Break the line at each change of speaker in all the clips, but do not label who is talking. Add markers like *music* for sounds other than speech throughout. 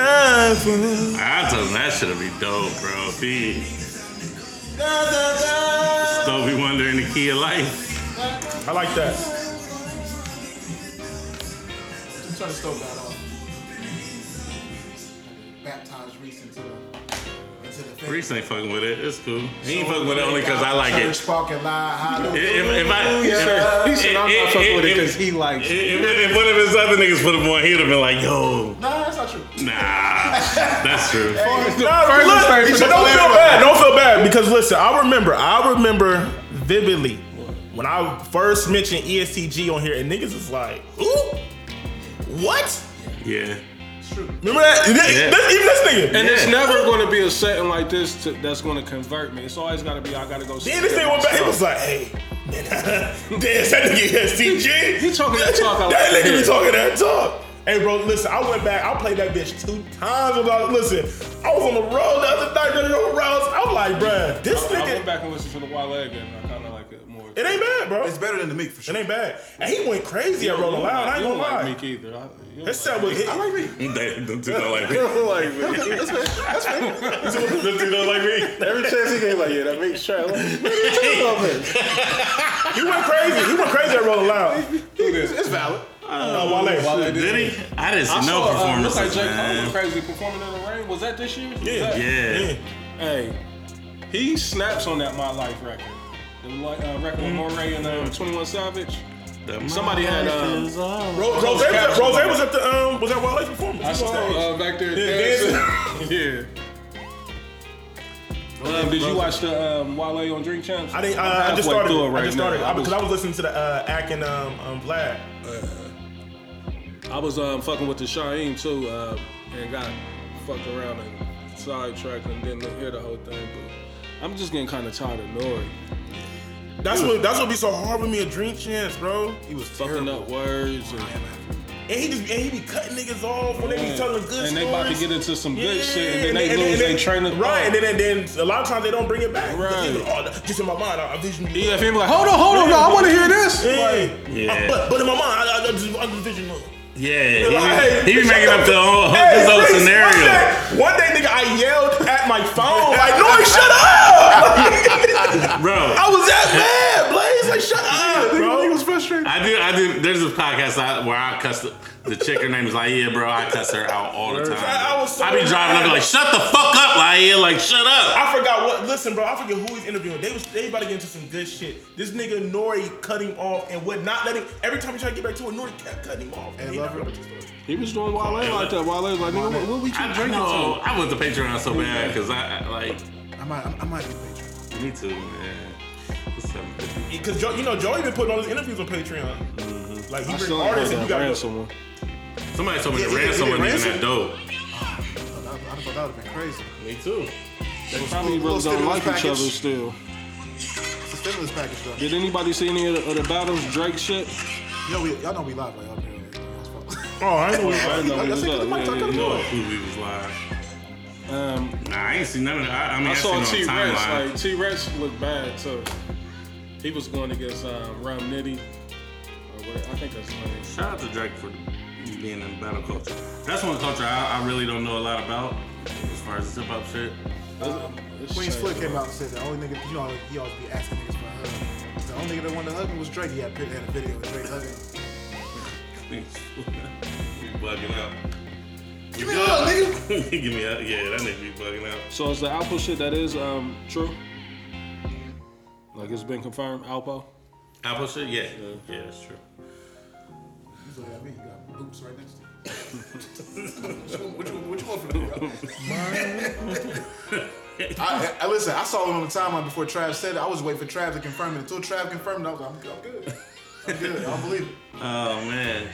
sky for me.
I told him that shit'll be dope, bro. If he
Da, da, da.
Stevie Wonder in the key of life.
I like that.
I'm trying to stove that off.
uh,
Baptized Reese into the into the thing.
Reese ain't fucking with it. It's cool. He ain't fucking with it only because I like it.
Church Sparking loud,
If,
hallelujah.
if I,
He said, he said I'm not fucking with it
if-
because he likes
if,
Oh, it.
if- if one of his other niggas put him on, he'd have been like, yo,
Nah, that's not true.
nah, that's true.
Nah,
Look,
first
he
thing for
said,
the
don't feel
flavor.
bad. Don't feel bad because listen, I remember, I remember vividly when I first mentioned E ESTG on here, and niggas was like, "Ooh, what?"
Yeah.
Remember that? And that-
Yeah.
this- even this nigga.
And it's
Yeah.
never going to be a setting like this to, that's going to convert me. It's always got to be I got to go.
then this nigga went back. He was like, "Hey." *laughs* man, Damn, that nigga ESTG.
He talking that talk I
That
like.
nigga be talking that talk. Hey, bro, listen, I went back. I played that bitch two times. Without, listen, I was on the road the other night, running over rounds. I'm like, bruh, this
I went
nigga,
back and listened to the Wale again. I kind of like it more.
it ain't bad, bro.
It's better than the Meek for
It
sure.
ain't bad. And he went crazy at
You
Rolling Loud. I ain't
don't
gonna
like
lie.
Meek either. I, you don't
That set was hit.
I like Meek.
They- Them two don't
*laughs*
*laughs*
like me.
like Meek.
That's fair. That's fair.
Them two don't like me.
Every chance he gave, like, yeah, that Meek's trash. Like,
*laughs*
He went crazy. He went crazy at Rolling
*laughs*
Loud.
it's valid.
No, Wale.
Did he? I didn't see
I
no
saw, uh,
performances,
look like Jake Cole
man.
crazy performing in the rain. Was that this year? Was
Yeah.
that-
Yeah.
Hey, he snaps on that My Life record. The like, uh, record
Mm-hmm.
with Moray and um, 21 Savage.
The
Somebody had, um,
life is all-
Ro- Rose, was at, Rose was at the um was at Wale's performance.
I
He was
saw
on stage.
uh, back there
Yeah,
dancing. *laughs* yeah. Um, did you watch the um, Wale on Drink Champs?
I didn't. Uh,
I'm
I
halfway
just started.
through it
I just started
now.
I- because I was listening to the uh, Ack and um, um Vlad.
I was um, fucking with the Shaheem too, uh, and got fucked around and sidetracked and didn't hear the whole thing. But I'm just getting kind of tired of Nori
That's what that's what be so hard with me a dream chance, bro.
He was
fucking
terrible.
up words
Oh,
and,
And he just and he be cutting niggas off when they be telling good
and they about to
stories.
get into some good
Yeah,
shit, and then they lose
and
their train of
Right, and
thought.
then, and then a lot of times they don't bring it back. 'Cause they
Right.
be like, "Oh, just in my mind, I, I vision.
Yeah, if he be like, hold on, hold on, no, I want to hear this.
Yeah.
Yeah.
Uh, but, but in my mind, I, I, I just I just vision. look.
Yeah, he be,
Like,
he be making up the whole,
Hey,
his whole
Reese,
scenario.
One day, one day, nigga, I yelled at my phone
*laughs*
like, "Nori, shut up!"
Bro,
I was that mad, Blaze. Like, shut up, bro.
He was frustrated.
I do. I do. There's this podcast I, where I cuss the, the chick. Her name is Laia, bro. I cuss her out all the time.
I- I was so
be driving. I be like, "Shut the fuck up, Laia! Like, shut up."
I forgot what. Listen, bro, I forget who he's interviewing. They was they about to get into some good shit. This nigga Nori cut him off and would not let him. Every time he tried to get back to it, Nori kept cutting him off.
And
He
love
not-
her.
He was doing Wale like that. Wale was like, nigga, what, what we
I,
keep
I
drinking
know.
to?
I went to Patreon so bad because I, I like
I might, I might be patron.
me too, man. It's something.
Because Joe, you know Joey been putting all his interviews on Patreon. Like he
Mm-hmm. I
bring
still ain't heard
artists and you
that
got
ransom one.
Somebody told me to
Yeah, yeah,
ransom
yeah,
someone using
ransom.
that dope.
I thought that, I thought that would have been crazy.
Me too.
They probably
little
really don't
stimulus
like each
package.
other still.
It's a stimulus package, though.
Did anybody see any of the, of the battles Drake shit?
You know, we, y'all know we live right up here. like, that's fucked.
Oh, I know.
*laughs* I didn't know
Y'all
he was
see
up.
the mic,
Yeah,
I
yeah,
could've
yeah.
No clue we was live.
Um,
Nah, I ain't seen none of that. I, I mean, I,
I saw T
seen it on
Rex.
timeline.
Like T Rex looked bad too. He was going against um, Ram Nitty. Or what, I think that's his name.
Shout out to Drake for being in battle culture. That's one culture I, I really don't know a lot about as far as hip hop shit. *laughs* Um,
It's
Queen's
changed
Flip
a
came
lot.
out and said the only nigga, you know, he always be asking niggas for a hug. The only nigga that wanted to hug him was Drake. He had, he had a video with Drake hugging. him.
we bugging out.
Give me a hug,
*laughs*
nigga.
Give me a yeah, that nigga be bugging out.
So is the Alpo shit that is um, true? Like it's been confirmed, Alpo.
Apple shit, yeah, yeah, that's true.
So yeah, I mean, you got boots right next to him. Which one- which one- which one for the bro? I, I listen. I saw him on the timeline before Trav said it. I was waiting for Trav to confirm it. Until Trav confirmed it, I was like, I'm, I'm good. I'm good. I don't believe it.
Oh man,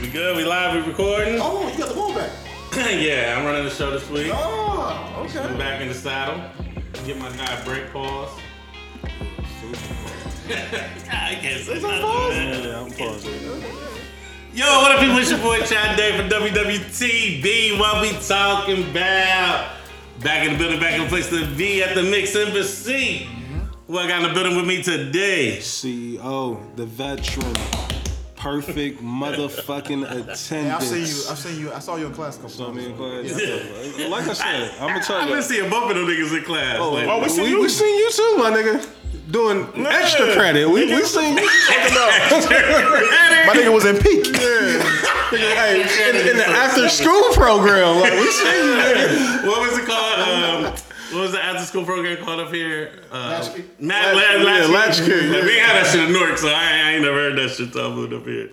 we good? We live? We recording?
Oh, you got the ball back.
*laughs* yeah, I'm running the show this week.
Oh,
I'm
okay.
back in the saddle. Get my guy break pause. *laughs* I can't say nothing, man.
Yeah, I'm pausing.
Yo, what up, people? It's your boy Chad Day from WWTB. What we talking about? Back in the building, back in the place to be at the Mix Embassy. Who I got in the building with me today?
CEO, the E veteran, perfect motherfucking attendance.
Yeah, I've seen you. I've seen you. I saw you in class a couple
So, I
times.
mean, like, like I said, I'm gonna
*laughs*
tell
I've
you.
been seeing both of them niggas in class. like,
Oh, we seen
we,
you.
we seen you too, my nigga. Doing extra credit. We, we seen you.
My nigga was in peak. Yeah.
Hey, in,
*laughs*
in the after school program. Like, we seen you, nigga.
what was it called? Um, what was the after school program called up here? Uh,
Latchkey?
Matt
Latch- yeah,
Latch,
Latchkey, yeah.
We ain't had that shit in Newark, so I, I ain't never heard that shit till I moved up here.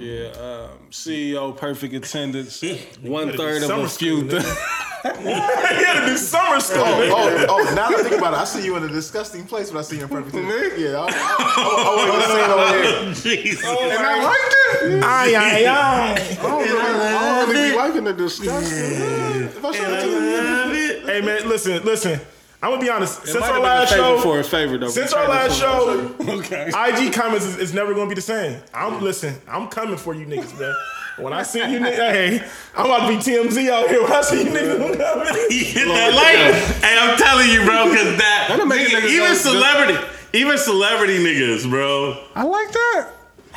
Yeah, um, CEO, perfect attendance. One third of
summer
a few.
school,
thi- *laughs*
You gotta do summer school.
Oh, oh, oh, now that I think about it, I see you in a disgusting place when I see you in perfect. Nigga, yeah, I, I, I, I wasn't gonna say no
*laughs* Oh,
name.
Jesus.
And I liked it.
Aye, aye, aye.
I don't really, I don't really be liking the disgusting. If I showed it to you,
Hey man, listen, listen. I'm gonna be honest.
It
since
might
our
have been
last
a favor
show,
for a favor though.
since our last show,
okay.
IG comments is, is never gonna be the same. I'm listen. I'm coming for you niggas, man. When I see you niggas, hey, I'm about to be TMZ out here. When I see you niggas, I'm coming.
*laughs* You hit that light. Hey, I'm telling you, bro, because that,
That'll make
nigga,
niggas
even
go-
celebrity, even celebrity niggas, bro.
I like that.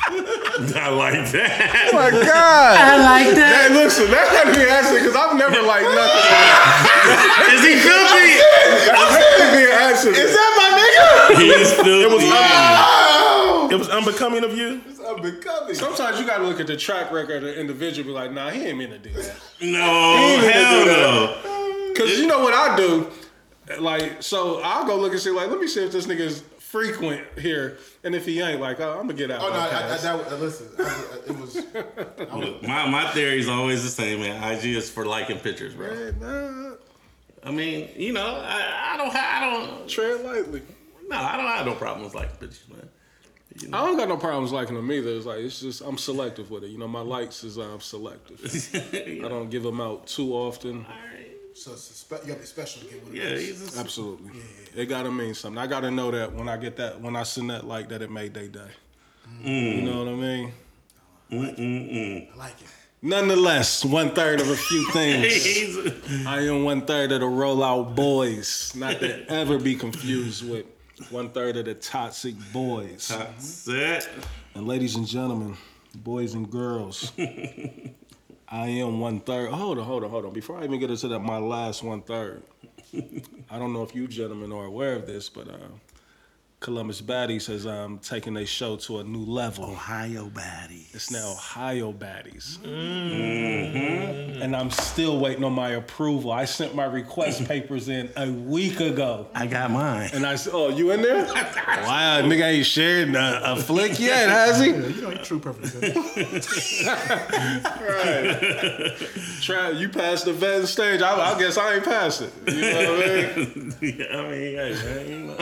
I like that.
Oh *laughs* my god. I like that. Hey, listen, that had me asking because I've never liked nothing.
Is he filthy?
Is that
He's filthy. It was
It was unbecoming of you.
my nigga? I've been coming.
Sometimes you gotta look at the track record of the individual, be like, nah, he ain't mean to do *laughs* that.
no,
He didn't
hell
do that.
no.
Because you know what I do? Like, so I'll go look and see, like, let me see if this nigga's frequent here. And if he ain't, like, oh, I'm gonna get out.
Oh no,
my
I, I,
pass.
that, was- listen, I, I, it was.
My my theory is always the same, man. IG is for liking pictures, bro.
Hey, nah,
I mean, you know, I, I don't have, I don't,
tread lightly.
no, I don't have no problems liking pictures, man.
I don't got no problems liking them either. It's like it's just I'm selective with it. You know, my likes is uh, I'm selective. *laughs*
*laughs*
I don't give them out too often.
So suspe- you gotta be special to get one of
yeah,
those.
he's just,
Absolutely, it gotta mean something. I gotta know that when I get that, when I send that like that, it made their day. You know what I mean?
I like it.
Nonetheless, one third of a few things.
he's
I am one third of the rollout boys, not to ever be confused with one third of the toxic boys.
set.
And ladies and gentlemen, boys and *laughs* girls, I am one third. Hold on, hold on, hold on. Before I even get into that, my last one *laughs* third. I don't know if you gentlemen are aware of this, but uh, Columbus Baddies has um, taken their show to a new level.
Ohio baddie.
It's now Ohio Baddies. And I'm still waiting on my approval. I sent my *laughs* request papers in a week ago.
I got mine.
And I said, Oh, you in *laughs* there? wow, nigga ain't shared a, a flick yet, has he?
You know, you're true perfect.
Trav, you passed the vet stage. I, I guess I ain't passed it. You know what I
*laughs*
mean?
*laughs* yeah, I mean, hey, man, you know.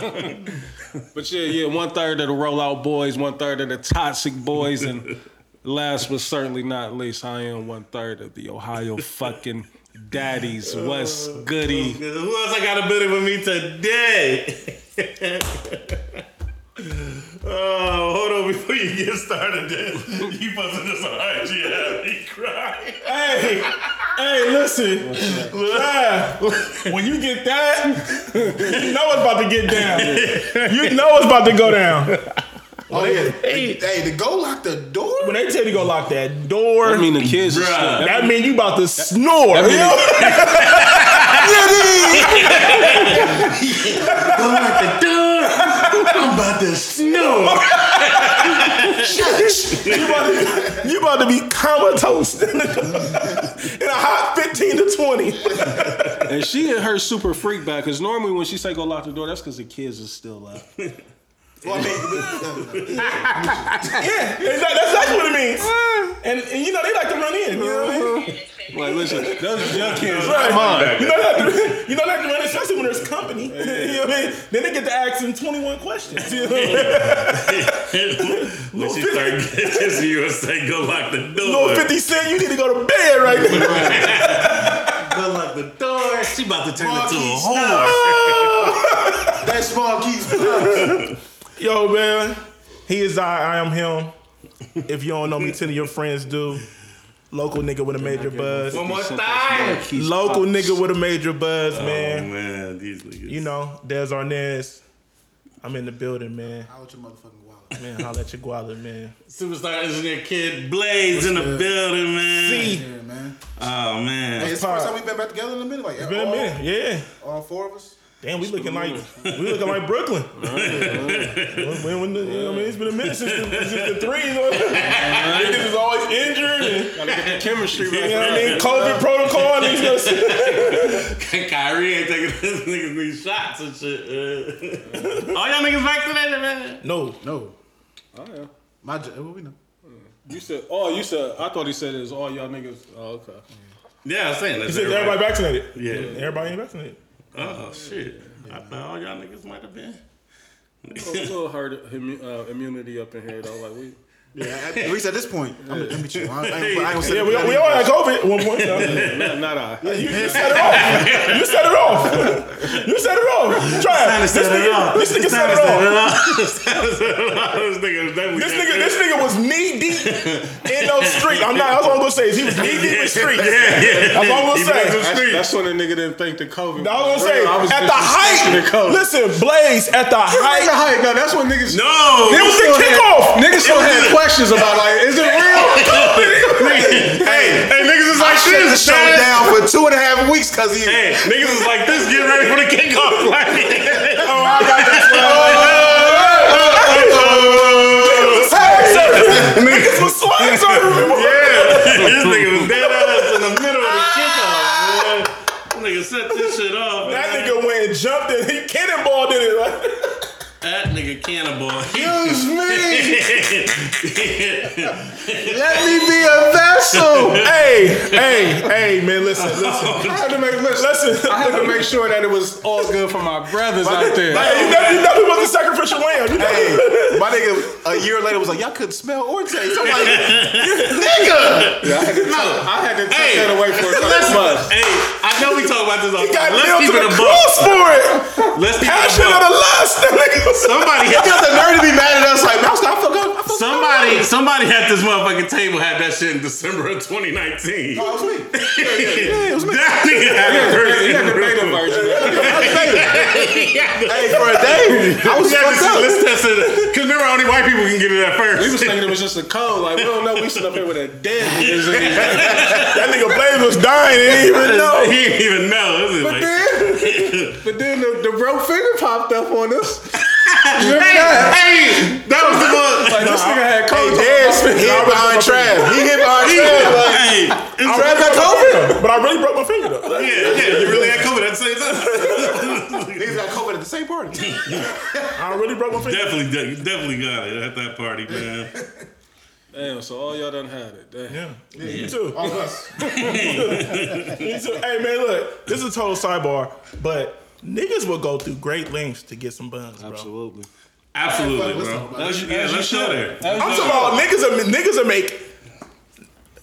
But yeah, yeah, one third of the rollout boys, one third of the toxic boys, and last but certainly not least, I am one third of the Ohio fucking daddies. What's
*laughs*
goody?
Who else I got a building with me today? *laughs* oh, hold on before you get started. Dad. You posted this on IG and had me cry.
Hey, hey, listen.
*laughs*
Bruh, when you get that, you know it's about to get down. You know it's about to go down.
Oh yeah. Hey, hey, the go lock the *laughs* door.
When they tell you to go lock that door,
I mean, the kids. are
Bruh.
still-
that mean you about to snore.
Go lock the door. I'm about to snow. Shush.
You about, to, you about to be comatose *laughs* in a, in a hot 15 to 20. *laughs*
And she and her super freak back, because normally when she say go lock the door, that's because the kids are still up.
Well, I mean, no, no, no.
Yeah, that's, that's exactly what Uh-huh. it means. And, and you know, they like to run in. You know what I mean?
Like, listen, those young kids.
Right.
Come on.
You know, they like to, you know, they like to run in, especially when there's company. *laughs* You know what I mean? Then they get to ask them 21 questions. *laughs* You know what I mean?
when she started kissing you and say, go lock the door.
Little 50 Cent, you need to go to bed right now.
Go lock the door. She about to turn into a
Marquis,
whore.
That small keys. *laughs*
*laughs*
Pops.
Yo, man. He is I, I am him. If you don't know me, 10 of your friends do. Local nigga with a major buzz.
One more time.
Local nigga with a major buzz,
Oh,
man.
man, these niggas.
You know, Des Arnaz. I'm in the building, man.
Out your motherfucking wallet.
Man, holla at your guava, man.
Superstar engineer kid Blaze in the building, man.
See,
Yeah, man.
Oh
Hey,
man.
it's the first time we've been back together in a minute. Like,
it's been a
all,
minute. Yeah.
All four of us.
Damn, we looking like we looking like Brooklyn. When- when the- you know what I mean, it's been a minute since, the- since the threes. Niggas is always injured. And,
Chemistry right
you know what I
there.
mean? COVID protocol. Niggas
*laughs* Kyrie ain't taking those niggas these shots and shit.
*laughs*
uh. All y'all niggas vaccinated, man.
no,
No.
Oh, yeah.
My j- well, we know.
You said, oh, you said, I thought he said it was all y'all niggas. Oh, okay.
Yeah, I'm saying that.
he said everybody vaccinated.
Yeah.
Everybody ain't vaccinated.
Oh shit. I thought all y'all niggas might have
*laughs*
been.
A little herd immu- uh, immunity up in here, though. Like, we.
At least at this point, I'm gonna admit you. I, I, ain't- I ain't gonna say
Yeah, we, we all had COVID at one point.
Not, not I.
You, you set it off. You set it off. *laughs* You set it off. Try it. This nigga, this nigga set it off.
*laughs* this nigga was definitely
This nigga, this nigga was knee deep in those streets. I'm not. That's all I'm gonna say is he was knee deep in streets.
*laughs* Yeah, yeah.
That's all I'm gonna
He was
say.
just-
That's, that's when the nigga didn't think the COVID.
I was gonna say
I was
at the
disrespecting the
height.
COVID.
Listen, Blaze at the
That's the
height.
height, though. That's when niggas.
No.
It was the kickoff.
Niggas still had questions about, like, is it *laughs* real?
Hey, hey, niggas is like
Shut the
this.
show
man.
down for two and a half weeks because he.
Hey, niggas is like this. Get ready for the kickoff. *laughs* Like,
*laughs*
Niggas was sliding. so I remember.
yeah, this nigga was dead ass in the middle of the kickoff. Man. Nigga set this shit off.
That nigga went and jumped and he cannonballed in it. Like, *laughs*
That nigga *laughs* cannibal.
Excuse
*laughs*
me.
yeah,
Let me be a vessel.
hey, hey, hey, man, listen,
*laughs*
listen,
I had to make, listen,
listen.
I had to make sure that it was all good for my brothers out there.
Hey, you know, you know he was a sacrificial lamb. You know?
Hey,
*laughs*
my nigga, a year later was like, y'all couldn't smell or taste. I'm like, nigga.
I had to, I had to take that away for a couple months.
Hey, I know we talk about this all the
got
time.
nailed to
Let's keep
the
it a buck.
cross for it.
Let's keep
Passion
it
of
a
the
buck.
lust.
*laughs*
That nigga was
Somebody
He
had
got the nerve to be mad at us. Like, Mouse, I feel good. I feel
somebody somebody at this motherfucking table had that shit in December of 2019.
good. That was me.
that nigga had a
You had to
version.
make the
*laughs*
version.
Hey, for a day, I was
Yeah,
fucked up.
let's, let's test it. Cause remember, only white people can get it at first.
We was thinking it was just a cold. Like, we don't know. We sitting up here with a dead nigga.
That nigga Blaze was dying and he didn't even know.
He didn't even know. This is like, *laughs*
But then the, the broke finger popped up on us. Remember that?
hey, hey, that was the book.
*laughs* Like, this nigga had
Hey,
cold.
Dez hid behind Trav. He hid behind Trav. Like,
hey, it's
Trav got COVID.
But I really broke my finger though.
Yeah, yeah, you really had COVID at the same time. *laughs*
Niggas got COVID at the same party.
I really broke my finger.
definitely, de- definitely got it at that party, man.
Damn, so all y'all done had it. Damn.
Yeah. Me too.
All of us.
Me too. Hey man, look, this is a total sidebar, but niggas will go through great lengths to get some buns, bro.
Absolutely.
Absolutely,
let's
bro.
talk about
Let's- yeah, let's go there.
I'm talking about niggas are niggas will make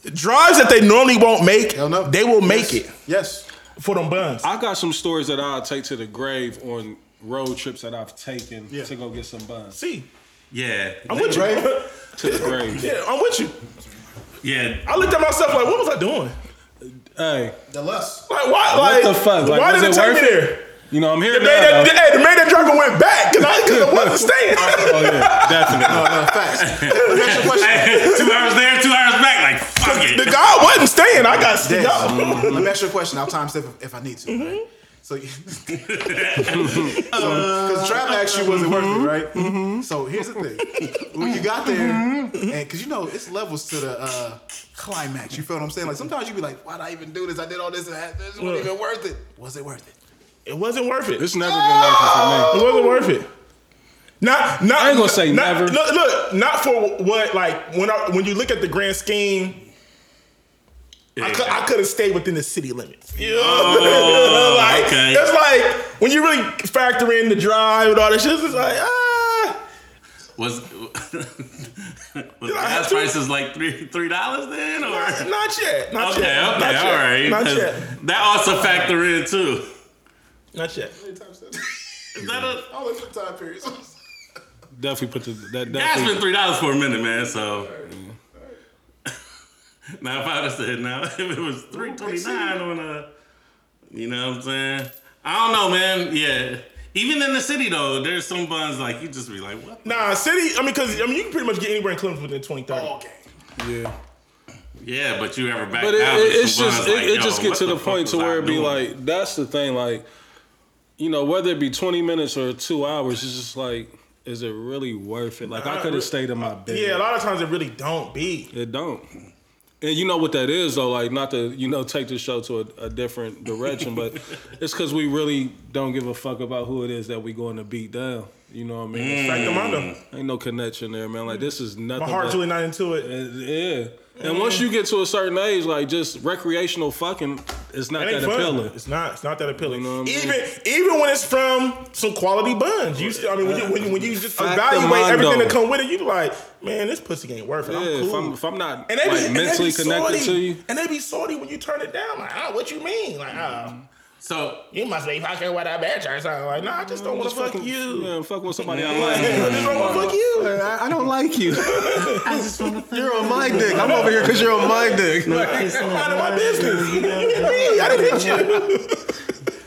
drives that they normally won't make.
Hell no.
They will make it
Yes.
for them buns.
I got some stories that I'll take to the grave on road trips that I've taken
Yeah.
to go get some buns.
See,
Yeah,
I'm with you.
Right.
To the grave.
*laughs* Yeah, I'm with you.
yeah.
I looked at myself like, what was I doing?
hey,
The lust.
Like, why?
What
Like,
the fuck? Like,
why
was
did it,
it
take
worth
me
it?
there?
you know, I'm here
The
now.
man that,
though.
hey, the man that drunk went back because I, cause I wasn't staying. *laughs*
oh, yeah, definitely.
No, no, facts. Let me ask you a question.
*laughs* two hours there, two hours back. Like fuck
the
it.
guy wasn't staying. I got
Dez,
stayed out.
Let me ask you a question. I'll time step if, if I need to. Right? *laughs* So, because Trav asked you, was it worth it, right? So here's the thing: when you got there, and because you know it's levels to the uh, climax. You feel what I'm saying? Like sometimes you be like, "Why'd I even do this? I did all this, and I- this wasn't even worth it. Was it worth it?"
It wasn't worth it. It
It's never been worth it for me.
wasn't worth it. Not, not.
I ain't gonna say
not,
never.
Look, look, not for what. Like when I, when you look at the grand scheme, I, could, I could have stayed within the city limits. *laughs* Oh, like,
okay.
It's like when you really factor in the drive and all that shit. It's like
*laughs*
ah.
Was was gas
two-
prices like three three dollars then, or
Not, not yet. Not
okay, okay,
yet.
all
not yet.
right.
Not
'cause
yet.
*laughs* That also factor in too.
Not yet.
Is that a,
*laughs* All those time periods.
Definitely put the that
That's
definitely.
been three dollars for a minute, man. So now if I'd have said now *laughs* if it was three twenty nine on a, you know what I'm saying? I don't know, man. Yeah, Even in the city though, there's some buns like you just be like, what?
Nah, city. I mean, cause I mean, you can pretty much get anywhere in Clemson within 20, 30.
Oh,
Okay.
Yeah.
Yeah, but you ever back
But it,
out?
it,
with
it's
some buns,
just
like,
it, it
yo,
just
what
gets to
the
the
fuck
point
was
to
I
where it be
doing?
like that's the thing like you know whether it be 20 minutes or 2 hours it's just like is it really worth it like I could have stayed in my bed
Uh, Yeah, a lot of times it really don't be.
it don't and you know what that is though like not to you know take the show to a, a different direction
*laughs*
but it's cuz we really don't give a fuck about who it is that we going to beat down you know what I mean
Mm.
It's
Like the Mondo.
like, ain't no connection there man like this is nothing
Mm. My heart's Mm.
but-
really not into it.
Uh, *laughs* Yeah. And once you get to a certain age, like just recreational fucking, it's not
It ain't
that
fun.
appealing.
It's not. It's not that appealing.
You know what I mean?
Even even when it's from some quality buns, you still. I mean, when you when you, when you just
Fact of
evaluate
mind,
everything that
though.
come with it, you be like, man, this pussy ain't worth it.
Yeah,
I'm cool.
if I'm if I'm not
and they be,
like
and they be
mentally connected
salty.
to you,
and they be salty when you turn it down. Like, ah, what you mean? Like, ah,
So
you must be fucking with a bitch or something. Like, nah, I just don't want to
just
fuck
fucking-
you.
Yeah, fuck with somebody I
*laughs* I
like.
just don't want to fuck you.
I, I don't like
*laughs*
you. *laughs*
You're on my dick. I'm over here because you're on my
*laughs*
dick.
Out of my business. You hit me. I didn't hit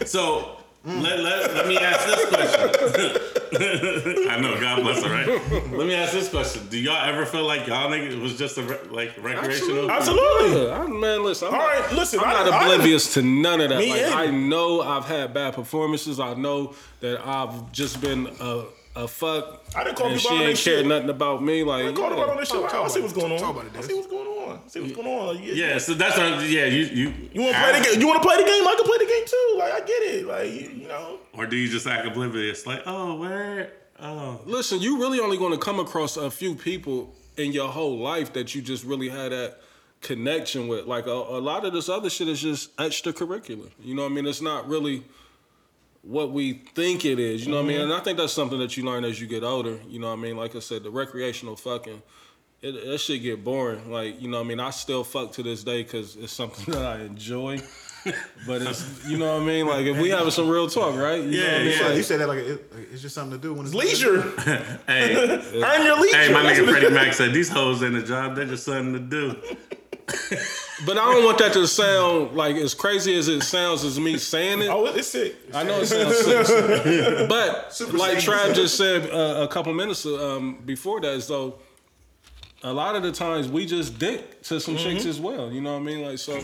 you.
So let, let, let me ask this question. *laughs* I know, God bless her, right? Let me ask this question. Do y'all ever feel like y'all niggas was just a re- like recreational?
Absolutely.
Yeah, I, man, listen, I'm
All
not,
right, listen.
I'm
I-
not
I-
oblivious to none of that.
Me
Like,
either.
I know I've had bad performances. I know that I've just been a, a fuck.
I done called
and
people
she
out on
ain't
their
cared
shit.
nothing about me. Like,
I called him out on
yeah.
this shit. Like, I see what's going on.
Talk about it,
I
Dennis.
see what's going on. I see what's going on. Yeah.
Yeah, Ah. so that's what, yeah, you, you,
You want to play the game? You want to play the game? I can play the game too. Like I get it. Like you, you know.
Or do you just act oblivious? Like, oh, where?
*laughs*
Oh.
Listen, you really only going to come across a few people in your whole life that you just really had that connection with. Like a, a lot of this other shit is just extracurricular. You know what I mean? It's not really what we think it is. You know what I mean?
Mm-hmm.
And I think that's something that you learn as you get older. You know what I mean? Like I said, the recreational fucking. It, that shit get boring. Like, you know what I mean? I still fuck to this day because it's something *laughs* that I enjoy. But it's, you know what I mean? Like, if we having some real talk, right? You know what I
Yeah,
mean?
yeah.
You said that like, it, like it's just something to do when it's
Leisure.
Hey,
Earn your leisure.
hey, my
That's
nigga
what-
Freddie Mac said, these hoes ain't a job, they're just something to do.
But I don't want that to sound like as crazy as it sounds as me saying it.
Oh, it's sick.
I know it sounds
*laughs*
sick, sick. but like
saiyan.
Trav just said uh, a couple minutes um, before that, so a lot of the times we just dick to some chicks as well. You know what I mean? Like so,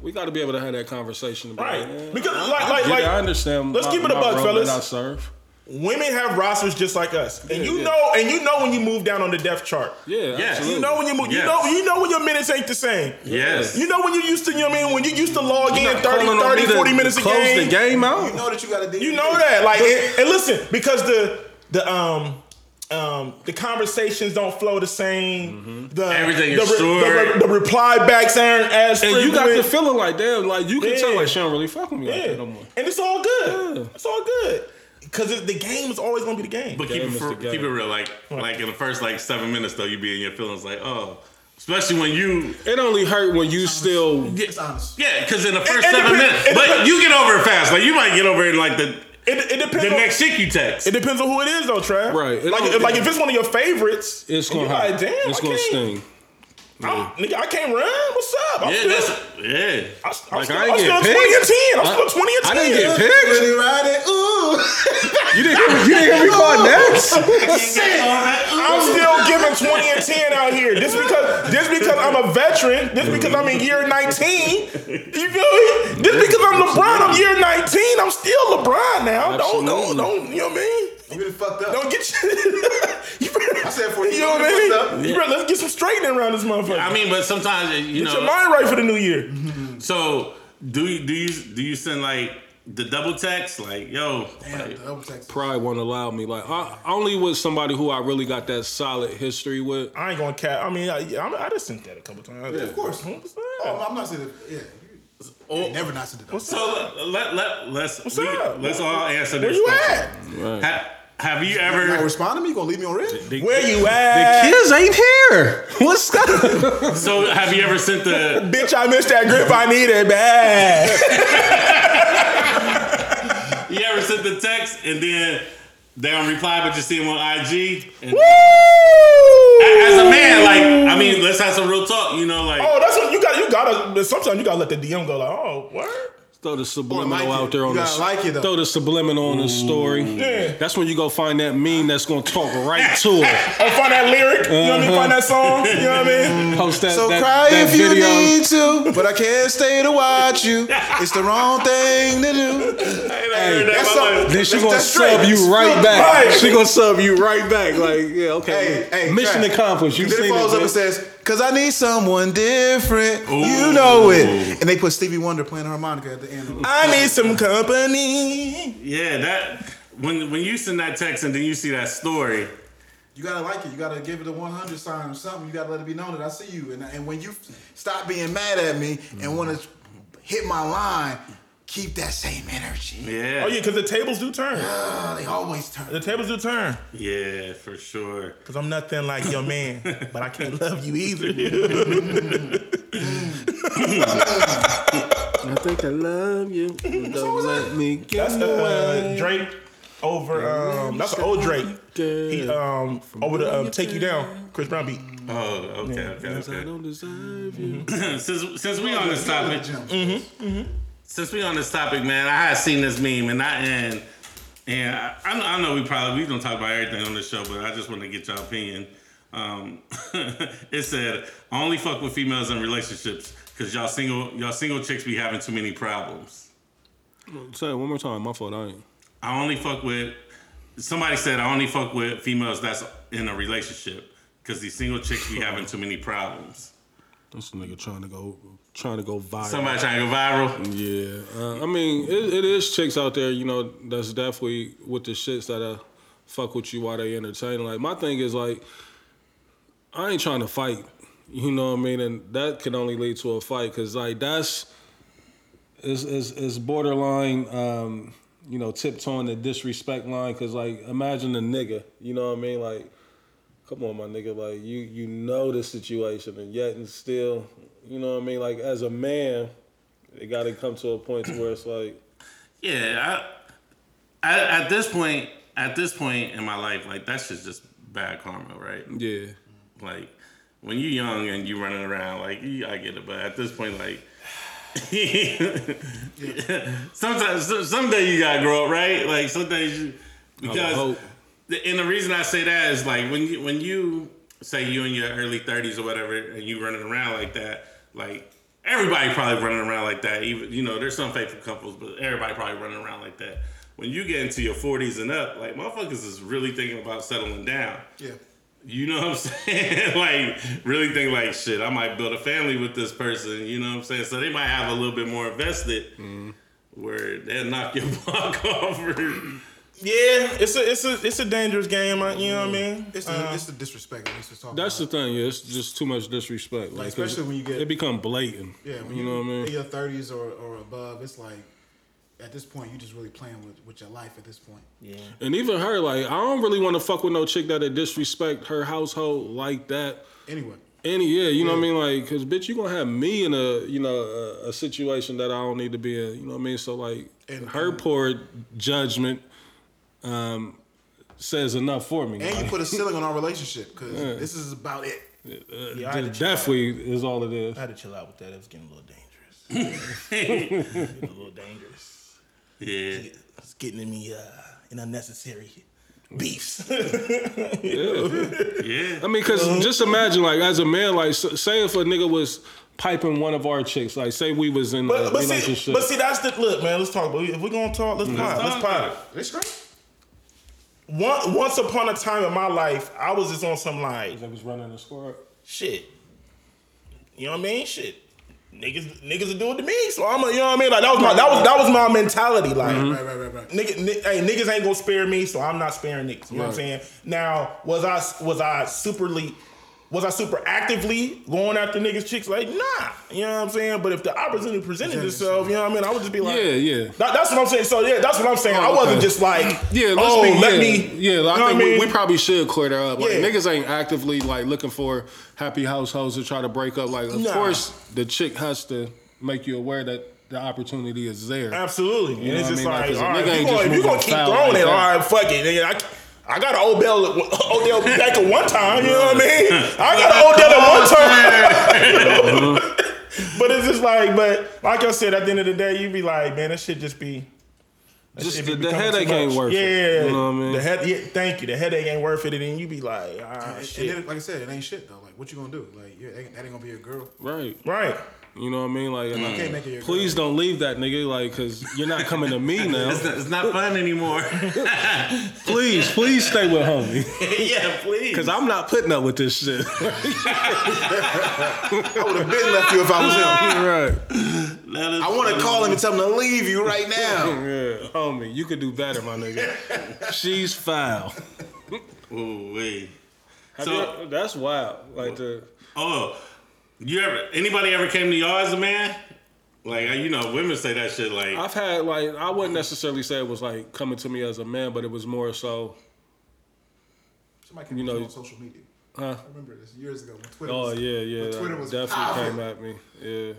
we got to be able to have that conversation. About
Right.
it, man.
Because like like
Yeah,
like
I understand.
let's
my-
keep it a
my
buck,
role
fellas.
That I serve.
women have rosters just like us, and you
yeah.
know, and you know when you move down on the depth chart.
Yeah, absolutely.
You know when you move. You
Yes.
know you know when your minutes ain't the same.
Yes.
You know when you used to, you know what I mean? When you used to log in 30,
Calling on
30,
me to
40 minutes a
close
game.
the game
You
out.
know that you got to do.
You know that, like, and, and listen, because the the um um the conversations don't flow the same.
Mm-hmm.
The
Everything
the,
is
re- the,
short.
re- the reply backs aren't as
And you got the
frequent.
feeling like damn, like you can tell
Yeah.
like she don't really fuck with me like
yeah.
that no more.
and it's all good.
Yeah.
It's all good because the game is always gonna be the game.
But keep it,
Mr.
for,
Gunner.
keep it real. Like, like in the first like seven minutes though, you be in your feelings like, oh, especially when you
It only hurt when you still
It's honest.
Yeah, because in the first
it
seven
depends-
minutes,
it
but
depends-
you get over it fast. Like you might get over it in like the
It, it depends.
the
on,
next chick you text.
It depends on who it is, though, Trav.
Right. It
like,
don't-
if, like if it's one of your favorites,
It's
and
gonna
you
hurt.
Like, Damn,
it's
I
gonna
can't-
sting.
I'm- Nigga, I can't run. What's up? I'm
yeah,
still,
that's yeah.
I'm, I'm
Like,
still,
I ain't
I'm still
get
20 and
picked.
10. I'm still 20 and 10.
I didn't get picked.
Really ride it. Ooh.
You didn't. You didn't hear me call next.
I'm still giving 20 and 10 out here. Just because just because I'm a veteran, just because I'm in year 19, you feel me? Just because I'm LeBron, I'm year 19, I'm still LeBron now. Don't, don't,
Absolutely.
don't, you know what I mean?
You really fucked up.
Don't get you. *laughs* you better, I
said for
you
you,
know what I
you fucked
mean? You better, let's get some straightening around this motherfucker.
I mean, but sometimes you
get your
know.
mind right for the new year.
So do you do you do you send like the double text? Like yo,
Damn,
like,
double text.
Pride won't allow me. Like I, only with somebody who I really got that solid history with.
I ain't gonna cap. I mean, I, I, I just sent that a couple times.
Of course. Oh, I'm not saying that. Yeah.
oh,
Never not said that.
What's up?
so let let let's
What's
we,
up?
let's all answer
Where
this.
you
question.
at?
Ha- have you
You gonna
ever?
respond to me? You gonna leave me on red?
Where you at?
ain't here. What's up?
So have you ever sent the?
Bitch, I missed that grip. I need it bad.
You ever sent the text and then they don't reply, but you see them on IG? And as a man, like I mean, let's have some real talk. You know, like
Oh, that's what you got. You gotta. Sometimes you gotta let the DM go. Like, oh, what?
Throw the subliminal
like
out
it.
there on
You
the
gotta like it, though.
throw the subliminal on the story.
Yeah.
That's when you go find that meme that's gonna talk right to
*laughs*
it.
Or find that lyric. You know what I mean? Find that song.
Mm-hmm.
You know what I
*laughs*
mean?
Post that.
So
that,
cry
that
if
video.
you need to, but I can't stay to watch you. It's the wrong thing to do.
Hey,
That's something.
Then she
That's-
gonna
that's straight.
sub you right back.
Right.
She gonna sub you right back. Like yeah, okay.
Hey, hey,
Mission
Jack.
accomplished. You
Then it
seen
follows up
it?
and
man.
says, "Cause I need someone different. You
Ooh.
know it." And they put Stevie Wonder playing harmonica at the end. Of it.
I need some company.
Yeah, that when when you send that text and then you see that story,
You gotta like it. You gotta give it a 100 sign or something. You gotta let it be known that I see you. And and when you stop being mad at me and want to hit my line, keep that same energy.
yeah,
Oh yeah, because the tables do turn.
Oh, they always turn.
The tables do turn.
yeah, for sure.
Because I'm nothing like your man, but I can't love you either.
*laughs*
I think I
*laughs*
love you. Don't let me get
That's uh,
away.
Drake over. Um, that's an old Drake.
uh,
He um over the um, "Take You Down" Chris Brown beat.
Oh, okay, okay,
I
okay.
don't deserve you.
*laughs* since since we on this topic,
Jim.
Mm-hmm.
since we on this topic, man, I had seen this meme and I and and I, I know- I know we probably we don't talk about everything on this show, but I just want to get your opinion. Um, *laughs* it said, "I only fuck with females in relationships because y'all single y'all single chicks be having too many problems."
*clears throat* Say it one more time. My fault. I ain't.
I only fuck with. Somebody said I only fuck with females that's in a relationship because these single chicks be having too many problems.
This nigga trying to go, trying to go viral.
Somebody trying to go viral.
Yeah, uh, I mean, it, it is chicks out there, you know, that's definitely with the shits that uh, fuck with you while they entertain. Like my thing is like, I ain't trying to fight, you know what I mean, and that can only lead to a fight because like that's is is is borderline, um, you know, tiptoeing the disrespect line because like imagine a nigga, you know what I mean, like. Come on, my nigga. Like you, you know the situation, and yet and still, you know what I mean. Like as a man, it got to come to a point to where it's like,
Yeah, I, I, at this point, at this point in my life, like that shit's just bad karma, right?
yeah,
Like when you young and you running around, like you- I get it, but at this point, like. *laughs* sometimes some- someday you gotta grow up right like sometimes you because
hope.
The- and the reason I say that is like when you when you say you in your early thirties or whatever, and you running around like that, like everybody probably running around like that. Even you know, there's some faithful couples, but everybody probably running around like that. When you get into your forties and up, like motherfuckers is really thinking about settling down.
Yeah.
You know what I'm *laughs* saying? like really think like shit, I might build a family with this person, you know what I'm saying? So they might have a little bit more invested where they'll knock your *laughs* block off or
Yeah, it's a it's a it's a dangerous game. uh, You know what I mean?
It's the, it's the disrespect. that It's just talking
Uh-huh. that's the
about.
thing. Yeah, it's just too much disrespect. Like, 'cause
especially when you get-
it become blatant.
yeah. When
you know what I
In
mean.
your thirties or, or above, it's like at this point you just really playing with, with your life. At this point,
And even her, like, I don't really want to fuck with no chick that would disrespect her household like that.
anyway.
Any yeah, you know what I mean, like, cause bitch, you gonna have me in a you know a, a situation that I don't need to be in. You know what I mean? So like,
And-
her poor judgment um, says enough for me.
And
Like,
you put a ceiling on our relationship because this is about it.
Yeah, I had to
that
chill out.
definitely is all it is.
I had to chill out with that. It was getting a little dangerous. getting a little dangerous.
Yeah.
It's getting to me uh, in unnecessary beefs. *laughs*
Yeah.
I mean, because
Uh-huh.
just imagine, like, as a man, like, s- say if a nigga was piping one of our chicks, like, say we was in a
But, but see,
relationship.
but see, that's the look, man. Let's talk. But if we're gonna talk, let's pod. Let's pod.
It's great.
Once, once upon a time in my life, I was just on some like
That was running the squad.
shit. You know what I mean? Shit. Niggas, niggas will do it to me, so I'm a, you know what I mean? Like that was my, that was, that was my mentality. Like,
Mm-hmm.
Right, right, right, right.
nigga, ni- hey, niggas ain't gonna spare me, so I'm not sparing niggas. You know what I'm saying? Now, was I was I superly was I super actively going after niggas chicks? Like, nah. You know what I'm saying? But if the opportunity presented itself, you know what I mean? I would just be like,
Yeah, yeah.
That- that's what I'm saying. So yeah, that's what I'm saying. I wasn't
okay.
just like,
Yeah, let's
oh,
be,
let
yeah,
me.
Yeah, like,
you know
I
what
think we,
mean?
we probably should clear that up. Like,
Yeah.
niggas ain't actively like looking for happy households to try to break up. Like, of
Nah.
course, the chick has to make you aware that the opportunity is there.
Absolutely.
You
and it's
know
just
what I
like,
mean? Like, 'cause a
all right, if
nigga
you
ain't
gonna,
just
if you gonna
moving
keep
foul
throwing
like
it, all
that.
right, fuck it. Nigga, I, I got an Odell, *laughs* Odell back at
*laughs*
one time, you know what I mean? I got an Odell at one time. but but it's just like, but like I said, at the end of the day, you be like, man, that should just be. that
Just
shit be
the- the
becoming too
headache ain't
much.
worth it.
yeah, Yeah,
You know what I mean?
The head, yeah, thank you. The headache ain't worth it, and then you be like, ah,
And
shit.
then, like I said, it ain't shit though. Like, what you gonna do? Like, you that ain't that ain't gonna be your girl.
Right.
Right.
You know what I mean? Like, and I-
can't make it your
please don't leave that nigga, like, because you're not coming to
*laughs*
me now.
It's not, it's not fun anymore. *laughs*
Please, please stay with homie,
yeah, please.
because I'm not putting up with this shit.
I would have been left you if I was him.
right.
Let us-
I want to call him and tell him to leave you right now.
Yeah, homie, you could do better, my nigga. She's foul.
Ooh, wee.
Have
So-
you- that's wild. Like the
Oh, you ever? Anybody ever came to y'all as a man? Like you know, women say that shit. Like
I've had like I wouldn't necessarily say it was like coming to me as a man, but it was more so.
Somebody came
You
you
know-
know, on social media. I remember this years ago when Twitter.
Oh
was,
yeah, yeah.
when
that
Twitter was
definitely
popping.
came at me. Yeah,
You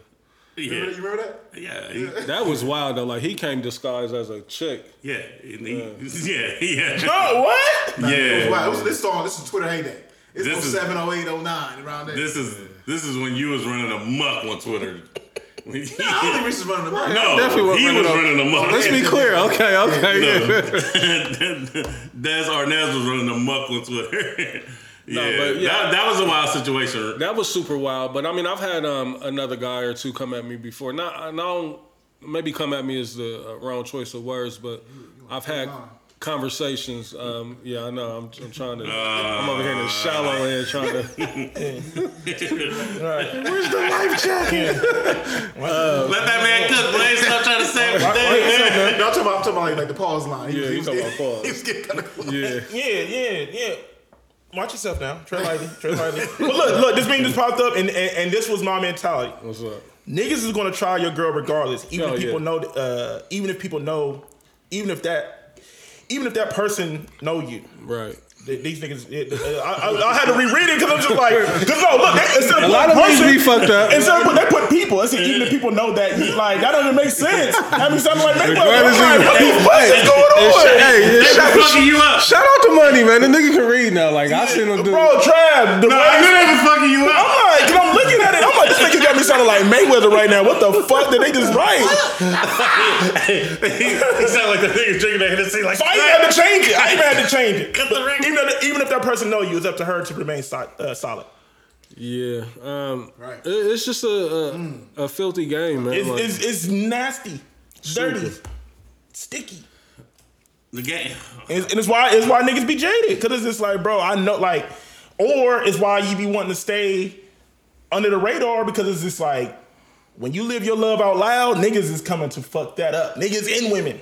yeah,
remember, you remember that?
yeah, he-
that was wild though. Like he came disguised as a chick.
yeah, and he- *laughs* yeah,
*laughs*
yeah,
No, what?
yeah.
Wow, it was, this song, this is Twitter heyday. It's
This is-
07, 08, 09, around there.
This is this is when you was running amok on
*laughs*
Twitter. When he-
I don't think Reese is running the money.
no,
definitely wasn't
he
running
was
amok.
running amok. *laughs*
Let's be clear. Okay, okay. Yeah.
*laughs* Des Arnaz was running amok on Twitter. *laughs* yeah,
but yeah.
That, that was a wild situation.
That was super wild. But I mean, I've had um, another guy or two come at me before. Not, I don't maybe come at me is the uh, wrong choice of words, but I've had conversations. Um, yeah, I know. I'm, I'm trying to. I'm over here in the shallow end trying to. *laughs*
Where's the life
*laughs*
jacket?
Let that man cook, Blaze. Stop trying to say everything.
Y'all talking about, I'm talking about like the pause line. He
Yeah,
was-
you
he was
talking
getting-
about
*laughs*
pause.
He was getting kind of close.
Yeah.
Yeah, yeah, yeah. Watch yourself now. Tread lightly. Tread lightly. but look, look, this meme just popped up, and, and, and this was my mentality.
What's up?
Niggas is gonna try your girl regardless. Even
Oh,
if
yeah.
people know, uh, even if people know, even if that, even if that person know you.
Right.
Th- These niggas, it, uh, I, I, I had to reread it because I'm just like, cause no, look, they, instead of
A lot of
putting
things
person-
be fucked up.
Instead of put, they put people. It's even if people know that, you, like that doesn't make sense. I mean, something like that.
Regardless
Like,
of-
what the fuck is going on?
*laughs* Hey,
They were fucking you up.
shout out to Money, man. The nigga can read now. Like I seen him do.
Bro, Trav, the
No,
way
I knew they were fucking you up.
I'm like, 'cause I'm looking at it. I'm like, this nigga got me sounding like Mayweather right now. What the fuck did they just write?
he sounded like the nigga drinking that Hennessy. Like,
So I even had to change it. I even had to change it.
Cut the record.
Even if, even if that person know you, it's up to her to remain si- uh, solid.
Yeah. Um,
Right.
it- it's just a a, a filthy game, man.
It's,
Like,
it's, it's nasty, dirty,
Stupid.
sticky.
the game.
And it's, and it's why it's why niggas be jaded. Cause it's just like, bro, I know like, or it's why you be wanting to stay under the radar because it's just like when you live your love out loud, niggas is coming to fuck that up. Niggas and women.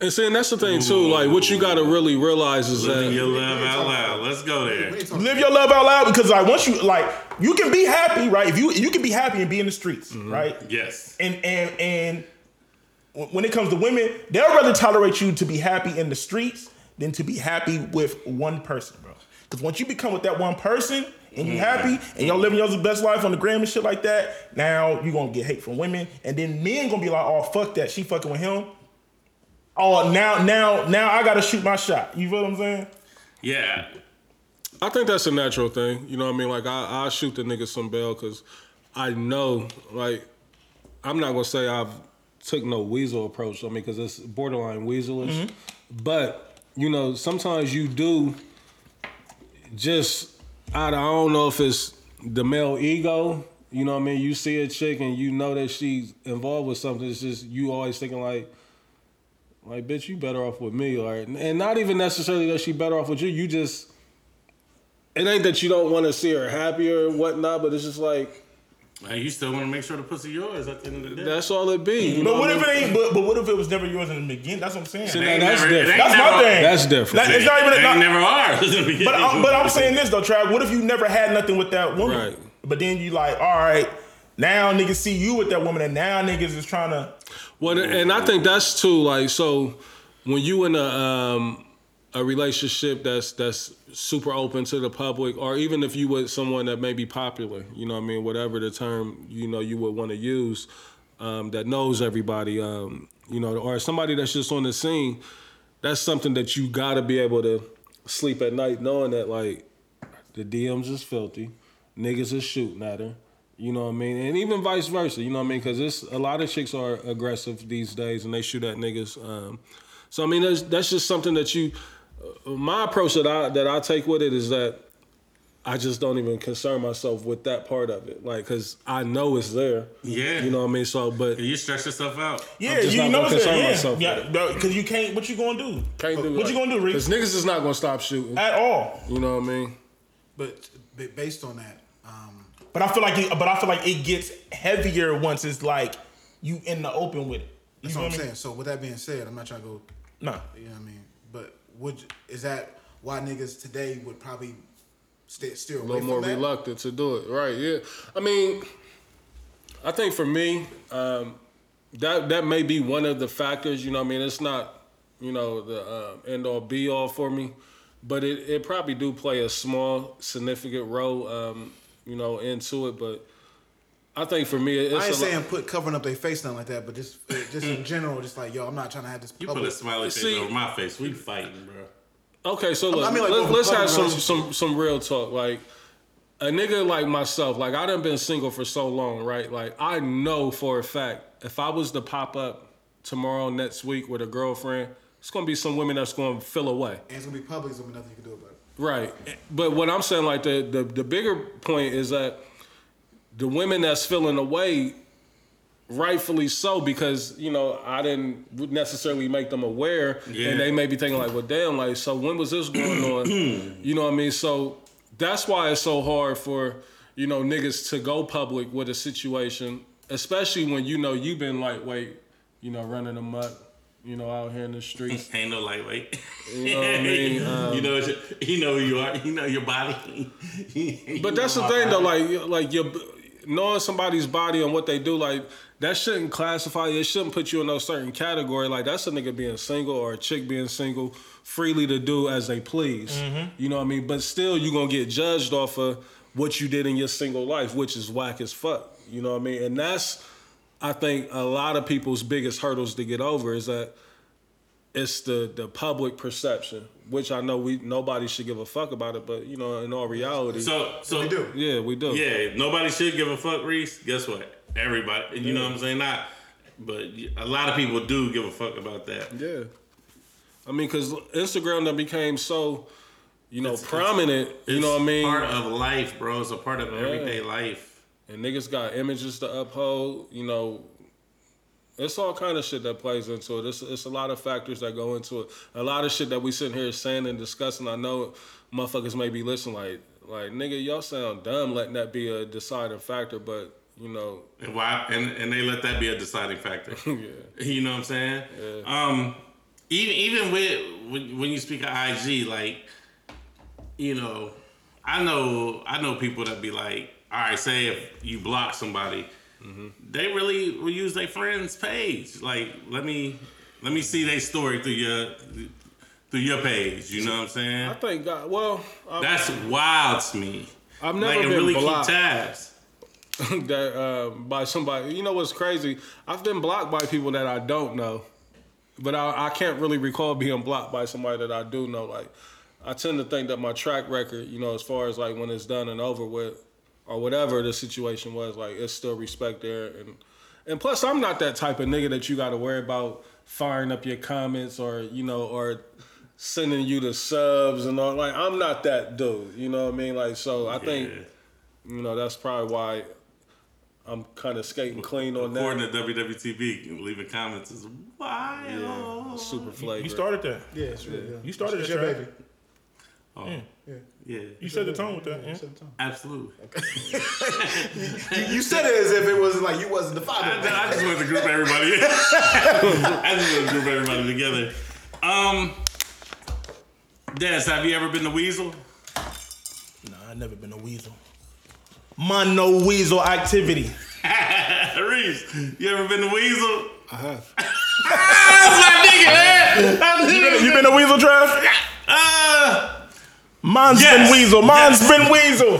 and see, and that's the thing too. Like what you gotta really realize is
Living your
that.
love out loud. Let's go there.
We ain't talking
Live your love out loud because like once you like you can be happy, right? If you you can be happy and be in the streets, right?
Yes.
And and and wh- when it comes to women, they'll rather tolerate you to be happy in the streets than to be happy with one person, bro. Because once you become with that one person and
Mm.
you happy and y'all living y'all's best life on the gram and shit like that, now you're gonna get hate from women, and then men gonna be like, oh fuck that, she fucking with him. Oh now now now I gotta shoot my shot. You feel what I'm saying?
Yeah.
I think that's a natural thing. You know what I mean? Like I, I shoot the nigga some bail because I know like I'm not gonna say I've took no weasel approach. I mean, because it's borderline weaselish. But you know, sometimes you do just out of I don't know if it's the male ego. You know what I mean? You see a chick and you know that she's involved with something. It's just you always thinking like, like bitch, you better off with me, or and not even necessarily that she better off with you. You just it ain't that you don't want to see her happier and whatnot, but it's just like
Uh, you still want to make sure the pussy yours at the end of the day.
that's all it be. You know
But what
I
if
mean?
it ain't? But, but what if it was never yours in the beginning? That's what I'm saying.
See,
It
now
ain't
that's
never- it
different.
ain't
That's my
never-
thing.
That's different.
That- it's not even.
They
not-
never are. *laughs*
but I'm, but I'm saying this though, Trav. What if you never had nothing with that woman?
Right.
But then you like, all right, now niggas see you with that woman, and now niggas is trying to.
Well, and I think that's too like so when you in a um a relationship that's that's super open to the public, or even if you with someone that may be popular, you know what I mean, whatever the term you know you would want to use, um, that knows everybody, um, you know, or somebody that's just on the scene, that's something that you gotta be able to sleep at night knowing that like the DMs is filthy, niggas is shooting at her. You know what I mean? And even vice versa. You know what I mean? Because it's a lot of chicks are aggressive these days, and they shoot at niggas. Um, so I mean, that's, that's just something that you. uh, My approach that I that I take with it is that I just don't even concern myself with that part of it, like because I know it's there.
Yeah.
You know what I mean? So, but
You stress yourself out.
Yeah,
just
you
not
know
gonna
what I'm
concern
saying.
myself
Yeah,
with
yeah, because you can't. What you gonna do
can't do
What you gonna do, Reed?
Because niggas is not gonna stop shooting.
at all?
You know what I mean?
But b- based on that, um,
But I feel like, it, but I feel like it gets heavier once it's like you in the open with it. You
that's
feel
what I'm
me?
saying. So with that being said, I'm not trying to go.
Nah.
You know what I mean? But would is that why niggas today would probably stay steer away
a little
from
more
that?
reluctant to do it. Right? Yeah. I mean, I think for me, um, that that may be one of the factors. You know, what I mean, it's not you know the um, end all be all for me, but it it probably do play a small significant role. Um, you know, into it, but. I think for me, it's
I ain't
a lot- Mm.
saying put covering up their face nothing like that, but just uh, just in general, just like yo, I'm not trying to have this.
You
public-
put a smiley face
See-
over my face. We fighting, bro.
Okay, so look,
I mean, like,
let,
over
let's
public
have some,
relations.
some some real talk. Like a nigga like myself, like I done been single for so long, right? Like I know for a fact if I was to pop up tomorrow, next week with a girlfriend, it's gonna be some women that's gonna feel away.
and it's gonna be public. There's gonna be nothing you can do about it.
Right. But what I'm saying, like the, the the bigger point is that the women that's feeling away, rightfully so, because you know I didn't necessarily make them aware,
Yeah.
and they may be thinking like, well, damn, like, so when was this going on? you know what I mean? So that's why it's so hard for you know niggas to go public with a situation, especially when you know you've been lightweight, you know, running amok, you know, out here in the streets.
Ain't no lightweight.
You know
*laughs*
what I mean? Um,
you know, it's- you know who you are. You know your body. *laughs*
But that's the thing though, like you- like your knowing somebody's body and what they do, like that shouldn't classify you. It shouldn't put you in no certain category. Like that's a nigga being single or a chick being single, freely to do as they please. You know what I mean? But still, you gonna get judged off of what you did in your single life, which is whack as fuck. You know what I mean? And that's I think a lot of people's biggest hurdles to get over is that it's the the public perception, which I know we nobody should give a fuck about it, but you know, in all reality.
So, so
We do.
Yeah, we do.
Yeah, nobody should give a fuck, Reese. Guess what? Everybody, you know what I'm saying? Not, but a lot of people do give a fuck about that.
Yeah. I mean, because Instagram that became so, you know, prominent, you know what I mean?
Part of life, bro. It's a part of everyday life.
and niggas got images to uphold, you know. It's all kind of shit that plays into it. It's, it's a lot of factors that go into it. A lot of shit that we sitting here saying and discussing. I know motherfuckers may be listening like, like nigga, y'all sound dumb letting that be a deciding factor, but you know,
And why? And and they let that be a deciding
*laughs*
factor. *laughs* You know what I'm saying? Um, even even with when, when you speak of IG, like, you know, I know I know people that be like, all right, say if you block somebody,
Mm-hmm.
they really will use their friend's page. Like, let me let me see their story through your through your page. You know what I'm
I
saying?
think God. Well, I,
That's wild to me.
I've never
Like, and
been
really
blocked.
keep tabs.
*laughs* that uh, by somebody. You know what's crazy? I've been blocked by people that I don't know, but I, I can't really recall being blocked by somebody that I do know. Like, I tend to think that my track record, you know, as far as like when it's done and over with, or whatever the situation was, like it's still respect there. And and plus, I'm not that type of nigga that you got to worry about firing up your comments or you know or sending you the subs and all. Like, I'm not that dude. You know what I mean? Like, so I think.
Yeah.
You know, that's probably why I'm kind of skating clean on that.
According to WWTB, leaving comments is wild.
Yeah, super flagrant.
You started that.
Yeah, it's really, yeah.
You started
It's
that,
your
right?
baby.
Oh.
Yeah.
Yeah.
You set the tone with that. Yeah.
Absolutely.
You, you said it as if it wasn't like you wasn't the
I,
father.
I just wanted to group everybody. *laughs* I just wanted to group everybody together. Um, Des, have you ever been to Weasel? *laughs*
Nah, I never been a weasel. Mono weasel
*laughs*
activity.
Reese, you ever been to Weasel? I have. That's my nigga, man. That's
You been,
nigga.
you been a weasel, Trav?
Uh,
Mine's
Yes.
been weasel. Mine's been weasel.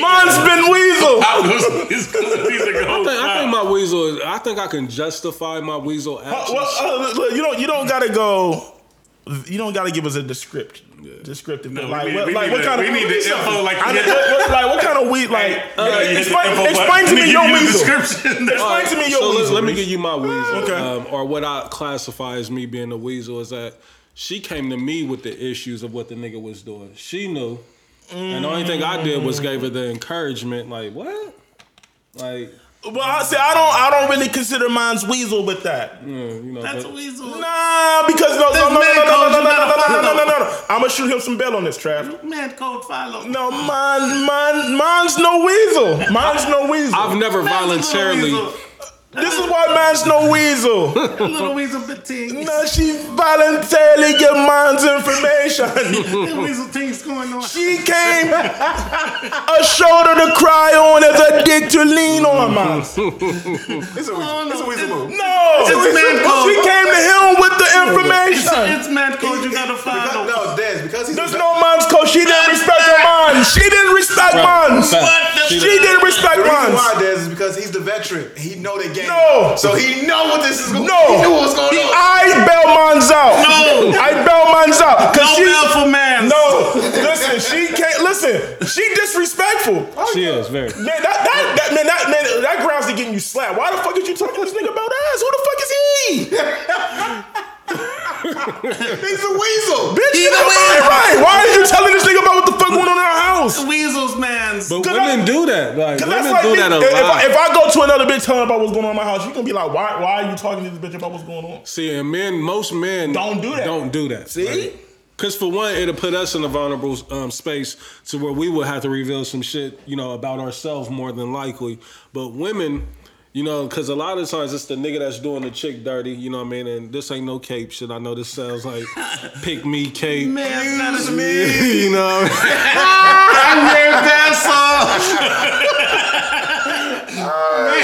Mine's been weasel.
*laughs* I was, it's gonna be the
I
gold.
think, I think my uh, weasel. Is, I think I can justify my weasel
Uh,
actions.
well, uh, look, you don't. You don't gotta go. You don't got to give us a description. Descriptive,
No,
but
we
like,
need-
what,
we
like,
need
what
the-
kind
we
of
need the info, like,
I
yeah.
need- what- what- like, what kind of weed? Like, uh,
you get the
explain,
info, but
explain to
we
me
need
your
you the
weasel.
description. *laughs*
Explain to me your
so let,
weasel.
let me give you my weasel,
Okay.
um, or what I classify as me being a weasel is that she came to me with the issues of what the nigga was doing. She knew, and the only thing I did
Mm.
was gave her the encouragement. Like what? Like
Well, I say I don't. I don't really consider mine's weasel with that.
Mm.
you know,
That's a
but-
weasel.
Nah, because no, no, no, no,
man
no,
calls
no, no, no, no,
you Mm-hmm. not a
no, no,
fellow.
no, no, no. I'm gonna shoot him some bell on this, Trav.
Man, cold follow.
No, mine, mine, mine's no weasel. Mine's no weasel.
I've never voluntarily.
this is why mine's no weasel.
Little weasel
*laughs*
fatigue.
no, she voluntarily give mine's information.
Little weasel things going on.
she came a shoulder to cry on as a dick to lean on, mine.
It's a weasel. It's a weasel move.
No,
It's man
she
code.
came to him with the information.
It's man code. You
*laughs*
gotta follow.
No, Des, because he's
There's no man's code. She didn't respect her man. She didn't respect mine.
What
She
the
didn't respect
The reason why
mine.
Des is because he's the veteran. He know the game.
No.
So he know what this is going
No.
He knew what was going on.
I bail mine's out.
No.
I bail mine's out. 'Cause
No
she-
bell for man.
No, listen, she can't listen. She disrespectful.
She is very.
Man, that, that, that man, that man, that grounds to getting you slapped. Why the fuck is you talking to this nigga about ass? Who the fuck is he?
He's a weasel.
Bitch, you know right, right. Why are you telling this nigga about what the fuck went on in our house?
Weasels, man's.
But
Cause
women
I-
do that. Like
Cause
women
that's like
do
me.
that a
if, if I,
lot.
if I go to another bitch telling her about what's going on in my house, you gonna be like, why? Why are you talking to this bitch about what's going on?
See, and men, most men
Don't do that.
Don't do that.
See?
Because for one, it'll put us in a vulnerable um, space to where we would have to reveal some shit, you know, about ourselves more than likely. But women, you know, because a lot of times it's the nigga that's doing the chick dirty, you know what I mean? And this ain't no cape shit. I know this sounds
*laughs*
like pick me cape.
Man's not a
you know,
*laughs*
what I mean?
*laughs*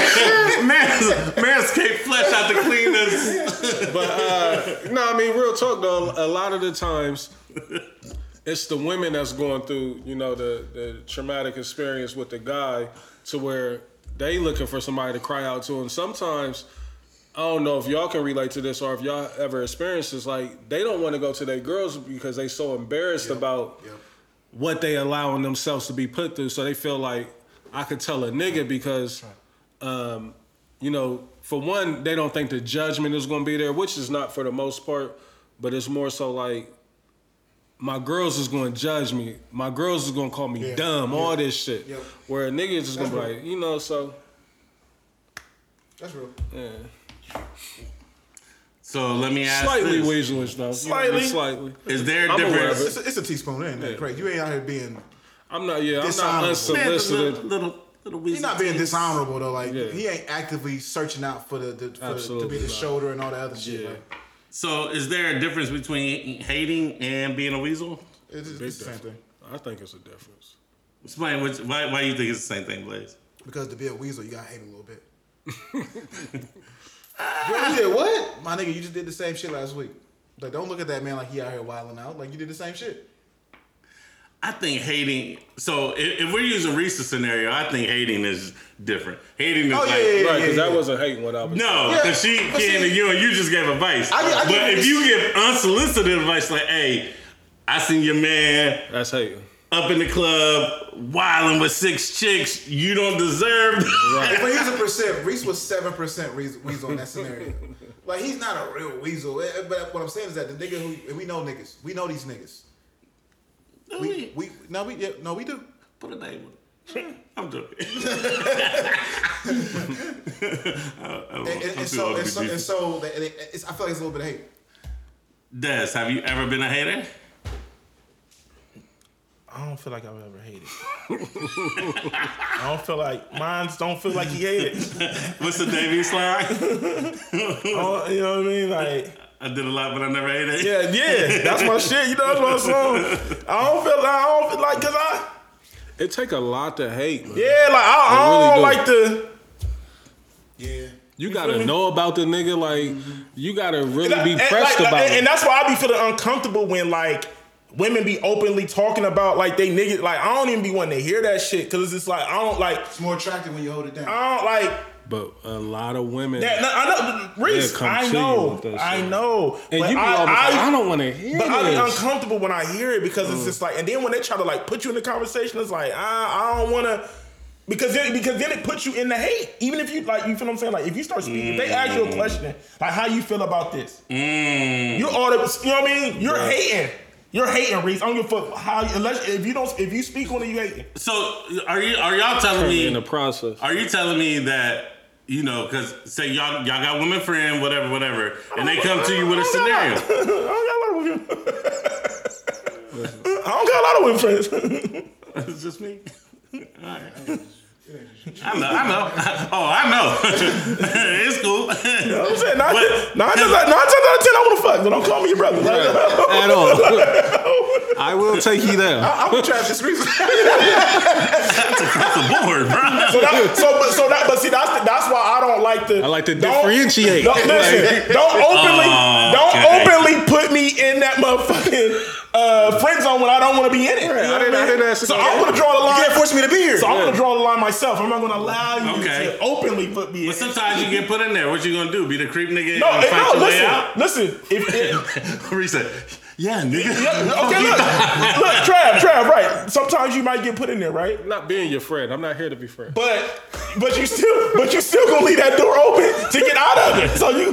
man's man's can't flesh out the cleanest.
but uh, *laughs* no, I mean real talk though. A lot of the times, it's the women that's going through you know the the traumatic experience with the guy to where they looking for somebody to cry out to, and sometimes. I don't know if y'all can relate to this or if y'all ever experienced this. Like they don't want to go to their girls because they so embarrassed about what they allowing themselves to be put through. So they feel like I could tell a nigga because, um, you know, for one, they don't think the judgment is going to be there, which is not for the most part, but it's more so like my girls is going to judge me. My girls is going to call me dumb, all this shit.
Yep.
Where a nigga is just going to be like, you know, so
That's real.
So let me ask
slightly
this.
weaselish though. You know what I mean?
Slightly.
slightly.
Is there a
I'm aware of
difference?
It's a, it's a teaspoon. It ain't that crazy. You ain't out here being.
I'm not. Yeah, I'm
Dishonorable.
not
Man's a
unsolicited.
little little little weasel.
He's not being dishonorable though. Like
Yeah.
he ain't actively searching out for the, the, for the to be
Absolutely
the
not.
shoulder and all the other shit.
Yeah.
Like,
So is there a difference between hating and being a weasel?
it's, it's the same thing.
I think it's a difference.
Explain which, why why you think it's the same thing, Blaze.
Because to be a weasel, you gotta hate a little *laughs* bit. Bro, you did what? My nigga, you just did the same shit last week. Like, don't look at that man like he out here wilding out. Like, you did the same shit.
I think hating. So if, if we're using Reese's scenario, I think hating is different. Hating is
Oh,
like.
yeah, yeah, yeah.
Right, because that wasn't hating what I was.
No,
Yeah,
because she
but
came
see-
to you and you just gave advice.
I- I
but
give
if
this-
you give unsolicited advice, like, "Hey, I seen your man
That's hating.
up in the club wilding with six chicks, you don't deserve." *laughs*
But here's a percent. Reese was seven percent weasel in that scenario. Like he's not a real weasel. Eh, eh, But what I'm saying is that the nigga who and we know niggas, we know these niggas. We, we no we yeah, no we do.
Put a name on it. *laughs* I'm joking. I, I don't know.
And, and,
I'm
and
too old
so
to be
and so, and
decent.
so they, they, it's, I feel like it's a little bit of hate.
Des, have you ever been a hater?
I don't feel like I've ever hated.
*laughs*
I don't feel like mine's don't feel like he hated.
What's the Davy slide? *laughs*
I don't- Oh, You know what I mean? Like.
I did a lot, but I never hated.
Yeah, yeah, that's my shit. You know, that's my song. I don't feel, I don't feel like, cause I,
It take a lot to hate. Man.
yeah, like I, I
really
don't like the.
Yeah.
You gotta know about the nigga. Like you gotta really be
and-
pressed
like-
about
and, and
it.
that's why I be feeling uncomfortable when like women be openly talking about like they niggas. Like I don't even be wanting to hear that shit, cause it's just like I don't like,
It's more attractive when you hold it down.
I don't like.
But a lot of women.
Yeah, no, I know, Reese.
They'll come
I
to you
know,
with that
I
shit.
know.
and
but
you be
I,
all like,
I-
I don't want to hear
But I be
this.
uncomfortable when I hear it because it's just like, and then when they try to like put you in the conversation, it's like I, I don't want to. Because then, because then it puts you in the hate. Even if you like, you feel what I'm saying. Like if you start speaking, if they ask you a question, like how you feel about this, you're all the, you know what I mean. You're hating. You're hating, Reese. I don't give a fuck how unless if you don't if you speak on it, you hating. *laughs*
So are you are y'all telling
in the
me?
process.
Are you telling me that you know? Because say y'all y'all got women friend, whatever, whatever, and they come to you with a
I
scenario.
don't got a lot of women. *laughs* I don't got a lot of women friends. *laughs*
It's just me. All right. I know, I know. Oh, I know. *laughs* it's cool.
You know what I'm saying nine,
But-
nine, times, out- nine times out of ten, I want to fuck, but don't call me your brother. *laughs* Like,
At
*laughs*
all. I will take you down.
I'm with Travis Reese.
That's the board, bro.
So, that, so, but, so that, but see, that's the, that's why I don't like to.
I like to
don't-
differentiate.
Don't, listen, don't openly,
Oh,
don't
okay.
openly put me in that motherfucking uh, friend zone when I don't want to be in it. You know what
didn't- I
mean?
didn't ask
So
you.
I'm gonna draw the line.
You can't force me to be here.
So I'm gonna draw the line myself. I'm not gonna allow you
Okay.
to openly put me in.
But
it.
sometimes you get put in there. What you gonna do? Be the creep nigga
no,
and
it-
fight
no,
your way
listen,
out? *laughs*
listen. If, if,
Reset. Yeah, nigga.
Yeah, okay, look, look, Trav, Trav, right. Sometimes you might get put in there, right?
I'm not being your friend. I'm not here to be friends.
But but you still but you still gonna leave that door open to get out of it. So you,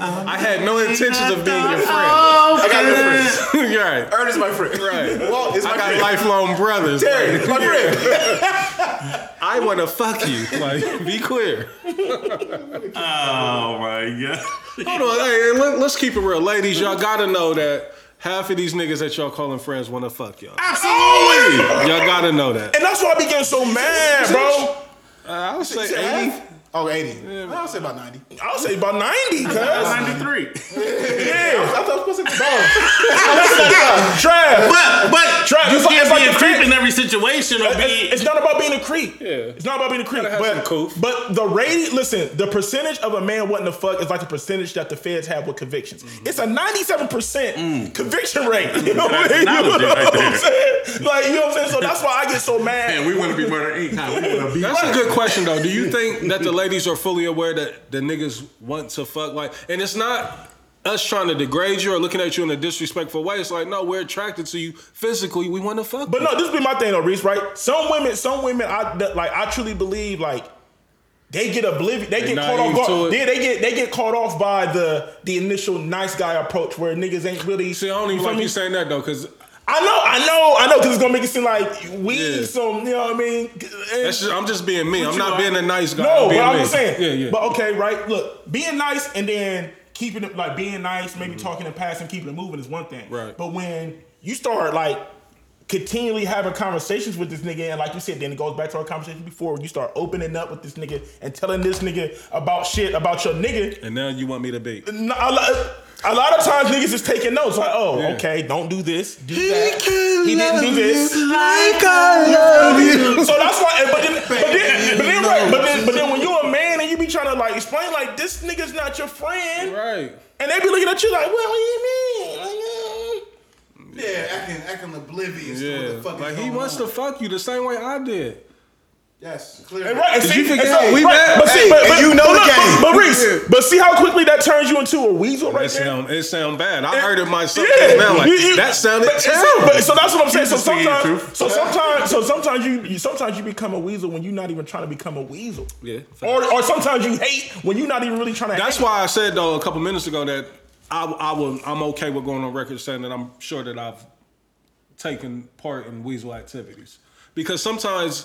I had no intentions of being your friend. *laughs*
Oh,
I got no friends.
You're right.
Ern is my friend.
Right.
Walt is my
I got
friend.
lifelong brothers.
Terry is
Like,
my friend.
I want to fuck you. Like, be clear.
Oh, my god.
Hold on. Hey, let, us keep it real, ladies. Y'all gotta know that half of these niggas that y'all calling friends want to fuck y'all.
Absolutely.
Y'all gotta know that.
and that's why I be getting so mad, bro.
Uh, I would
You
say
said
80.
half? Oh, 80. I'll say about 90.
I'll say about ninety, cuz.
Ninety-three.
Yeah.
I thought it was supposed to be
*laughs* Trav.
But but
Trav,
you
it's like-
can't
it's like
be a
the
creep
fit.
in every situation or
It's,
be.
it's not about being a creep.
Yeah.
It's not about being a creep.
have some
But,
coof.
but the rate, listen, the percentage of a man wanting to fuck is like the percentage that the feds have with convictions.
Mm-hmm.
It's a 97%
Mm.
conviction rate. You know what I mean? You know *laughs*
That's
what
technology right
I'm saying? Like, you know what I'm saying? So that's why I get so mad.
Man, we want to be murder ain't kind. We want to be.
That's a good question though. Do you think that the ladies are fully aware that the niggas want to fuck like and it's not us trying to degrade you or looking at you in a disrespectful way. It's like, no, we're attracted to you physically. We want to fuck.
But no, this be my thing though, Reese. Right? Some women, some women, I that, like. I truly believe like they get oblivious. They, get caught
naive
off guard.
to it.
Yeah, they get they get caught off by the the initial nice guy approach where niggas ain't really.
See, I don't even
feel
like
me?
you saying that though, because
I know, I know, I know, because it's gonna make it seem like we
Yeah.
some. You know what I mean? And-
that's just, I'm just being me. I'm
you
not
are-
being a nice guy.
no,
being
but I'm
me.
just saying.
Yeah, yeah.
But okay, right? Look, being nice and then keeping it like being nice, maybe talking and passing, keeping it moving is one thing.
Mm-hmm. Right.
But when you start like continually having conversations with this nigga, and like you said, then it goes back to our conversation before when you start opening up with this nigga and telling this nigga about shit about your nigga.
and now you want me to be.
n- A lot, a lot of times niggas is taking notes like, oh,
Yeah.
okay, don't do this, do that.
He
He didn't do this.
like I love you.
So that's why. and- But then, but then, but then, right, but then, but then, when you a man and you be trying to like explain like this nigga's not your friend,
Right.
and they be looking at you like, what, what do you mean? Like, uh,
Yeah, acting, acting oblivious to what the
Yeah.
fuck
Like
is
he
going
wants
on.
to fuck you the same way I did.
Yes, clearly.
And right, and
Did
see,
you forget?
and so-
We
right,
met-
but see,
Hey,
but,
and
but
you know
but
the
look,
game.
but, but Reese,
Yeah.
but see how quickly that turns you into a weasel right
That
there.
sound it sound bad. I heard it myself
Yeah.
just now. Like
You- you-
that sounded
but-
terrible.
but- so that's what I'm saying. So
just saying truth.
sometimes, so sometimes, so sometimes you, you sometimes you become a weasel when you're not even trying to become a weasel.
Yeah,
Or, or sometimes you hate when you're not even really trying to.
That's
hate.
why I said though a couple minutes ago that I, I will I'm okay with going on record saying that I'm sure that I've taken part in weasel activities because sometimes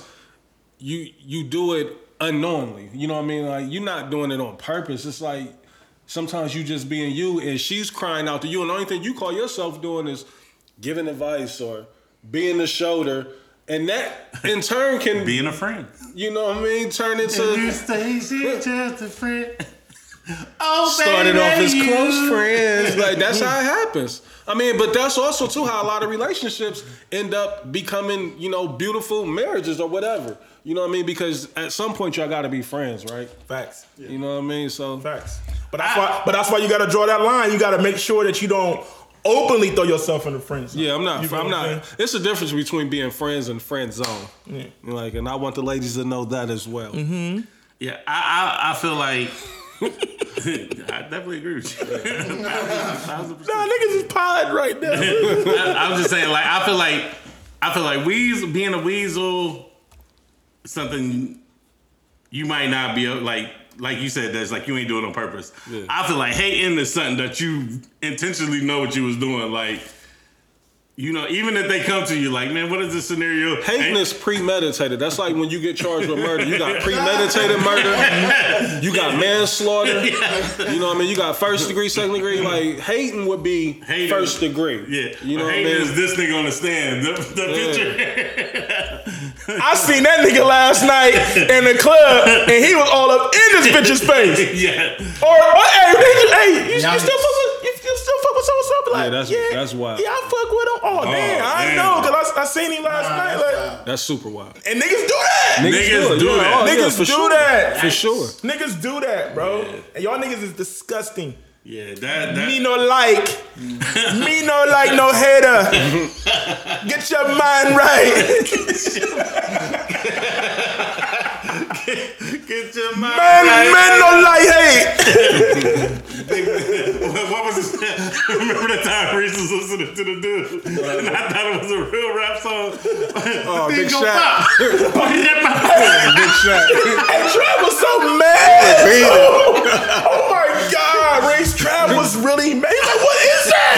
you you do it unknowingly. You know what I mean? Like you're not doing it on purpose. It's like sometimes you just being you and she's crying out to you and the only thing you call yourself doing is giving advice or being the shoulder and that in turn can
Being a friend.
you know what I mean turn into
Stacy, just a friend.
*laughs*
Oh,
started off as close friends. *laughs* Like that's how it happens. I mean, but that's also too how a lot of relationships end up becoming, you know, beautiful marriages or whatever. You know what I mean? Because at some point y'all gotta be friends, right?
Facts.
You know what I mean? So
Facts. But that's why. But that's why you got to draw that line. You got to make sure that you don't openly throw yourself in the friend zone.
yeah, I'm not.
You feel
I'm
what
not.
saying?
It's a difference between being friends and friend zone. Like, and I want the ladies to know that as well.
Yeah, I I, I feel like *laughs* I definitely agree with you. Thousand percent.
Nah, niggas is pod right now.
I, I'm just saying, like I feel like I feel like weasel being a weasel, is something you might not be like like you said that's like you ain't doing it on purpose. I feel like hating is something that you intentionally know what you was doing. Like you know, even if they come to you like, man, what is this scenario?
Hating is premeditated. That's like when you get charged with murder. You got premeditated murder. You got manslaughter. You know what I mean? You got first degree, second degree. Like hating would be
Hating-
first degree.
Yeah,
You know what I
hating is
mean?
this nigga on the stand. The, the
*laughs*
picture.
I seen that nigga last night in the club, and he was all up in this bitch's face.
*laughs* yeah.
Or, or hey, nigga, hey, you, you still
Yikes.
fuck with you, you still fuck with so and so? Be Like,
Yeah, that's- that's wild.
Yeah, I fuck with him. Oh, damn, I ain't
damn.
know because I, I seen him last night. Like,
That's super wild.
and niggas do that.
Niggas do
Yeah,
that.
oh, yeah,
Niggas
for
do
sure.
that.
For sure.
Niggas do that, bro. And y'all niggas is disgusting.
Yeah, that that
Me no like. Me no like no hater. Get your mind right.
get your mind
Man,
right.
men no like hate.
what was this? *laughs* Remember the time Reese was listening to the dude, and I thought it was a real rap song. Oh, *laughs*
big shot.
Big shot.
Hey, Trav was so mad. Oh, my God. Race Trav was really mad. He's like, what is that?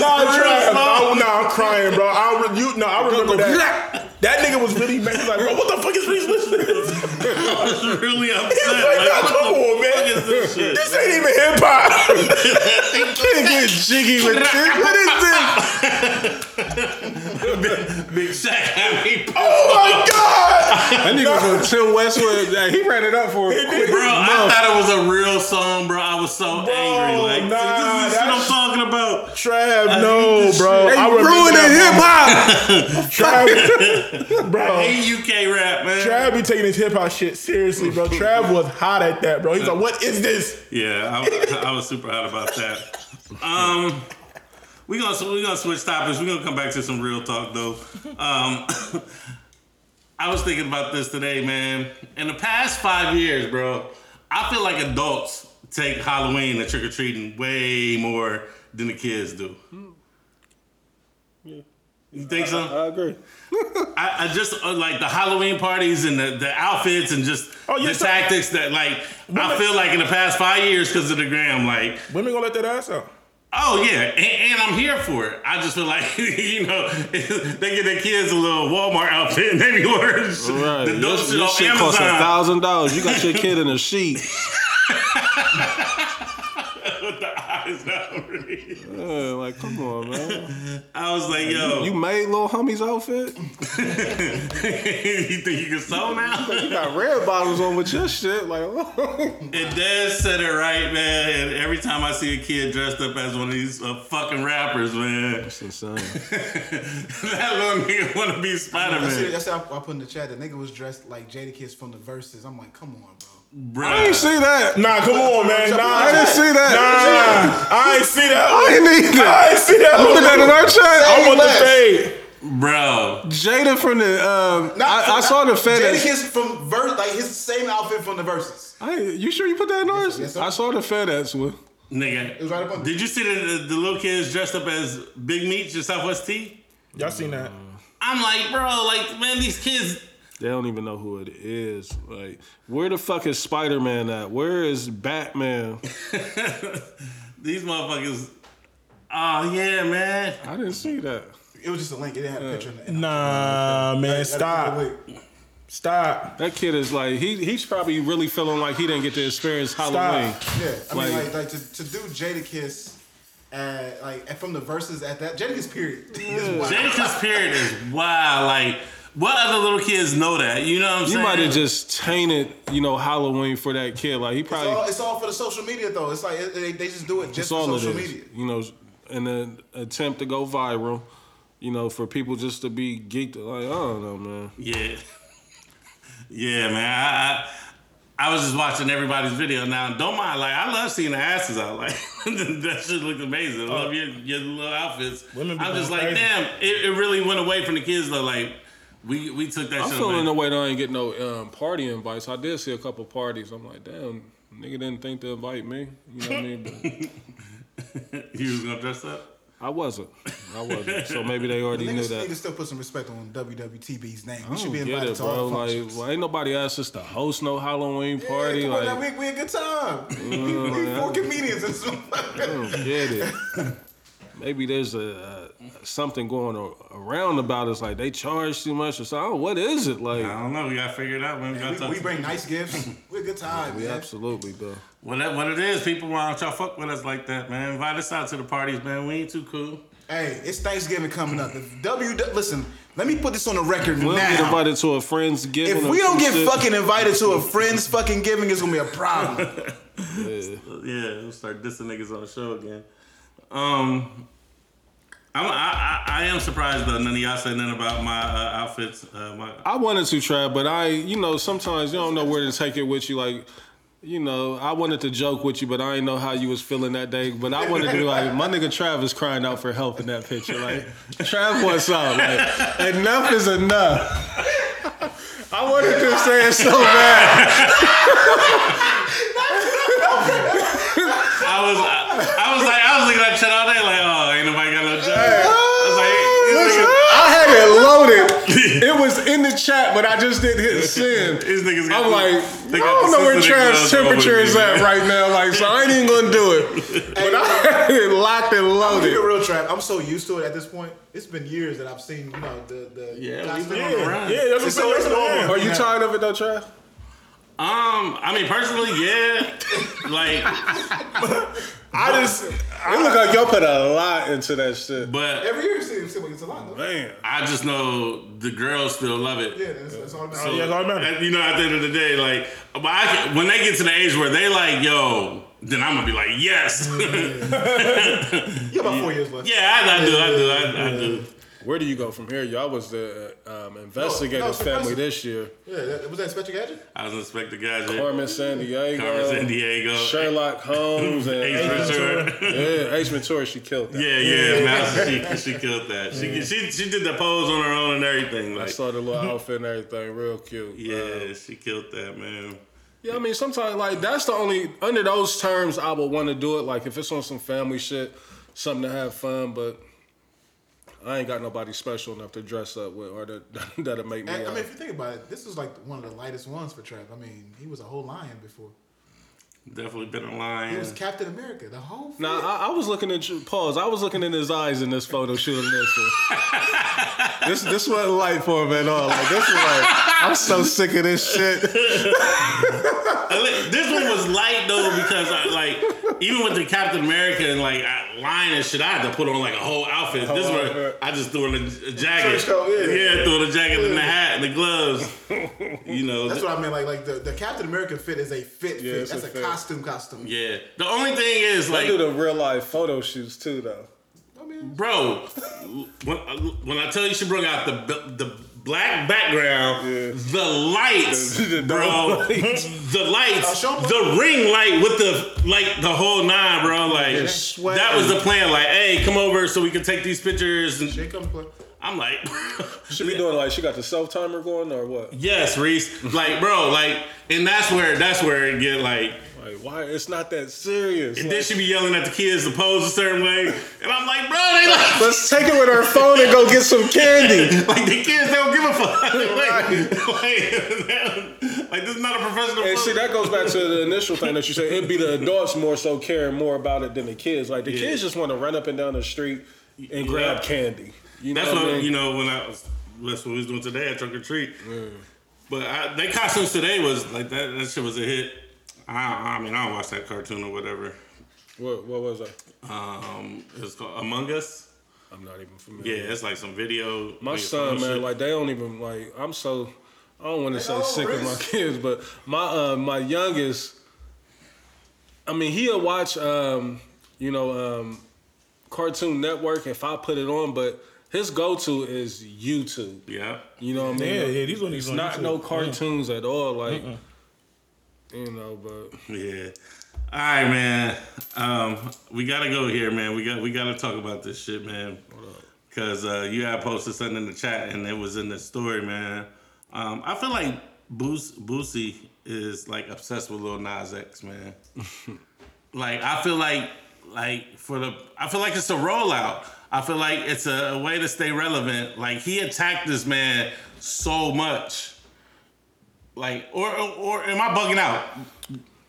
Nah, Trav. No, nah, I'm crying, bro. I re- you, no, I remember that. That nigga was really mad. He's like, bro, what the fuck is Reese listening
*laughs*
to?
I was really
He's
upset.
like,
Like,
nah,
what
come
the
on,
fuck
man.
is
*laughs*
this shit?
This ain't even hip
*laughs*
hop.
Can't get jiggy with this. What is this?
Big Shaq had me pumped.
Oh my god!
That nigga from Tim Westwood. like, He ran it up for a quick
Bro, I
month.
thought it was a real song, bro. I was so angry. Like,
nah,
this is what I'm
that's-
talking about.
Trav,
hate
no,
this
bro.
They
I remember
ruined
that
hip hop.
*laughs* Trav,
*laughs*
bro.
Hey, UK rap, man.
Trav be taking his hip hop shit seriously, bro. Trav was hot at that, bro. He's like, "What is this?"
Yeah, I, I was super hot about that. Um, we gonna so we gonna switch topics. We are gonna come back to some real talk though. Um, *coughs* I was thinking about this today, man. In the past five years, bro, I feel like adults take Halloween and trick or treating way more than the kids do. You think so?
I agree.
I, I just uh, like the Halloween parties and the, the outfits and just
Oh, yeah,
the
so-
tactics that like I
Women-
feel like in the past five years because of the gram like
Women gonna let that ass out.
oh yeah and, and I'm here for it I just feel like *laughs* you know they get their kids a little Walmart outfit and they be ordering sh-
Right.
the dope
This,
shit
this
on
shit costs a
Amazon
thousand dollars. You got your kid in a sheet.
with the *laughs* eyes out. really.
Yeah, like, come on, man.
I was like yo
You
you,
made little homie's outfit.
think *laughs* you can sew now *laughs*
You got red bottoms on with your shit. Like, *laughs*
It does set it right man and every time I see a kid dressed up as one of these uh, fucking rappers man
it's *laughs* insane.
that little nigga want to be Spider
That's it.
Man.
That's how I put in the chat. The nigga was dressed like Jadakiss from the verses. I'm like, come on, bro.
I didn't
Bruh.
see that.
Nah, come on, man. Nah,
I didn't see that.
Nah, I ain't see that.
I
One.
didn't need
I
that.
ain't see that.
Put that in
One.
our
I want the
chat.
fade.
Bro.
Jada from the. Um, I, I saw the fed. that-
Jadakiss from verse, like his same outfit from the verses.
I, you sure you put that in ours?
yes, sir.
I saw the FedEx one.
Nigga.
was right up under.
Did you see the, the, the little kids dressed up as Big Meats or Southwest Tea?
Y'all seen that?
I'm like, bro, like, man, these kids.
They don't even know who it is. Like, where the fuck is Spider Man at? Where is Batman?
These motherfuckers. Oh, yeah, man.
I didn't see that.
It was just a link. It didn't have a picture in it.
Nah, man. Stop. Stop.
That kid is like he he's probably really feeling like he didn't get to experience Halloween.
Yeah, I mean,
Like-
like, like to, to do Jadakiss, uh, like from the verses at that Jadakiss period. *laughs* is wild.
Jason's period is wild. Like, what other little kids know that? You know what I'm
You
saying?
might have just tainted, you know, Halloween for that kid. Like he
It's all,
probably
it's all for the social media though. It's like it, they, they just do it just
it's
for
all,
social
it is.
media.
You know, in an attempt to go viral. You know, for people just to be geeked. Like I don't know, man.
Yeah. Yeah, man. I, I I was just watching everybody's video now. Don't mind, like I love seeing the asses out. Like *laughs* that shit looked amazing. I love your, your little outfits.
Women be
I'm just
going
like,
crazy.
damn, it, it really went away from the kids though. Like We we took that
I'm
shit away.
feeling the way that I ain't get no um, party invites. I did see a couple parties. I'm like, damn, nigga didn't think to invite me. You know what I mean? But
You was gonna dress up?
I wasn't. I wasn't. So maybe they already knew
Niggas,
that.
niggas still put some respect on WWTB's name. We
I
should be
don't get
invited
it,
to all
bro.
the
Like,
functions.
well, ain't nobody asked us to host no Halloween party.
yeah, come on,
like,
now, we, we a good time. we four comedians and some.
I don't get it. Maybe there's a, a something going a- around about us. Like they charge too much or something. What is it like?
I don't know. We gotta figure it out when we gotta
we,
talk.
we
to-
bring nice gifts. We a good time.
We
man.
absolutely, bro.
Well, that what it is. People, why don't y'all fuck with us like that, man? Invite us out to the parties, man. We ain't too cool.
Hey, it's Thanksgiving coming up. If W, listen, let me put this on the record
We'll
now.
get invited to a friend's giving.
if
or
we don't
some
get
shit.
fucking invited to a friend's fucking giving, it's gonna be a problem.
Yeah, we'll start dissing niggas on the show again. Um, I'm, I, I, I am surprised though. None of y'all said nothing about my uh, outfits. Uh, my,
I wanted to try, but I, you know, sometimes you don't know where to take it with you. Like, you know, I wanted to joke with you, but I didn't know how you was feeling that day. But I wanted to be like, my nigga Travis crying out for help in that picture. Like, Trav, what's up? Like, enough is enough. I wanted to say it so bad.
*laughs* I was I, I was like I was looking at shit all day like oh ain't nobody got no job. I
I had it loaded. *laughs* It was in the chat, but I just didn't hit
was like
*laughs* send.
these niggas. Got
I'm like,
they
I
got
don't
the
know where
sister that
Trav's
goes over
temperature
me,
is at
man.
right now. Like, so I ain't even gonna do it. *laughs* But I had it locked and
Keep
loaded.
it real, Trap. I'm so used to it at this point. It's been years that I've seen, you know, the the
*laughs* Yeah, we've
constant-
been on the run.
Yeah, that's
It's
what I'm
always
saying.
normal.
Yeah.
Are you tired of it though, Trav?
Um, I mean personally, yeah. like,
I just
I look like y'all put a lot into that shit.
but
Every year, it seems seems like it's a lot. though.
Man,
I just know the girls still love it.
Yeah, that's, that's all. I'm
So,
saying.
yeah, that's all that matters.
and, You know, at the end of the day, like, but I, can- when they get to the age where they like, yo, then I'm gonna be like, yes, *laughs*
You got about four years left.
yeah, I, I do, I do, I, I do.
where do you go from here? Y'all was the um, investigator's
No, no, it's the
family
president.
this year.
Yeah, that, was that Inspector Gadget?
I was Inspector Gadget, Carmen
Carmen San Diego,
San Diego,
Sherlock Holmes, and
Ace *laughs* Ventura.
yeah, Ace Ventura. She killed that.
Yeah, yeah, Mouse, she, she killed that. She, she she did the pose on her own and everything.
I
Like,
saw the little outfit and everything, real cute.
yeah, she killed that man.
Yeah, I mean, sometimes like that's the only under those terms I would want to do it. Like if it's on some family shit, something to have fun, but. I ain't got nobody special enough to dress up with or that, *laughs* that'll make me.
And, I
out.
mean, if you think about it, this was like one of the lightest ones for Trap. I mean, he was a whole lion before.
Definitely been a
He
lion.
was Captain America. The whole. Thing.
Now I, I was looking at you- pause. I was looking in his eyes in this photo shooting this *laughs* one. this this wasn't light for him at all. Like this is like I'm so sick of this shit.
This one was light though because I like even with the Captain America and like I- line and shit, I had to put on like a whole outfit. This one I just threw on a, a jacket,
Trench coat, yeah.
yeah, threw on a jacket and the hat and the gloves. *laughs* You know,
That's what I mean. Like, like the, the Captain America fit is a fit.
Yeah,
fit.
it's
That's
a
a,
fit.
costume. Costume.
yeah. The only thing is like,
the real life photo shoots too though.
I mean,
bro, when, when I tell you she brought out the the black background,
Yeah.
the lights,
*laughs* The- the
bro,
dome lights.
*laughs* the lights,
Uh, show 'em.
the ring light with the like the whole nine, bro. Like
sweat.
that was the plan. Like, hey, come over so we can take these pictures. And
they come play.
I'm like, *laughs*
She be doing like she got the self timer going or what?
yes, Reese. Like, bro, like, and that's where that's where it get like.
Like why it's not that serious.
And
Like,
then she be yelling at the kids to pose a certain way, and I'm like, bro, they like,
Let's take it with her phone and go get some candy.
*laughs* like the kids they don't give a fuck. *laughs* like, like, like, this is not a professional.
And see,
photo.
that goes back to the initial thing that you said. It'd be the adults more so caring more about it than the kids. Like the
Yeah.
kids just want to run up and down the street and grab
Yeah.
candy. You know
That's
what,
what
I mean?
you know when I was that's what we was doing today at Trick or Treat. But I, they costumes today was like that. That shit was a hit. I, I mean, I don't watch that cartoon or whatever.
What, what was I?
Um, it's called Among Us.
I'm not even familiar.
Yeah, it's like some video.
My
like,
son,
some
man,
shit.
like they don't even like. I'm so. I don't want to say
Hello,
sick of my
Reese.
kids, but my uh, my youngest. I mean, he'll watch, um, you know, um, Cartoon Network if I put it on, but his go-to is YouTube.
yeah.
You know what I mean?
yeah, yeah. These ones
It's
on
not
YouTube.
no cartoons at all, like. You know, but
Yeah. All right, man. Um, we gotta go here, man. We got we gotta talk about this shit, man. because uh, you had posted something in the chat and it was in the story, man. Um, I feel like Boosie, Boosie is like obsessed with Lil Nas X, man. like I feel like like for the I feel like it's a rollout. I feel like it's a, a way to stay relevant. Like he attacked this man so much. Like or or, or am I bugging out?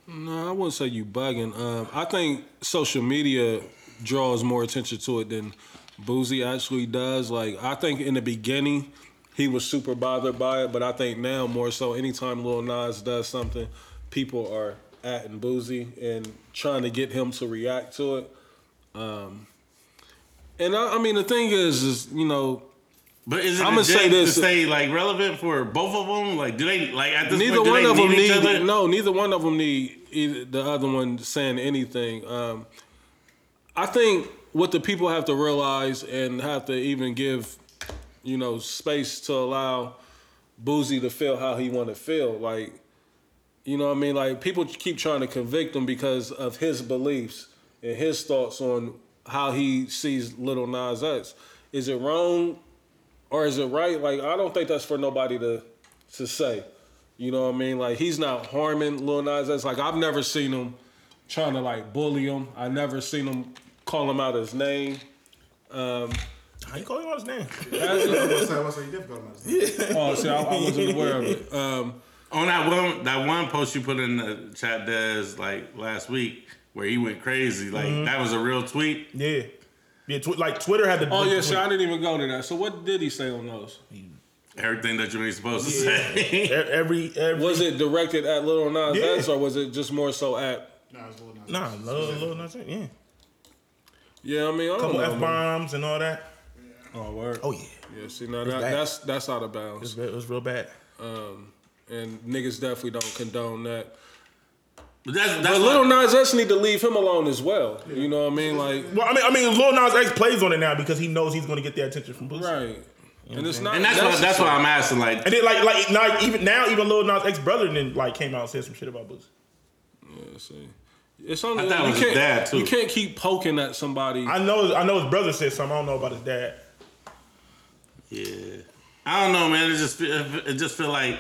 No, I wouldn't say you bugging. Um, I think social media draws more attention to it than Boozy actually does. Like, I think in the beginning, he was super bothered by it, but I think now more so, anytime Lil Nas does something, people are at and Boozy and trying to get him to react to it. Um, and I, I mean, the thing is, is you know,
But is it
I'ma
a
say
dig
this.
to stay like relevant for both of them? Like do they like at this
neither
point do
one
they
of them
need each
need
other?
no neither one of them need either the other one saying anything um, i think what the people have to realize and have to even give you know space to allow boozy to feel how he want to feel like you know what i mean like people keep trying to convict him because of his beliefs and his thoughts on how he sees little Nas X. Is it wrong or is it right? Like I don't think that's for nobody to to say. You know what I mean? Like he's not harming Lil Nas X. Like I've never seen him trying to like bully him. I never seen him call him out his *laughs* name.
How you calling out his name?
What's that? What's that? You difficult about this.
Oh, see, I, I wasn't aware of it. Um,
On Oh, that one, that one post you put in the chat, Des, like last week, where he went crazy. Like that was a real tweet.
Yeah. Yeah, tw- like Twitter had to.
oh yeah, see, I didn't even go to that. So what did he say on those?
Everything that you ain't supposed to
E-
say. *laughs*
every every.
Was it directed at Lil Nas
Yeah.
X or was it just more so at?
Nah, it's a little
Nah, little, little, nothing. Yeah,
Yeah, I mean, I don't
couple
know.
f bombs and all that.
Oh, word.
Oh yeah,
Yeah, see, now that,
bad.
that's that's out of
it
bounds. Um,
was, real- it was real bad.
and niggas definitely don't condone that.
But that's, that's
But
what-
Lil Nas X need to leave him alone as well. You know what I mean? Like,
Well, I mean, I mean, Lil Nas X plays on it now because he knows he's going to get the attention from Boosie.
right? And it's not.
and that's why that's why I'm asking. Like,
And then like like now even now even Lil Nas X brother then like came out and said some shit about Boosie.
Yeah, see. It's only
I thought it
you
was
can't,
his dad, too.
You can't keep poking at somebody.
I know I know his brother said something. I don't know about his dad.
yeah, I don't know, man. It just fe- it just feel like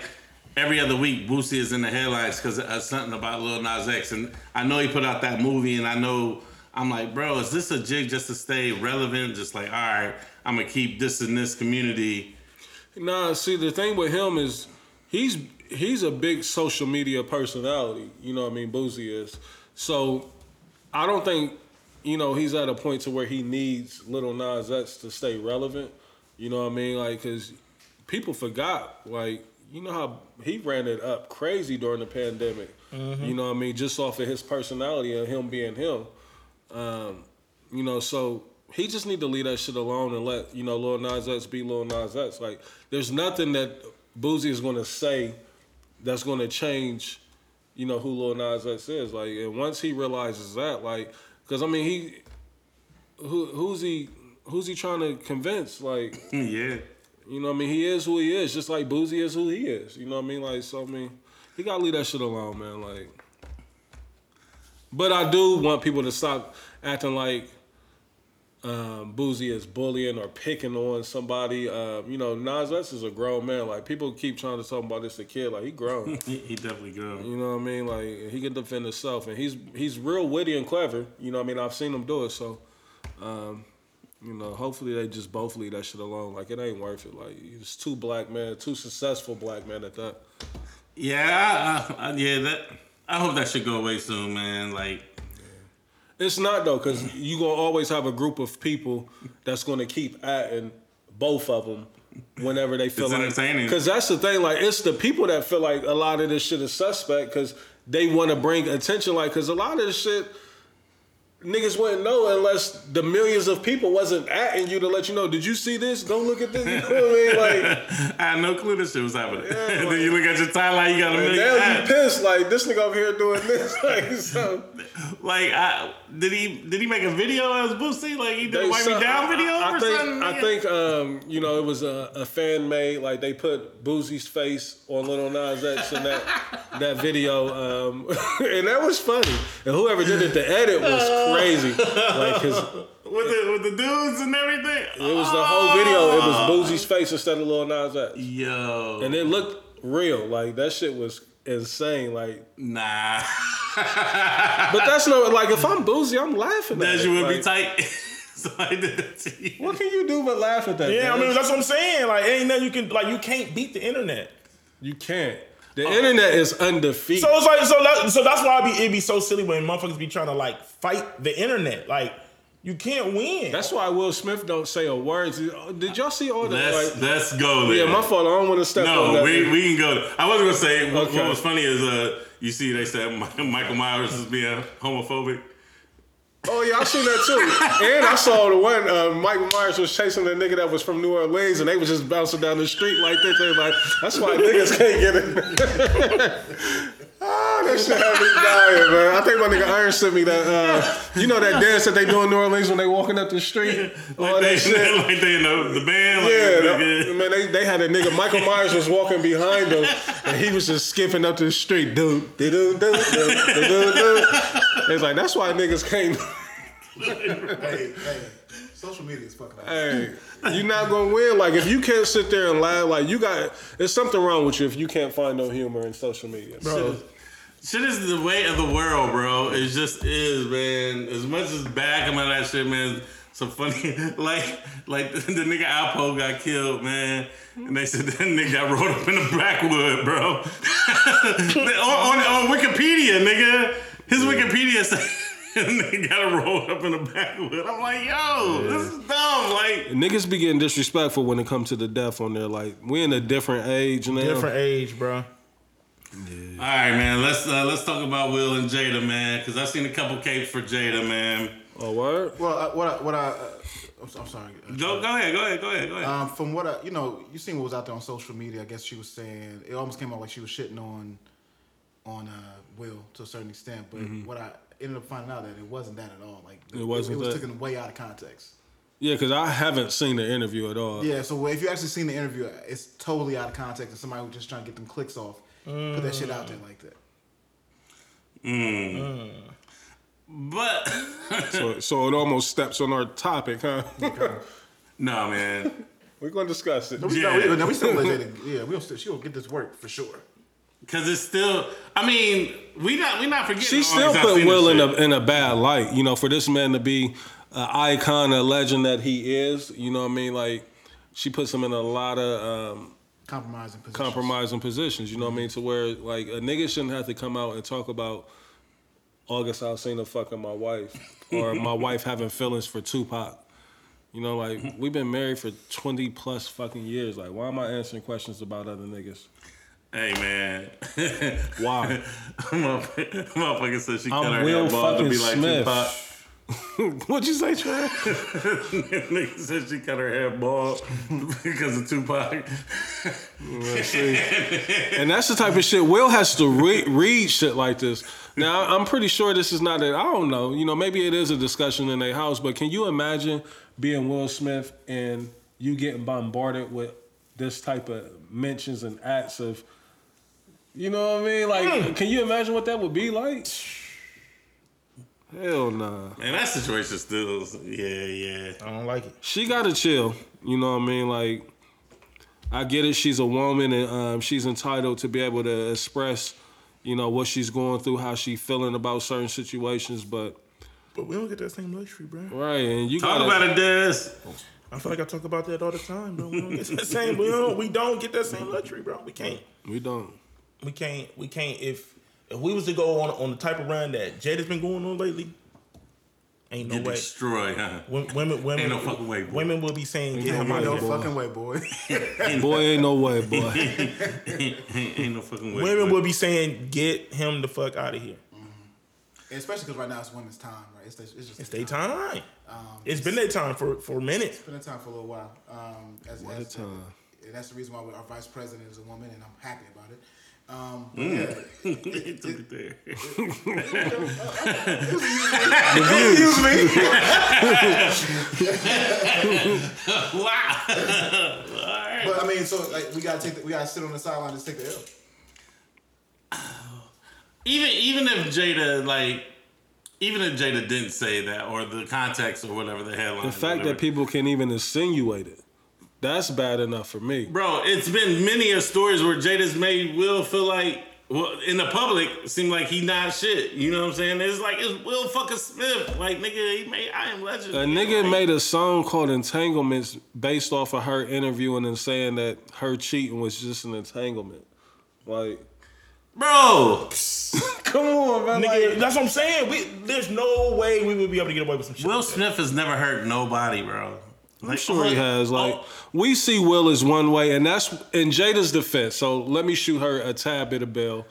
every other week Boosie is in the headlines because of something about Lil Nas X, and I know he put out that movie, and I know I'm like, bro, is this a jig just to stay relevant? Just like, all right, I'm gonna keep this in this community.
Nah, see the thing with him is he's he's a big social media personality. You know what I mean? Boozy is. So I don't think you know he's at a point to where he needs Little Nas X to stay relevant. You know what I mean? Like, cause people forgot. Like, you know how he ran it up crazy during the pandemic.
Mm-hmm.
You know what I mean? Just off of his personality and him being him. You know, so he just need to leave that shit alone and let you know Lil Nas X be Lil Nas X. Like, there's nothing that Boozy is gonna say that's gonna change, you know, who Lil Nas X is. Like, and once he realizes that, like, because I mean, he who who's he who's he trying to convince? Like,
yeah.
you know, what I mean, he is who he is, just like Boozy is who he is. You know what I mean? Like, so I mean, he gotta leave that shit alone, man. Like, but I do want people to stop acting like um, Boozy is bullying or picking on somebody. Uh, you know, Nas X is a grown man. Like, people keep trying to talk about this a kid. Like, he grown.
He, he definitely grew.
you know what I mean? Like, he can defend himself, and he's he's real witty and clever. You know what I mean? I've seen him do it, so. Um, you know, hopefully they just both leave that shit alone. Like it ain't worth it. Like it's two black men, two successful black men at that.
Yeah, I, I, yeah. That I hope that should go away soon, man. Like,
It's not though, because you gonna always have a group of people that's gonna keep atting both of them whenever they feel
It's
like.
entertaining.
Because that's the thing. Like it's the people that feel like a lot of this shit is suspect because they want to bring attention. Like because a lot of this shit. Niggas wouldn't know unless the millions of people wasn't atting you to let you know. Did you see this? Go look at this. You know what I mean?
*laughs*
Like,
I had no clue this shit was happening. *laughs*
Yeah,
then you *laughs* look at your timeline, you got a
And
million.
now you
eyes.
pissed like this nigga over here doing this. *laughs* Like so,
Like, I, did he did he make a video as Boosie? Like, he did a
They-
wipe
so-
me down video
I, I
or
think,
something?
I think um, you know it was a, a fan made like they put Boozy's face on Little Nas X in *laughs* that that video, um, and that was funny. And whoever did it, the edit was crazy. Like, cause it
with the with the dudes and everything.
was the whole video. It was Boozie's face instead of Lil Nas X,
Yo,
and it looked real. Like that shit was insane. Like, *laughs*
nah,
but that's not like if I'm Boozy, I'm laughing. at
that
it.
you would be
Like,
tight. *laughs* so I did that to you.
What can you do but laugh at that?
Yeah, I
man?
mean that's what I'm saying. Like, ain't nothing you can like. You can't beat the internet.
you can't. The internet is undefeated.
So it's like so that, so that's why it be it be so silly when motherfuckers be trying to like fight the internet. Like, you can't win.
That's why Will Smith don't say a word. Did y'all see all that?
Let's
Like,
let's go there.
yeah, my fault. I don't want to step on
No,
that.
we, we can go. I was gonna say what,
Okay.
what was funny is uh, you see they said Mi- Michael Myers is being homophobic.
Oh yeah, I seen that too. and I saw the one uh, Michael Myers was chasing the nigga that was from New Orleans, and they was just bouncing down the street like this. They like, that's why niggas can't get it. *laughs* Ah, that shit had me dying, man. I think my nigga Iron sent me that. Uh, you know that dance that they do in New Orleans when they walking up the street, all
Like
that
they,
shit.
*laughs* like they in the, the band. Like,
Yeah, that-
yeah.
man, they, they had a nigga. Michael Myers was walking behind them, and he was just skipping up the street. Dude, dude, dude, dude, dude, dude. It's like that's why niggas can't.
Hey, hey, social media is fucking. up.
Hey, you're not gonna win. Like if you can't sit there and laugh, like you got, there's something wrong with you if you can't find no humor in social media, bro.
Shit is the way of the world, bro. It just is, man. As much as bad come out of that shit, man. So funny, *laughs* like like *laughs* the, the nigga Alpo got killed, man, and they said *laughs* that nigga got rolled up in the backwood, bro. *laughs* on, on, on Wikipedia, nigga, his Wikipedia *laughs* said nigga got rolled up in the backwood. I'm like, yo, this is dumb. Like,
Niggas be getting disrespectful when it comes to the death on there. Like we in a different age now.
different age, bro.
all right, man, let's uh, let's talk about Will and Jada, man, because I've seen a couple capes for Jada, man.
Oh word.
Well, uh, what I, what I, uh, I'm, so- I'm sorry.
Go go ahead, go ahead, go ahead, go ahead.
Um, from what I, you know, you seen what was out there on social media. I guess she was saying it almost came out like she was shitting on, on uh, Will to a certain extent. But what I ended up finding out that it wasn't that at all. Like the-
Mm-hmm. It wasn't
It was
that?
taken way out of context.
Yeah, because I haven't seen the interview at all.
Yeah. So if you actually seen the interview, it's totally out of context, and somebody was just trying to get them clicks off, put that shit out there like that.
But
So, so it almost steps on our topic, huh? *laughs*
no, man,
We're gonna discuss it.
We,
Yeah.
no, we, no, we still
*laughs*
let it. Yeah, we don't. Still, she gonna get this work for sure.
because it's still. I mean, we not we Oh, not forgetting.
She
all
still
these I've
put
seen
Will
this
in a
shit.
in a bad light, you know, for this man to be an icon, a legend that he is. You know what I mean? Like she puts him in a lot of um,
Compromising position.
compromising positions. You know what I mean? To where like a nigga shouldn't have to come out and talk about August Alsina fucking my wife
*laughs*
or my wife having feelings for Tupac. You know, like we've been married for twenty plus fucking years. Like, why am I answering questions about other niggas? *laughs*
Hey man, *laughs*
Why?
motherfucker motherfucker said she cut
I'm
her
Will
hair bald to
fucking
be like
Smith.
Tupac.
What'd you say, Trey?
*laughs* Nigga said she cut her hair bald *laughs* because of Tupac.
And that's the type of shit Will has to re- read shit like this. Now I'm pretty sure this is not that. I don't know. You know, maybe it is a discussion in their house. But can you imagine being Will Smith and you getting bombarded with this type of mentions and acts of, you know what I mean? Like, can you imagine what that would be like? Hell nah.
*laughs* Man, that situation still, is- yeah, yeah.
I don't like it.
she gotta chill. You know what I mean? Like, I get it. She's a woman, and um, she's entitled to be able to express, you know, what she's going through, how she feeling about certain situations. But
But we don't get that same luxury, bro.
right, and you
Talk
gotta,
about it, Des.
I feel like I talk about that all the time, bro. We don't get that same. We don't, we don't get that same luxury, bro. We can't.
We don't.
We can't. We can't. If if we was to go on on the type of run that Jada's been going on lately, ain't
Oh,
no
Get
way.
destroyed, huh?
Wo- Women, women,
Ain't no fucking way, boy.
women will be saying, "Get him
Ain't
out
no
of here."
fucking way, boy. *laughs*
Boy, ain't no way, boy.
*laughs* ain't, ain't, ain't no fucking way.
Women
boy.
will be saying, "Get him the fuck out of here."
Especially because right now it's women's time, right? It's, it's just
It's their time. it's been their time for for a minute.
been in time for a little while. Um, as,
What a
as-
time.
and that's the reason why our vice president is a woman, and I'm happy about it. Um, but
Mm.
yeah,
It took it there.
excuse me.
*laughs* wow.
But I mean, so like, we gotta take, the, we gotta sit on the sideline and just take the L.
even even if Jada like even if Jada didn't say that or the context or whatever the headline.
The fact
whatever.
that people can even insinuate it, that's bad enough for me.
Bro, it's been many of stories where Jada's made Will feel like, well, in the public, seem like he not shit. You know what I'm saying? It's like it's Will fucking Smith. Like nigga, he made I Am Legend.
A nigga made a song called Entanglements based off of her interviewing and saying that her cheating was just an entanglement. Like,
bro.
come on, man.
Nigga,
like-
that's what I'm saying. We, there's no way we would be able to get away with some shit.
Will
like that.
Smith has never hurt nobody, bro. Like,
I'm sure he has. Like
oh,
we see Will as one way, and that's in Jada's defense. So let me shoot her a tad bit of bail.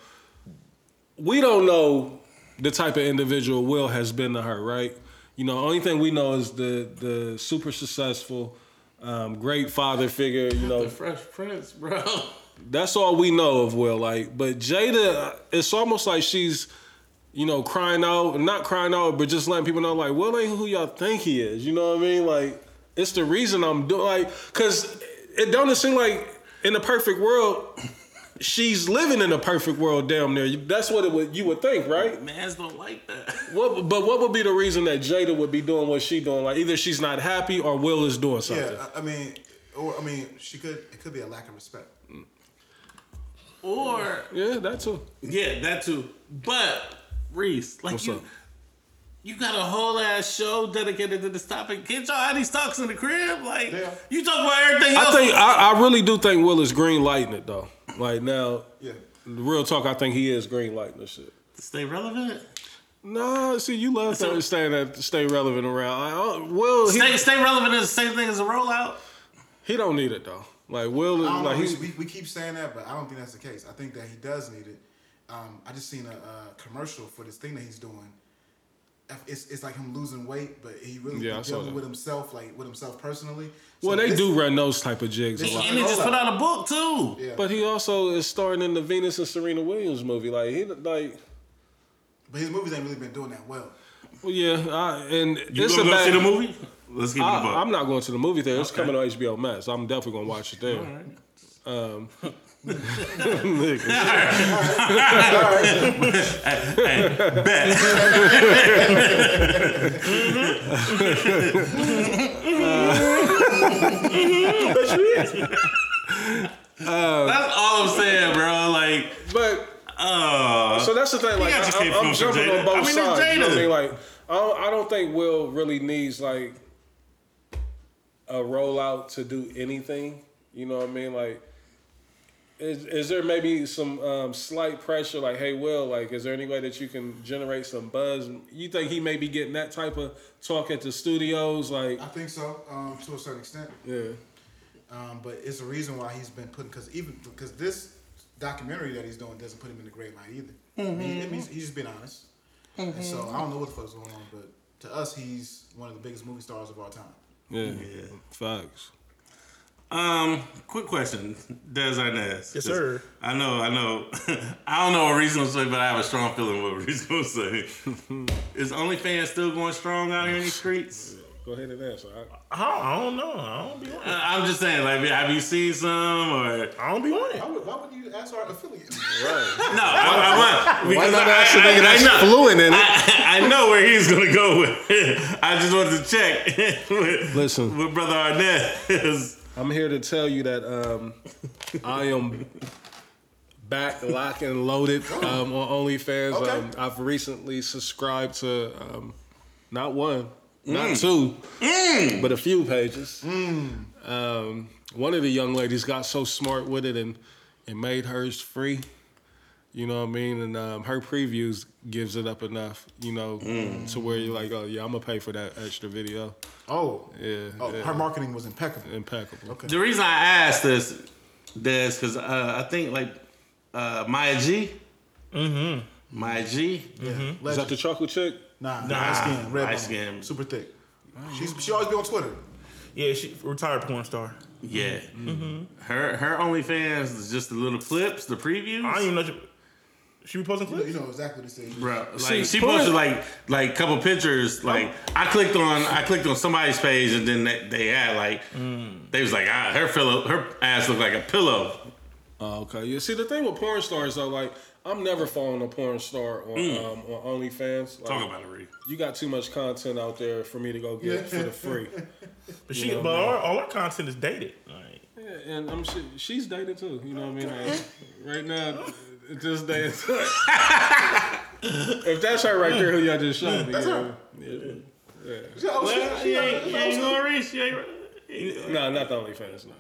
We don't know the type of individual Will has been to her, right? You know, only thing we know is the the super successful, um, great father figure. You know,
the Fresh Prince, bro.
that's all we know of Will. Like, but Jada, it's almost like she's, you know, crying out, not crying out, but just letting people know, like, Will ain't who y'all think he is. You know what I mean? Like, it's the reason I'm doing, like, cause it don't seem like in the perfect world, she's living in a perfect world down there. That's what it would you would think, right?
Mans don't like that.
What, but what would be the reason that Jada would be doing what she doing? Like, either she's not happy or Will is doing something.
Yeah, I, I mean, or I mean, she could. It could be a lack of respect.
Or
Yeah, that too.
yeah, that too. But Reese, like
What's
you,
up?
you got a whole ass show dedicated to this topic. Get y'all out these talks in the crib. Like
Yeah.
you talk about everything else.
I think I, I really do think Will is green lighting it though. Like now,
Yeah.
real talk, I think he is green lighting this shit.
Stay relevant.
Nah, see, you love so, staying at stay relevant around. I, don't- Will he,
Stay, stay relevant is the same thing as a rollout.
he don't need it though. Like Will,
I don't
like
know.
he's
We, we keep saying that, but I don't think that's the case. I think that he does need it. Um, I just seen a, uh commercial for this thing that he's doing. If- It's, it's like him losing weight, but he really
Yeah,
be
I saw
dealing
that.
with himself, like with himself personally. So
well, they
this-
do run those type of jigs a
this-
lot.
And he just put out a book too.
Yeah.
But he also is starring in the Venus and Serena Williams movie. Like he like.
But his movies ain't really been doing that well.
Well, yeah, I, and
You
it's
gonna
a
go
bad.
see the movie? Let's give it a
I,
book.
am not going to the movie theater. It's coming on HBO Max. I'm definitely gonna watch it there. Um, nigga.
That's all I'm saying, bro. Like,
But
uh,
so that's the thing. Like
got your
I,
kid
am
filmed for
jumping
Jada.
on both
I mean, it's
sides. You know what
Jada.
I mean? Like I don't, I don't think Will really needs like a rollout to do anything. You know what I mean? Like. Is, is there maybe some um, slight pressure like hey will like is there any way that you can generate some buzz you think he may be getting that type of talk at the studios like
I think so, um, to a certain extent.
yeah
Um, but it's a reason why he's been putting because even because this documentary that he's doing doesn't put him in the great light either. I mean, it means he's just being honest. And so I don't know what the fuck's going on, but to us, he's one of the biggest movie stars of all time.
yeah, facts
um, quick question, Des Arnaz.
Yes, sir.
I know, I know. *laughs* I don't know what Reese gonna say, but I have a strong feeling what Reese gonna
*laughs*
say. Is OnlyFans still going strong out here in these streets?
go ahead and answer
I don't, I don't know. I don't be on
Uh,
it.
I'm just saying, like, have you seen some or?
I don't be on it.
Why would, why would you ask our affiliate?
right
No, I, I want because I- I- I- I know-
fluent in
I, I know where he's gonna go with. it. I just wanted to check *laughs* with,
Listen.
with brother Arnett. *laughs*
I'm here to tell you that um, I am back, lock, and loaded um, on OnlyFans.
Okay.
Um, I've recently subscribed to um, not one,
Mm.
not two, but a few pages.
Mm.
Um, one of the young ladies got so smart with it and and made hers free. You know what I mean? And um, her previews gives it up enough, you know,
Mm.
to where you're like, oh yeah, I'm gonna pay for that extra video.
*laughs* Oh,
Yeah,
Oh,
yeah.
her marketing was impeccable.
impeccable.
Okay.
The reason I asked this, Des, because uh, I think like uh, Maya G. Mm-hmm. Maya G.
Yeah.
Is that
Legend.
the chocolate chick?
nah, nah, ice skin, red
Ice
bone,
skin.
super thick. She's she always be on Twitter.
Yeah, she retired porn star.
Yeah. Her her OnlyFans is just the little clips, the previews.
I don't even know. She, she be posting
You
clips.
know exactly what it is.
Bro, like
See,
she
porn-
posted like like couple pictures. Like I clicked on I clicked on somebody's page and then they, they had like they was like ah, her pillow her ass looked like a pillow.
Oh, okay. Yeah. See, the thing with porn stars though, like I'm never following a porn star on um, on OnlyFans. Like,
Talk about it, Reed.
You got too much content out there for me to go get for the free.
But she, but all, all our content is dated. Like,
Yeah, and I'm she, she's dated too. You know what I mean? Like, right now, at this *laughs* day and time. if that's her right there, who y'all just showed me? That's
her. Oh,
Well,
*laughs*
she
she, she,
ain't, you ain't
she,
gonna reach. She ain't.
No, nah, not the OnlyFans. No.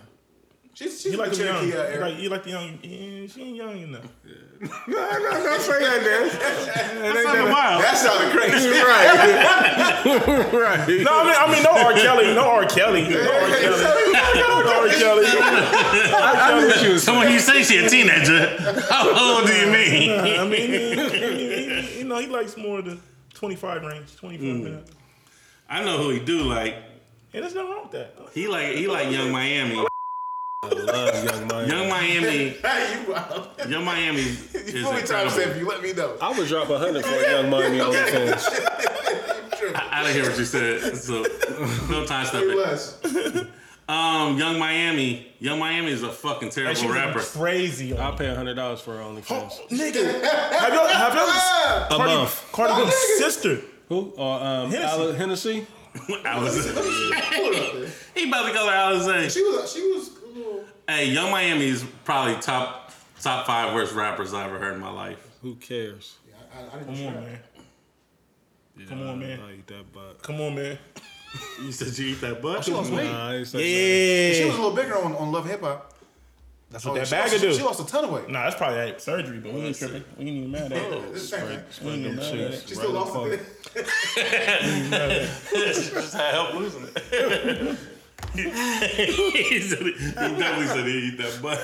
she's, she's
you like
the
them young.
Cherokee uh,
You
out here.
like, you like the young. yeah, she ain't young enough. *laughs*
Don't say that,
Fucking wild.
That's how the crazy. *laughs*
No, I mean, I mean, no R. Kelly, no R. Kelly, *laughs* no R. Kelly, no R. Kelly.
I knew she was.
So when you say she a teenager, *laughs* how old do you mean?
I mean, he- he- you know, he likes more of the twenty-five range, twenty-four minutes.
I know who he do like.
And there's nothing wrong with that.
He like he like Young Miami.
Love young Miami.
Young Miami.
Hey, you wild.
Young Miami is
How many times have
incredible.
you let me know?
I would drop a hundred for a young Miami OnlyFans.
I didn't hear what you said. So no time step
Three
it.
less.
Um, Young Miami. Young Miami is a fucking
And she
terrible
was
rapper.
crazy. On
I'll pay a hundred dollars for her OnlyFans.
Nigga, have y'all have y'all
Ah!
A
Cardi,
month.
Cardi B's sister?
Who? Or um,
Hennessy.
Hennessy. Hennessy?
*laughs* Alice,
Hold up there.
he about to go to Alice.
She was. She was. a little-
Hey, Young Miami is probably top top five worst rappers I ever heard in my life.
Who cares?
I, I didn't
Come on,
try.
man. Come on, man.
I eat that butt.
Come on, man.
You said you eat that butt.
She lost weight.
Nah, I ain't say that.
She
Yeah.
was a little bigger on, on Love Hip Hop. That's
what that
she
bag
lost,
will do.
She lost a ton of weight.
Nah, that's probably that surgery, but we ain't
Listen.
tripping. We ain't even mad at it.
This thing-
We
Mm.
ain't even mad at it.
She still lost a bit.
Just had help losing it. *laughs* he, said he, he definitely said he eat that butt.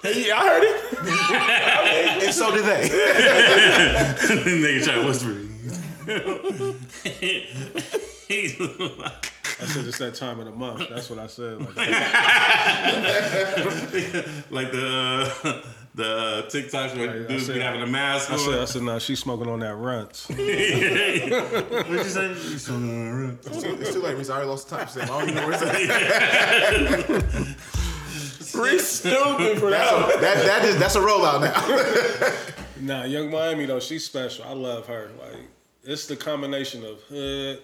*laughs*
Hey, I heard it.
And so did they.
Nigga try to whisper. He's-
I said it's that time of the month. That's what I said. Like,
like the uh, the TikToks where
I
dudes be
said-
having a mask
I *laughs*
on.
said, I said, nah, she's smoking on that runt.
What'd you say? *laughs* You smoking on that runt.
*laughs* It's too late. Reese. I already lost the time. Sam. I don't even know where it's at.
Pretty stupid for that.
That's a, that, that is, that's a rollout now.
Nah, Young Miami though, she's special. I love her. Like it's the combination of hood.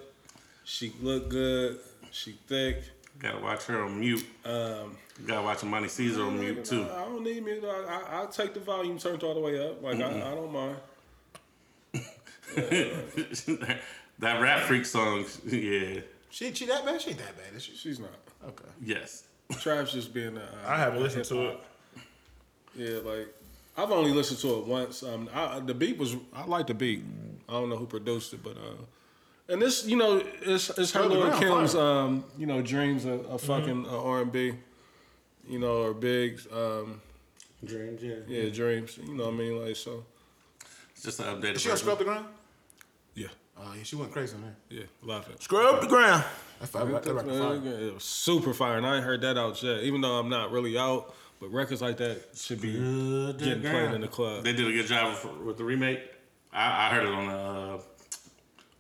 She look good. She thick.
Gotta watch her on mute. Um, gotta watch Money Caesar on mute too. *laughs*
I, I don't need me. I, I, I'll take the volume turned all the way up. Like I, I don't mind.
that rap freak song, *laughs* yeah,
*laughs* She, she that bad? She ain't that bad, is she?
She's not.
Okay.
yes.
Trav's just being. A, uh,
I haven't listened to it.
Yeah, like I've only listened to it once. Um, I, the beat was I like the beat. I don't know who produced it, but uh, and this you know it's it's her
Shirley
little
Brown,
Kim's um you know dreams of, of fucking uh, R and B, you know or big um
Dreams,
yeah dreams. You know what I mean like so
Just an updated.
Did she on
version.
scrub the ground?
yeah
Oh yeah, she went crazy on there.
yeah love it.
Scrub the ground.
That's fire. That record fire.
It was super fire, and I ain't heard that out yet. Even though I'm not really out, but records like that should be getting played in the club.
They did a good job with, with the remake. I, I heard it on the uh, on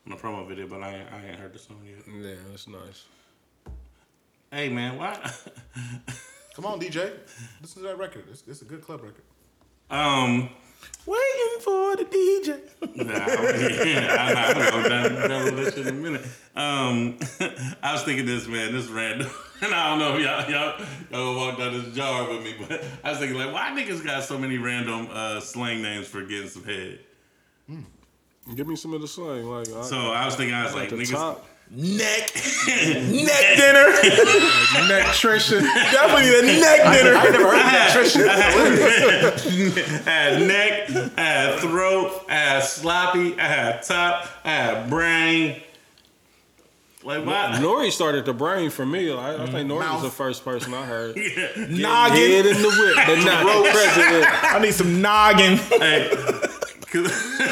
the promo video, but I ain't, I ain't heard the song yet.
yeah, that's nice.
Hey man, why? *laughs*
Come on, DJ. Listen to that record. It's, it's a good club record.
um,
Waiting for the DJ.
nah, *laughs* I, I'm gonna go down down with that shit in a minute. Um, *laughs* I was thinking this man, this random, *laughs* and I don't know if y'all y'all y'all gonna walk down this jar with me, but *laughs* I was thinking like, why niggas got so many random uh, slang names for getting some head?
Give me some of the slang, like I,
So I was thinking, I was like,
at the
niggas.
top.
Neck. neck dinner.
neck Trisha.
Definitely the neck dinner.
*laughs* I never heard that.
I had neck, I had throat, I had sloppy, I had top, I had brain. Like what?
*laughs* Nori started the brain for me. I, I think Nori
Mouth.
was the first person I
*laughs*
heard. Get
Noggin.
in the whip, but not the president.
I need some noggin.
Hey, *laughs* 'cause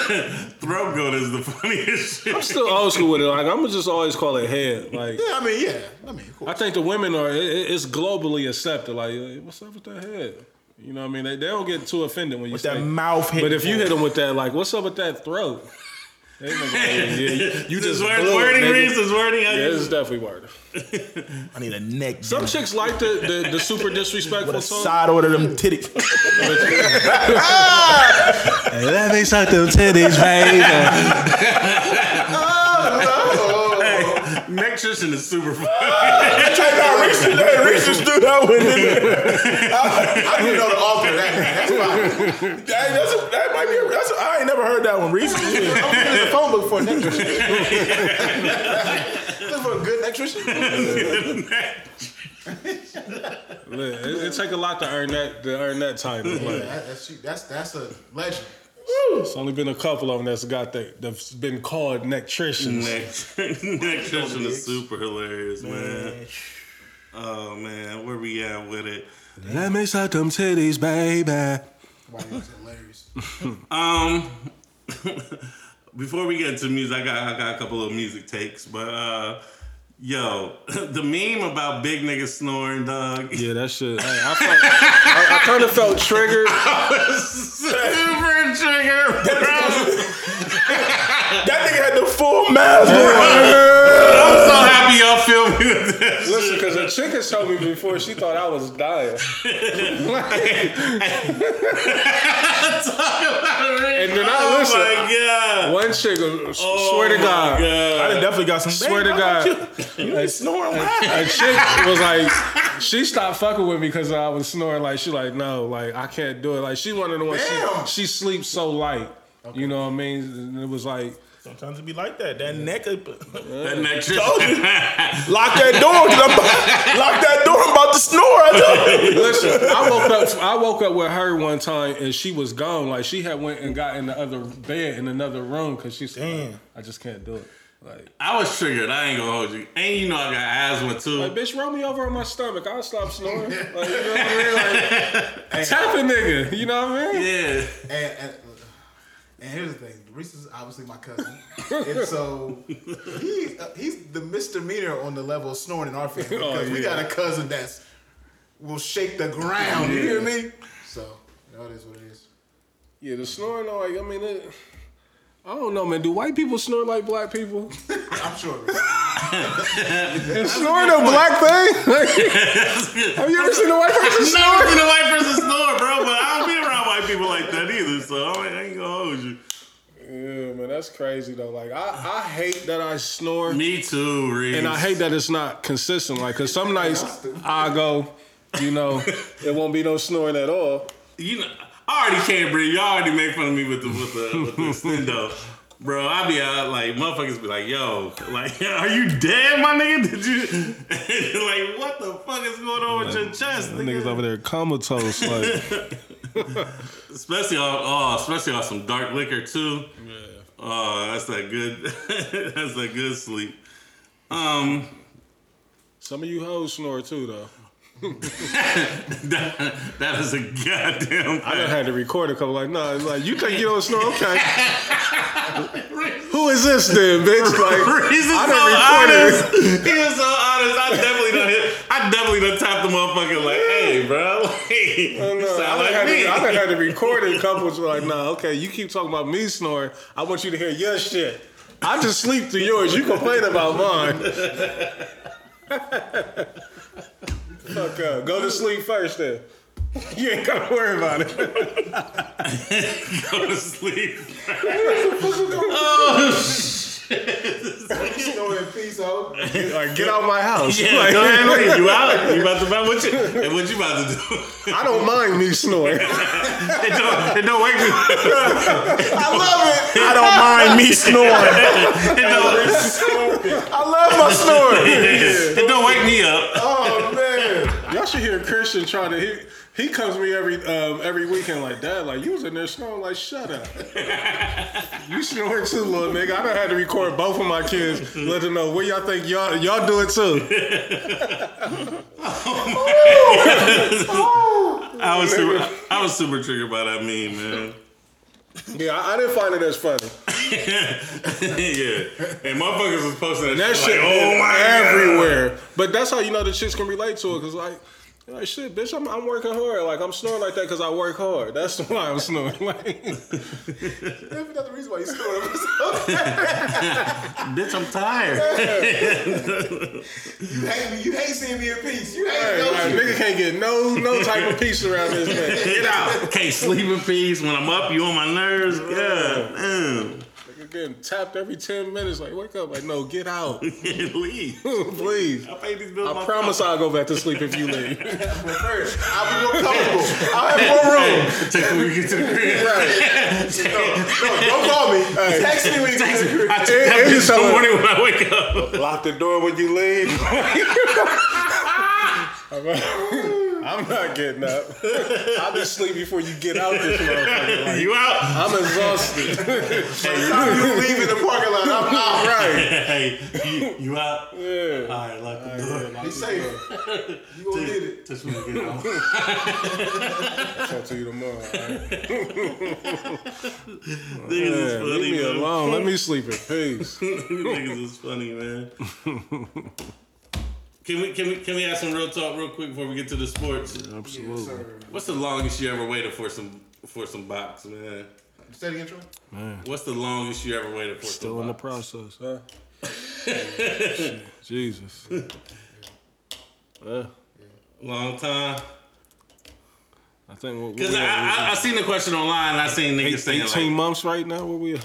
*laughs* throat goat is the funniest
I'm
shit.
still old school with it. Like I'm gonna just always call it head. Like
Yeah, I mean, yeah. I mean, cool.
I think the women are. It, it- it's globally accepted. Like eh, what's up with that head? You know what I mean? They, they don't get too offended when you
That
say.
mouth hit.
But if you hit them with that, like what's up with that throat?
*laughs*
yeah, *laughs* you
This
just
word,
blew it,
wording
nigga.
reads this wording.
Yeah, this is definitely word.
I need a neck.
Some chicks like the the, the super disrespectful song.
Side order them titties.
Let me suck them titties, baby.
Neck Tristan is super fun.
*laughs*
Nah, Reese should- hey, Reese should do that one. didn't he?
I didn't know the author of that. That's why.
That- that's a- that might be. A, that's a, I ain't never heard that one. Reese. *laughs*
I'm in the phone book for an electrician. Look *laughs* for a good electrician.
Look, it, it take a lot to earn that to earn that title. Like,
That- that's, that's that's a legend.
it's only been a couple of them that's got that that's been called nectricians.
*laughs* Neck, Neck Tristan is super hilarious, man. Oh man, where we at with it?
Let me suck them titties, baby.
Why that's hilarious.
Um, before we get into music, I got I got a couple of music takes, but uh, yo, *laughs* the meme about big niggas snoring, dog.
Yeah, that shit. hey, I, felt- I, I kind of felt triggered.
super trigger, bro.
That nigga had the full mask.
*laughs*
on.
I'm so happy y'all feel me with this.
Listen, because a chick had told me before she thought I was
*laughs*
dying.
and
then
*laughs*
I
oh
listen.
my god.
One chick, uh, s-
Oh
swear to
my
God,
I done definitely got some.
Swear to
Babe, how about
God.
you, you be snoring loud.
a chick was like, she stopped fucking with me because I was snoring. Like she like, no, like I can't do it. Like she one of the ones
Damn.
she, she sleeps so light. You know what I mean? And it was like,
Sometimes it be like that. That neck.
That neck
*laughs* Told
Tristan.
you. Lock that door. 'cause I'm about, lock that door. I'm about to snore. I told you.
listen, I woke up. I woke up with her one time and she was gone. Like she had went and got in the other bed in another room because she's
Damn.
I just can't do it. Like,
*laughs* I was triggered. I ain't gonna hold you. And you know I got asthma
like,
too.
bitch, roll me over on my stomach. I'll stop snoring. Like, you know what I mean? Like, tap a nigga. You know what I mean?
Yeah.
And, and, and here's the thing. Reese is obviously my cousin, and so he's uh, he's the misdemeanor on the level of snoring in our family *laughs*
Oh,
because we
yeah.
got a cousin that's will shake the ground. You hear me? So you know, it is what it is.
Yeah, the snoring, like, I mean, it, I don't know, man. Do white people snore like black *laughs* people?
I'm sure.
Is snoring a black thing? *laughs* Have you ever seen a white *laughs* person snore?
Never seen a white person snore, bro, but I don't be *laughs* around white people like that either, so I ain't- I ain't gonna hold you.
Yeah, man, that's crazy, though. Like, I, I hate that I snore,
Me too, Reese.
and I hate that it's not consistent. Like, because some nights I go, you *laughs* know, it won't be no snoring at all.
you know, I already can't breathe. Y'all already make fun of me with the with the *laughs* with the extendo. Bro, I be out like motherfuckers be like, yo, like, *laughs* are you dead, my nigga? Did you *laughs* like what the fuck is going on with your chest,
Niggas
nigga?
over there comatose. Like,
Especially on oh, especially on some dark liquor too. Oh, that's that good *laughs* that's that good sleep. Um
*laughs*
*laughs*
some of you hoes snore too, though.
that, that is a goddamn
I done
fact.
had to record a couple. Like, nah, it's like you think you don't snore? *laughs* Okay. Who is this then, bitch? *laughs*
*laughs*
Like,
Reese is so
I
honest.
done
*laughs* He was so honest. I definitely done hit. I definitely done tapped the motherfucker like, hey, bro. *laughs* Like, you
No, I
sound
done had
like
to-
me. *laughs*
I done had *laughs* to record it. Couples were like, nah, okay, you keep talking about me snoring. I want you to hear your shit. I just sleep through yours. You complain about mine. Fuck up. Go to sleep first then. *laughs* You ain't gotta worry about it.
Go to sleep.
Snore in peace, ho.
Like, get out my house.
Yeah,
*laughs* Like,
go ahead and leave.
*laughs*
You out. You about to buy what you and what you about to do? *laughs*
I don't mind me snoring.
it don't it don't wake me. *laughs*
I love it.
I don't mind me *laughs* snoring.
It don't,
I love my snoring.
it don't wake me up.
Oh
*laughs*
man.
Y'all should hear Christian trying to. He, he comes to me every um, every weekend like, Dad, like you was in there snoring, like shut *laughs* up. you snoring too, little nigga. I done had to record both of my kids, let them know what y'all think y'all y'all do it too.
I was super I was super triggered by that meme, man. *laughs*
Yeah, I, I didn't find it as funny.
yeah. And motherfuckers was posting that,
That
shit.
shit
Like, oh my
everywhere. But that's how you know the chicks can relate to it, cause like Like shit, bitch, I'm, I'm working hard. Like I'm snoring like that because I work hard. That's *laughs* why I'm snoring. Like,
That's another reason why you snoring.
Bitch, I'm tired.
You hate me. You hate seeing me in peace. You hate
Hey,
those
like, nigga can't get no no type of peace around this man.
Get out. Can't sleep in peace. When I'm up, you on my nerves. God
Nigga getting tapped every ten minutes. Like wake up. Like no, get
*laughs*
out,
damn. Leave.
please.
I paid these bills.
I
myself.
promise I'll go back to sleep if you
*laughs*
leave. *laughs*
First, I'll be more comfortable. I'll have more room.
Hey, Take the weekend to the *laughs* crib.
No, don't call me. Text me when you get to the crib.
I take that
It- it
bitch
is
in the
hella-
morning when I wake up.
Lock the door when you leave. I'm not- I'm not getting
*laughs*
up. I'll be sleep before you get out
*laughs*
this motherfucker. Like,
You out?
I'm exhausted.
Time you leave in the parking lot, I'm out.
All right.
Hey, you, you out?
Yeah.
All right, lock the door. *laughs*
Be safe. You gonna get it.
Touch me get out.
Talk to you tomorrow. all right?
Niggas is
Yeah, leave
funny,
me
man. *laughs*
alone. Let me sleep in peace.
Niggas is funny, *laughs* man. Can we can we can we have some real talk real quick before we get to the sports?
Absolutely.
What's the longest you ever waited for some for some box, man?
Say the intro.
What's the longest you ever waited for
Still in
some
the
box?
process,
*laughs*
huh? Jesus. Yeah.
Long time.
I think what
Cause
we
I, I, I seen the question online. and I seen niggas saying like,
18 months right now. Where we at?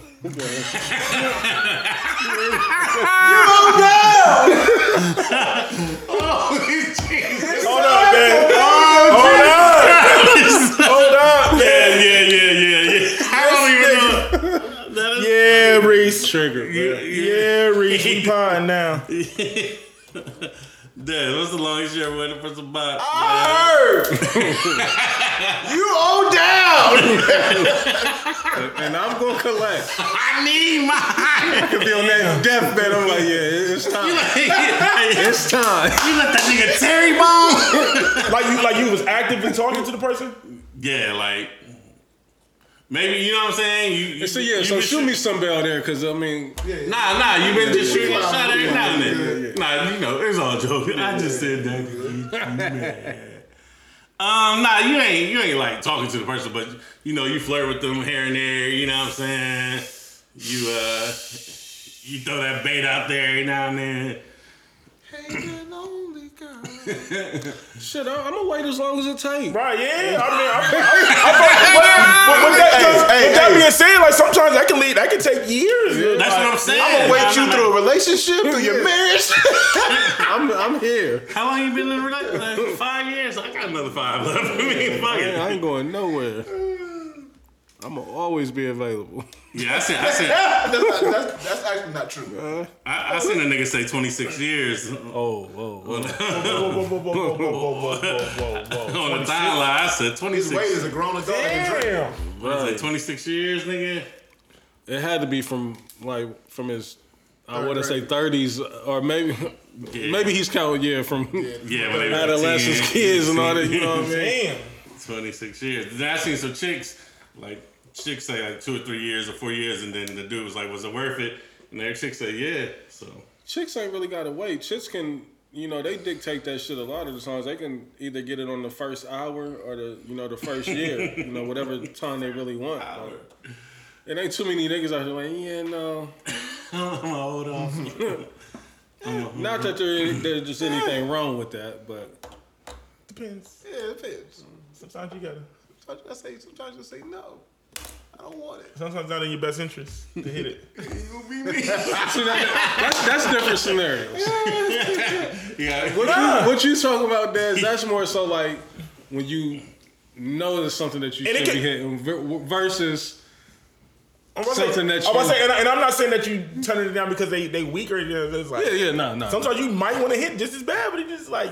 Hold up, man. Hold up. Hold up, man.
yeah, yeah, yeah, *laughs* yeah, yeah. I don't even know. That is,
Yeah, Reese.
Trigger.
yeah,
Yeah, Reese. We pine now.
Dude, what's the longest you ever waited for some box?
you owe down.
And I'm going to collect.
I need mine.
could be on that deathbed. I'm like, yeah, it's time.
you
It's time.
let that nigga Terry bomb?
Like you, like you was actively talking to the person.
Yeah, like maybe you know what I'm saying. You, you
So yeah,
you
so
been
shoot me some bell there, cause I mean,
Nah, nah, you been just shooting your
yeah,
shot every
yeah,
now and then. Nah, you know, it's all joking. I just said that. to get you mad. Um, nah, you ain't you ain't like talking to the person, but you know, you flirt with them here and there, you know what I'm saying? You uh you throw that bait out there every now and then.
shit, I, I'm gonna wait as long as it takes.
Right, yeah. I mean, I'm, I'm, I'm, fucking with it. but, but that, with that being said, like sometimes that can lead, that can take years.
That's
like,
what I'm saying.
I'll
Nah,
wait you
nah,
through
nah.
a relationship, through your marriage.
*laughs* I'm, I'm here.
How long you been in a relationship?
*laughs*
Like, five years? I got another five left. *laughs* I mean, fuck
Man, I
it.
ain't going nowhere. I'm gonna always be available.
Yeah, I seen, I seen, I,
that's, not, that's, that's actually not true.
I seen a nigga say 26 years
Oh, whoa, whoa.
Whoa, whoa, whoa, whoa, whoa, whoa, whoa, whoa, whoa, whoa.
on the timeline. I said
His
26.
weight is a grown adult. that can
*laughs*
drink.
Damn.
What is it, 26 years, nigga?
It had to be from like from his, I wouldn't say 30s or maybe,
Yeah.
maybe he's counting yeah from
Yeah,
*laughs*
when they were
adolescents,
10,
kids, and all that.
*laughs*
You know what I mean?
Damn.
26 years. Then I seen some chicks, like, chicks say like two or three years or four years, and then the dude was like, was it worth it? And their chick said, yeah. So,
*laughs*
*laughs*
chicks ain't really got to wait. Chicks can, you know, they dictate that shit a lot of the times. They can either get it on the first hour or the, you know, the first *laughs* year, you know, whatever time they really want. Like, it ain't too many niggas out here like, yeah, no.
I'm gonna hold *laughs* off.
Not that there, there's just anything *laughs* wrong with that, but
Depends.
Yeah, it fits.
Sometimes you gotta.
Sometimes I say, sometimes I say no. I don't want it.
Sometimes not in your best interest to hit it.
You be me.
see, that, that's that's different scenarios.
Yeah.
What
*coughs*
you what you talking about, Des? That's more so like when you know there's something that you
And
should
it
be
can-
hitting ver- versus
I'm about to
Something
say,
that
I'm about to
you-
say, and, I, and I'm not saying that you turn it down because they they weak or anything. It's like
yeah, yeah, no, no.
sometimes you might want to hit just as bad, but it's just like,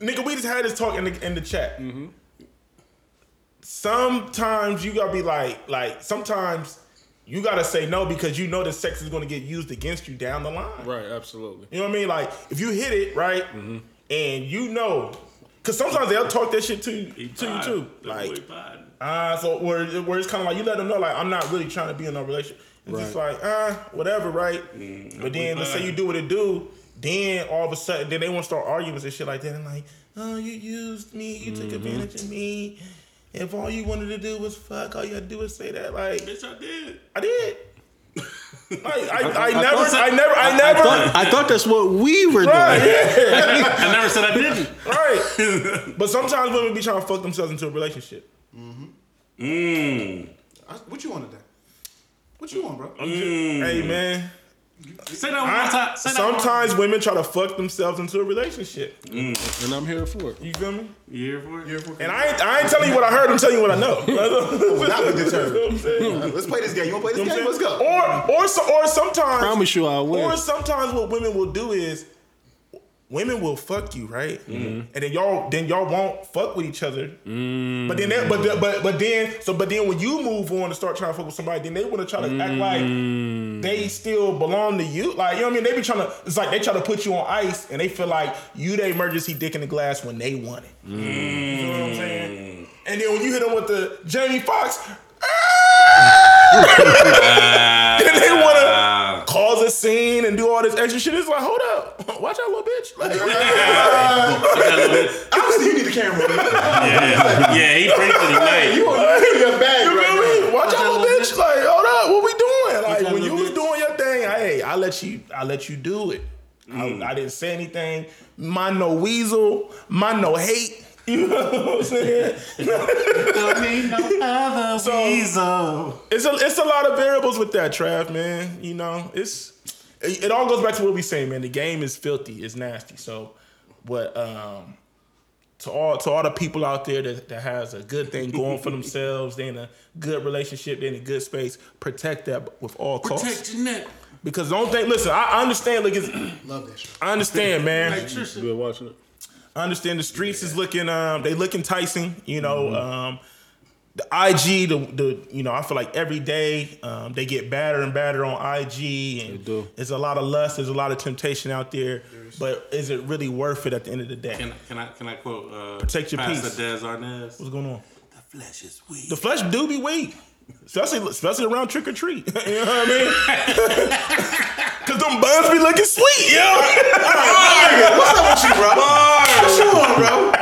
nigga, we just had this talk in the in the chat.
Mm-hmm.
Sometimes you gotta be like, like sometimes you gotta say no because you know that sex is gonna get used against you down the line.
right, Mm-hmm. absolutely.
You know what I mean? Like if you hit it right, and you know, because sometimes they'll talk that shit to you, to you too. Like
Like,
Ah, so where, where it's kind of like you let them know, like I'm not really trying to be in a relationship. It's just
Right.
like, uh, whatever, right?
Mm,
but then let's say you do what it do, then all of a sudden, then they want to start arguments and shit like that. And like, oh, you used me, you
Mm-hmm.
took advantage of me. If all you wanted to do was fuck, all you had to do was say that. Like,
Bitch, I did.
I
*laughs*
did. like, I, I,
I
never,
thought-
I never, I
I
never.
thought, I thought that's what we
*laughs*
were
right,
doing.
yeah,
I never said I didn't.
right.
*laughs*
But sometimes women be trying to fuck themselves into a relationship.
Mm.
I, what you on today? What you on, bro?
Mm.
Hey man,
*laughs* Say that one more time. Say that one more-
sometimes women try to fuck themselves into a relationship.
And I'm here for it.
You feel me?
You here for it?
And I ain't, I ain't telling you what I heard. I'm telling you what I know.
*laughs* That
*laughs*
was
You know
determined.
what I'm saying?
Uh, Let's play this game. You want to play
You
this
know
game?
what
Let's
I'm
go.
saying? Or or so, or sometimes
Promise you I'll win.
Or sometimes what women will do is women will fuck you, right? And then y'all then y'all won't fuck with each other. But then that, but the- but but then so but then when you move on and start trying to fuck with somebody, then they want to try to act like they still belong to you. Like you know what I mean? They be trying to it's like they try to put you on ice and they feel like you the emergency dick in the glass when they want it. You know what I'm saying? And then when you hit them with the Jamie Foxx, then *laughs* they want
*laughs*
to cause a scene and do all this extra shit. It's like, hold up, *laughs* watch out, little bitch. Like,
Obviously, you need the camera.
yeah, yeah, he preached it tonight.
You on your bag
you feel
right
me? Watch out, little bitch. Like, hold up, what we doing? Like,
out,
when you
little
was
bitch.
doing your thing, hey, I let you, I let you do it. I, I didn't say anything. Mind no weasel. Mind no hate. You know what I'm saying? So- It's a it's a lot of variables with that, Trav, man. You know, it's it, it all goes back to what we saying, man. The game is filthy, it's nasty. So, what um to all to all the people out there that, that has a good thing going for themselves, they in a good relationship, they in a good space, protect that with all costs.
Protect your neck.
Because don't think listen, I, I understand like it's,
Love that show.
I understand, man.
Trisha.
You been watching it?
I understand the streets is looking um they look enticing, you know. Um the IG, the, the you know, I feel like every day um, they get badder and badder on IG, and
do.
there's a lot of lust, there's a lot of temptation out there. But is it really worth it at the end of the day?
Can, can I can I quote uh,
Protect your
Pastor
peace.
Des Arnaz?
What's going on?
The flesh is weak.
The flesh do be weak, especially especially around trick or treat. *laughs* you know what I mean? Cause them buns be looking sweet, yo. *laughs*
What's up with you, bro?
Oh!
What you on, bro?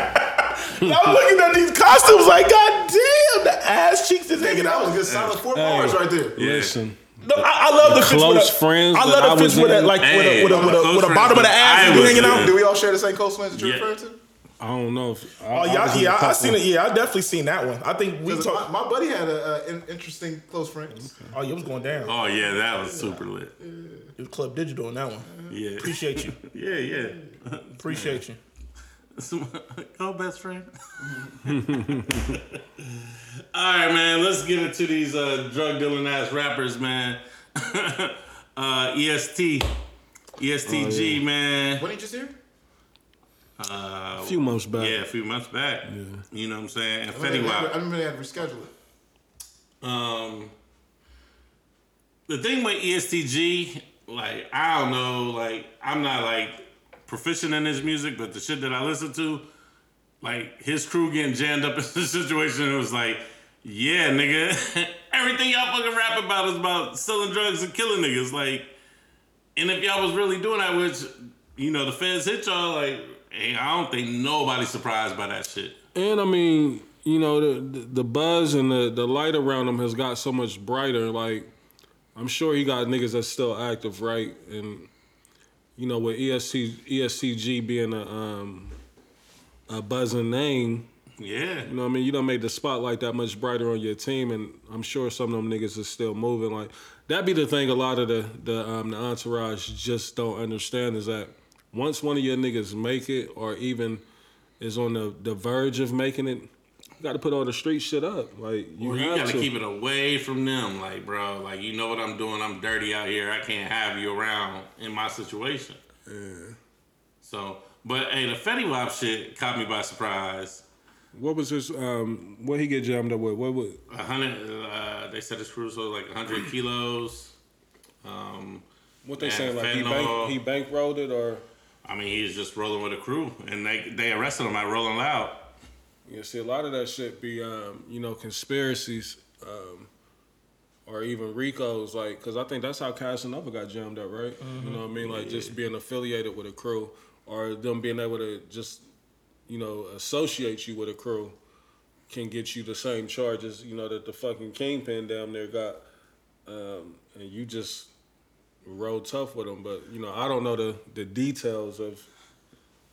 I'm looking at these costumes like, god damn, the ass cheeks is hanging
Nigga,
out.
that was a good solid four bars right there.
Listen.
No, I, I love the, fits
close
with a,
friends
I
that I
love the fits
was
with a,
in.
like
Hey,
with a with a, with
close
a, with a
friends
bottom of the
that
ass
I
and you
was
hanging
in.
out.
Do we all share the same coastline that you're
Yeah.
referring to?
I don't know if.
Oh yeah, yeah, I, I seen it. Yeah, I definitely seen that one. I think we
'Cause
talked.
My, my buddy had an interesting close friend.
Oh, yeah, it was going down.
Oh yeah, that was super lit.
It was Club Digital on that one.
Yeah,
Appreciate you.
yeah, yeah.
Appreciate you.
Go best friend. All right, man. Let's get into these uh, drug dealing ass rappers, man. *laughs* uh, EST, E ESTG, man.
When he just here?
Uh,
A few months back.
yeah, a few months back. You know what I'm saying? And
I
Fetty
remember, I
Wap.
remember they had to reschedule it.
Um, the thing with E ESTG, like I don't know, like I'm not like proficient in his music, but the shit that I listen to, like his crew getting jammed up *laughs* in the situation, it was like, yeah, nigga, *laughs* everything y'all fucking rap about is about selling drugs and killing niggas, like. And if y'all was really doing that, which you know the feds hit y'all, like, hey, I don't think nobody's surprised by that shit.
And I mean, you know, the the, the buzz and the, the light around him has got so much brighter. Like, I'm sure he got niggas that's still active, right? And you know, with E ESC, ESCG being a um a buzzing name,
Yeah,
you know, what I mean, you don't make the spotlight that much brighter on your team, and I'm sure some of them niggas is still moving. Like that be the thing. A lot of the the um the entourage just don't understand is that once one of your niggas make it, or even is on the, the verge of making it, you got to put all the street shit up. Like you,
Well, you
have
gotta
to.
keep it away from them, like bro. Like you know what I'm doing. I'm dirty out here. I can't have you around in my situation. So, but hey, the Fetty Wap shit caught me by surprise.
What was his um? What he get jammed up with? What was
A hundred. Uh, they said his cruise was like a hundred kilos. Um,
what they
Man,
saying? Like he
fentanyl.
bank, he bankrolled it, or
I mean, he was just rolling with a crew, and they they arrested him at Rolling Loud.
you know, see a lot of that shit be um you know conspiracies um or even Rico's, like, because I think that's how Casanova got jammed up, right? You know what I mean? Like, just being affiliated with a crew or them being able to just, you know, associate you with a crew can get you the same charges, you know, that the fucking kingpin down there got. Um, and you just roll tough with them. But, you know, I don't know the, the details of.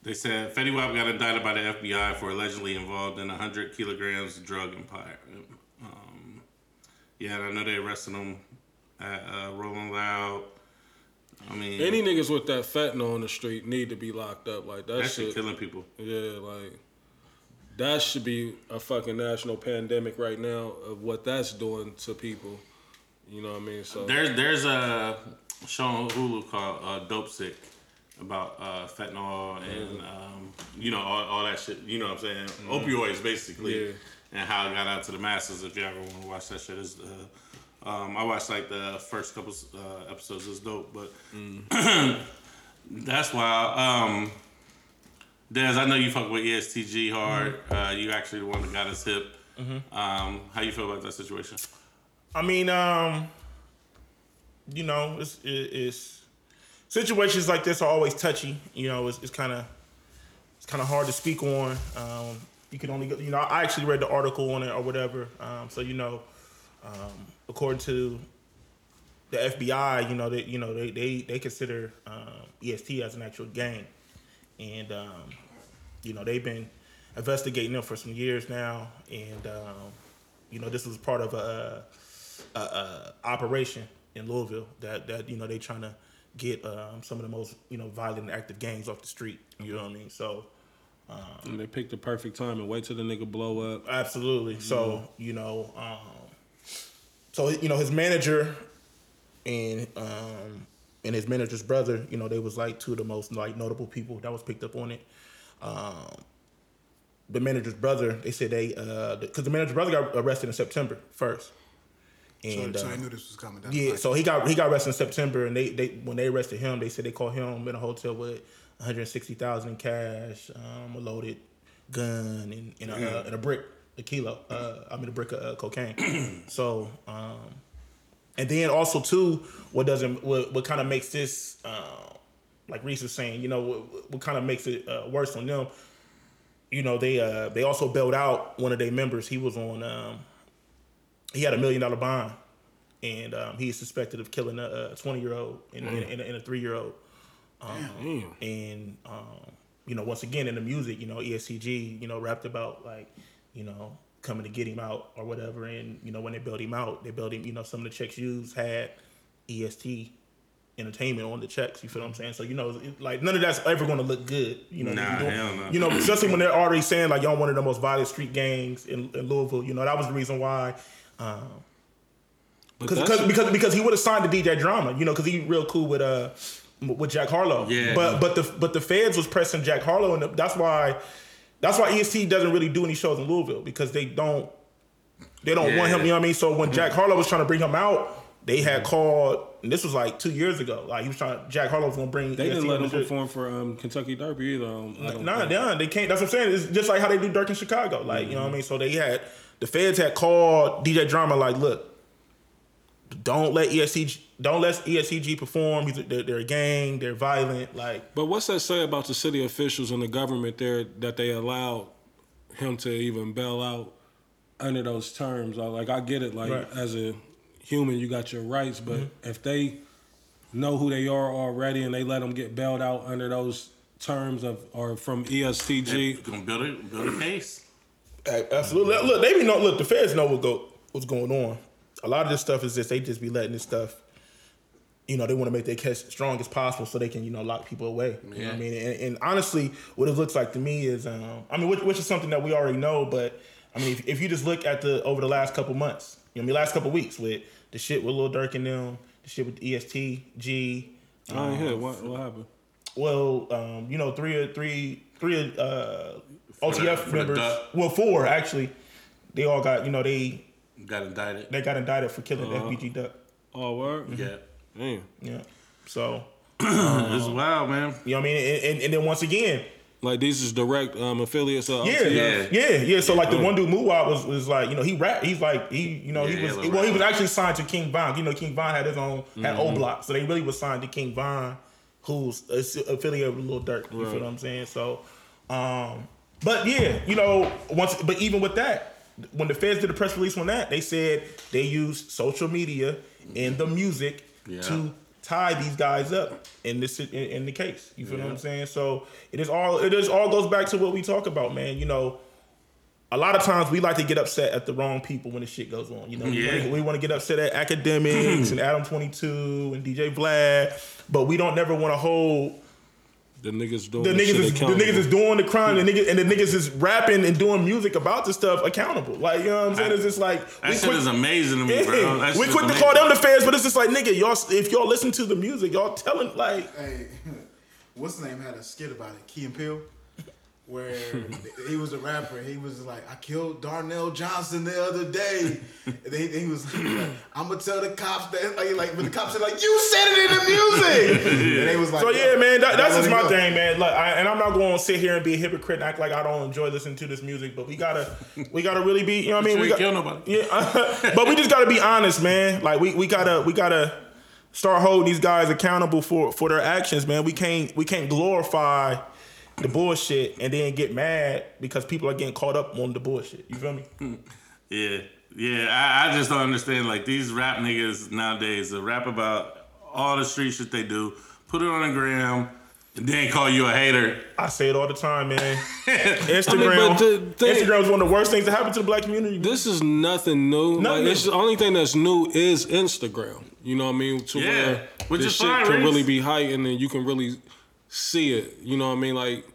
They said Fetty Wap got indicted by the FBI for allegedly involved in 100 kilograms of drug empire. Um, yeah, and I know they arrested him at uh, Rolling Loud. I mean,
Any niggas with that fentanyl on the street need to be locked up. Like, that,
that
shit.
shit killing people.
Yeah, like that should be a fucking national pandemic right now of what that's doing to people. You know what I mean? So
There's there's a show on Hulu called uh, Dope Sick about uh, fentanyl and um, you know all, all that shit. You know what I'm saying? Opioids basically,
Yeah.
and how it got out to the masses. If you ever want to watch that shit, is uh, um, I watched like the first couple uh, episodes. It's dope, but *clears throat* that's why. Um, Des, I know you fuck with E ESTG hard. Uh, you actually the one that got us hip. Um, how you feel about that situation?
I mean, um, you know, it's, it, it's situations like this are always touchy. You know, it's kind of it's kind of hard to speak on. Um, you can only go, you know, I actually read the article on it or whatever. Um, so you know, um, according to the FBI, you know that you know they they they consider um, EST as an actual gang, and um, you know they've been investigating them for some years now, and um, you know this was part of a, uh, a, a operation in Louisville that that you know they trying to get um, some of the most you know violent and active gangs off the street. You know what I mean? So
and they picked the perfect time and wait till the nigga blow up.
Absolutely. So
Mm-hmm.
you know, um, so you know his manager and um, and his manager's brother. You know, they was like two of the most like notable people that was picked up on it. Um, the manager's brother, they said they because the manager's brother got arrested in September first. And,
so, so I
um,
knew this was coming down. the
yeah,
pipe.
so he got he got arrested in September, and they, they when they arrested him, they said they caught him in a hotel with 160 thousand in cash, um, a loaded gun, and and a, uh, and a brick, a kilo, uh, I mean a brick of uh, cocaine. so, um, and then also too, what doesn't what what kind of makes this uh, like Reese was saying, you know, what, what kind of makes it uh, worse on them? You know, they uh, they also bailed out one of their members. He was on um, he had a million dollar bond and um, he is suspected of killing a 20 year old and, and- and a- and a three year old. Um, and um, you know, once again in the music, you know, E ESCG, you know, rapped about like, you know, coming to get him out or whatever. And you know, when they built him out, they built him. You know, some of the checks used had EST entertainment on the checks. You feel what I'm saying? So you know, it, like none of that's ever going to look good. You know,
Nah,
you, doing-
hell no.
you know, especially when they're already saying like y'all one of the most violent street gangs in, in Louisville. You know, that was the reason why. Um,
But
Cause,
that's,
because because because he would have signed to DJ Drama, you know, because he real cool with uh with Jack Harlow.
Yeah.
But but the but the feds was pressing Jack Harlow, and that's why that's why EST doesn't really do any shows in Louisville because they don't they don't want him.
Yeah. Mm-hmm.
You know what I mean? So when Jack Harlow was trying to bring him out, they had called. And this was like two years ago. Like he was trying. Jack Harlow was gonna bring. E
they didn't
EST
let
on
him
the shit.
perform for um, Kentucky Derby either. Um, I don't
Nah,
think.
done. They can't. That's what I'm saying. It's just like how they do Dirk in Chicago. Like you know what I mean. So they had the feds had called DJ Drama like, look, don't let ESCG, don't let ESCG perform. He's- They're, they're a gang. They're violent. Like
But what's that say about the city officials and the government there that they allowed him to even bail out under those terms? I- Like I get it, like
Right. Mm-hmm.
as a human, you got your rights, but if they know who they are already and they let them get bailed out under those terms of or from E ESTG,
Gonna build a build a case.
a- absolutely. Look, Look, they be know. Look, the feds know what go what's going on. A lot of this stuff is just they just be letting this stuff. You know they want to make their catch strong as possible so they can you know lock people away. You know what I
Yeah.
mean? And, and honestly, what it looks like to me is, um, I mean, which, which is something that we already know, but I mean, if, if you just look at the over the last couple months, you know, what I mean, last couple weeks with the shit with Lil Durk and them, the shit with EST, G,
I ain't hear what, what happened.
well, um, you know, three or three, three uh, OTF
for the
members.
duck.
well, four actually. They all got, you know, they
Got indicted.
they got indicted for killing
Uh-huh.
the FBG duck.
Oh, word?
Yeah.
Damn.
Yeah. So
It's wild, man.
Uh-huh. you know what I mean, and, and, and then once again,
Like these is direct um, affiliates. Of
Yeah, yeah, yeah, So like the one dude Muwab was was like, you know, he rap. He's like he, you know,
Yeah,
he was
he a little
well, he was
rapper.
actually signed to King Von. You know, King Von had his own had O Block, so they really was signed to King Von, who's a s- affiliate with Lil Durk. You feel what I'm saying? So, um, but yeah, you know, once but even with that, when the Feds did a press release on that, they said they used social media and the music
Yeah.
to tie these guys up in this in, in the case. You feel what I'm saying? So it is all it is all goes back to what we talk about, man. You know, a lot of times we like to get upset at the wrong people when the shit goes on. You know, We
Yeah. Hmm.
wanna- we want to get upset at academics and Adam Twenty Two and DJ Vlad, but we don't never want to hold
The niggas doing
the niggas
shit
is, the
accountable.
niggas is doing the crime, the niggas, and the niggas is rapping and doing music about this stuff accountable. Like you know what I'm saying? It's just like
That shit
*laughs* quit-
is amazing to me, bro. That
yeah. We
shit is
quick to
amazing.
call them the fans, but it's just like nigga, y'all. If y'all listen to the music, y'all telling like
Hey, *laughs* what's his name had a skit about it? Key and Peele, where he was a rapper. He was like, "I killed Darnell Johnson the other day." And then he was like, "I'm gonna tell the cops that." Like, like, but the cops are like, "You said it in the *laughs* music." And they was like,
So yeah, man, that, that's
let
just
it
my
go."
thing, man. Like, I, and I'm not going to sit here and be a hypocrite and act like I don't enjoy listening to this music, but we gotta, we gotta really be, you know what I mean?
Sure
We
ain't
got,
kill nobody.
yeah, *laughs* but we just gotta be honest, man. Like we, we gotta, we gotta start holding these guys accountable for for their actions, man. We can't, we can't glorify the bullshit and then get mad because people are getting caught up on the bullshit. You feel me?
Yeah, yeah. I, I just don't understand. Like these rap niggas nowadays, that rap about all the street shit they do, put it on the gram, and then call you a hater.
I say it all the time, man.
I
Instagram,
mean, but the thing-
Instagram is one of the worst things that happened to the black community.
This is nothing new.
Nothing
like, it's
new.
the only thing that's new is Instagram. You know what I mean? To
Yeah,
where
which
this
is
shit
fine,
can
Reese.
really be heightened and you can really see it. You know what I mean? Like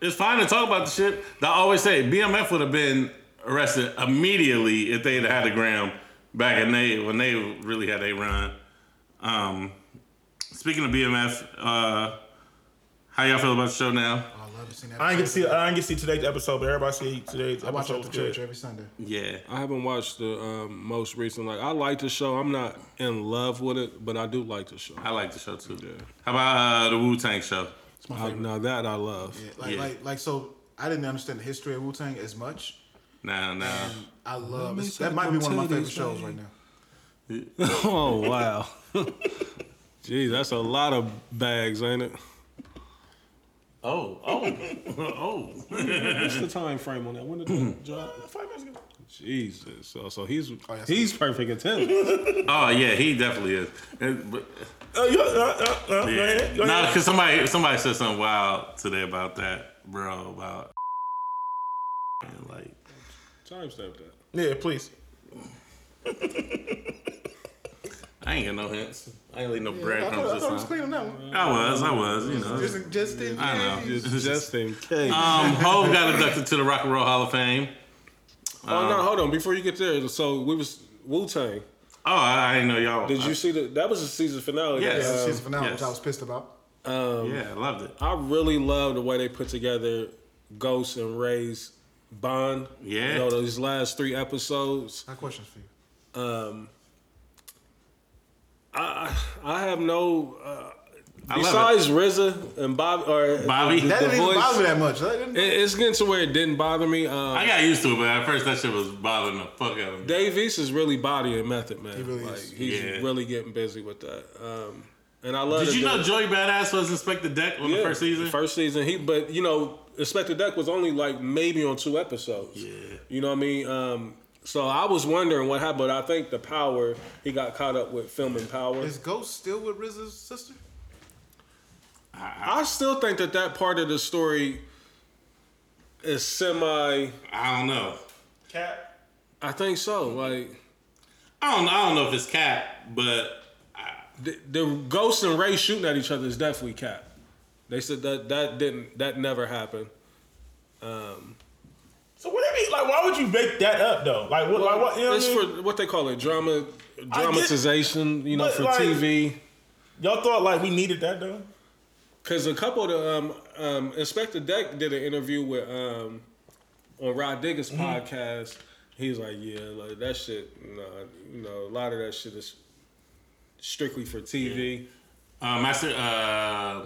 It's fine to talk about the shit. I always say BMF would have been arrested immediately if they had had a gram back in they when they really had a run. Um, speaking of BMF, uh, how y'all feel about the show now?
I love to see that.
I ain't get to see
episode.
I ain't get to see today's episode, but everybody see today's
I watch it
episode.
at the church
today.
every Sunday.
Yeah,
I haven't watched the um, most recent. Like I like the show. I'm not in love with it, but I do like the show.
I like the show too. How about uh, the Wu Tang show?
It's my
I,
favorite.
now that I love. *laughs*
Yeah, like,
Yeah.
like, like, so I didn't understand the history of Wu Tang as much.
Nah, nah.
I love
me
it's-
check
that. Might be
them
one of my
titties,
favorite shows
baby.
right now.
Oh wow. *laughs* Jeez, that's a lot of bags, ain't it?
Oh, oh, oh.
What's the time frame on that? When did *clears throat* it drop?
Five minutes ago.
Jesus. So, so he's
yes.
he's perfect attendance.
*laughs*
Oh yeah, he definitely is. And- but-
Uh, yeah, uh, uh, uh, go ahead, go
No,
ahead.
because somebody somebody said something wild today about that, bro. About and, like
Timestamp that.
Yeah, please.
I ain't got no hints. I ain't leave no
I thought,
breadcrumbs
I
this
thought it was
time.
clean on that one.
I was, I was, you know.
Just, just in
I know.
case. *laughs*
*laughs*
Just, just in case.
Um, Hove got inducted to the Rock and Roll Hall of Fame.
oh
Um,
no, hold on. Before you get there, so we was Wu Tang.
Oh, I, I didn't know y'all.
Did you see that? That was the season finale.
Yes.
This is
Um,
season finale, which
yes.
I was pissed about.
yeah, I loved it.
I really love the way they put together Ghost and Ray's bond.
Yeah.
You know, those last three episodes.
I have questions for you.
I have no. Uh,
I love it.
besides RZA and Bob or
Bobby.
That
The
didn't even
voice-
bother me that much. That didn't-
it- it's getting to where it didn't bother me. Um,
I got used to it, but at first that shit was bothering the fuck out of me.
Dave East is really bodying Method Man. He
really
like,
is.
He's
Yeah.
really getting busy with that. Um, and I love.
Did
that
you
the-
know Joey Badass was Inspector Deck on the
Yeah,
first season?
First season, he but you know, Inspector Duck was only like maybe on two episodes. Yeah. You know what I mean? Um, so I was wondering what happened, but I think the power he got caught up with filming power.
Is Ghost still with RZA's sister?
I still think that that part of the story is semi.
I don't know.
Cat.
I think so. Like
I don't. I don't know if it's Cap, but
the, the Ghost and Ray shooting at each other is definitely cap. They said that that didn't that never happened.
So what do you mean? Like, why would you make that up though? Like, what? Like, what? You know what
it's
I mean?
for what they call it drama dramatization. you know,
but,
for
like-
TV.
Y'all thought like we needed that though.
Because a couple of the um, um, Inspector Deck did an interview with um, on Rod Digger's
Mm-hmm.
podcast. He was like, "Yeah, like that shit. Nah, you know, a lot of that shit is strictly for TV."
uh, master uh,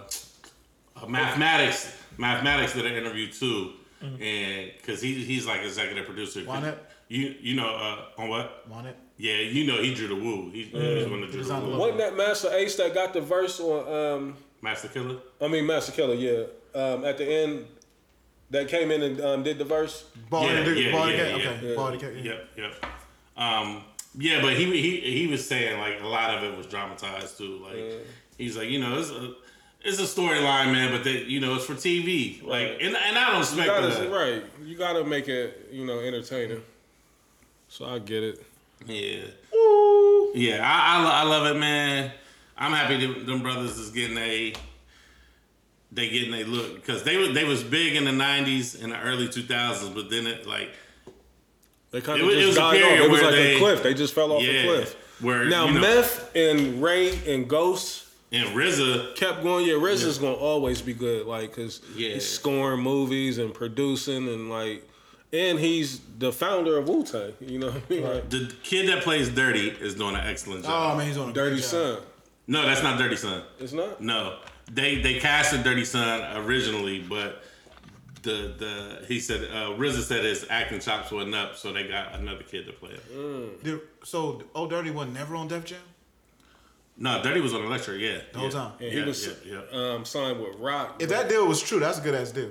uh, mathematics Mathematics did an interview too, and because he, he's like executive producer.
Want it?
You you know uh, on what?
Want it?
Yeah, you know he drew the woo. He, Mm. he's one of the drew the
Design
woo.
logo.
Wasn't that Master Ace that got the verse on? Um,
Master Killer.
I mean Master Killer, yeah. Um, at the end, that came in and um, did the verse.
Ball
yeah,
and Duke,
yeah,
Ball
yeah,
and Duke,
yeah,
okay,
yeah.
Ball and Duke, yeah.
Yep, yep. Um, yeah, but he he he was saying like a lot of it was dramatized too. Like he's like, you know, it's a it's a storyline, man, but that you know it's for TV. Like, and, and I don't expect
Gotta-
that.
right. You gotta make it, you know, entertaining. So I get it.
Yeah. Yeah, I, I, lo- I love it, man. I'm happy them, them brothers is getting a they getting a look because they was they was big in the '90s and the early 2000s, but then it like
They kind
It
of
was- it
just
was a
died off.
period
It was
where
like
they-
a cliff. They just fell off
yeah,
a cliff.
where
Now
you know,
Meth and Ray and Ghost
and RZA,
kept going. Yeah, Riz is gonna always be good, like because
Yeah.
he's scoring movies and producing and like, and he's the founder of Wu Tang. You know, what I mean? Like,
the kid that plays Dirty is doing an excellent job.
Oh man, he's on a
Dirty
great job.
Son.
No, that's not Dirty Son.
It's not.
No, they they casted Dirty Son originally, but the the he said uh, RZA said his acting chops wasn't up, so they got another kid to play it.
Dude, so Old Dirty wasn't never on Def Jam.
No, Dirty was on the lecture, yeah. The
whole time.
And he
Yeah,
was
yeah, yeah.
Um, signed with Rock.
If that deal was true, that's a good ass deal.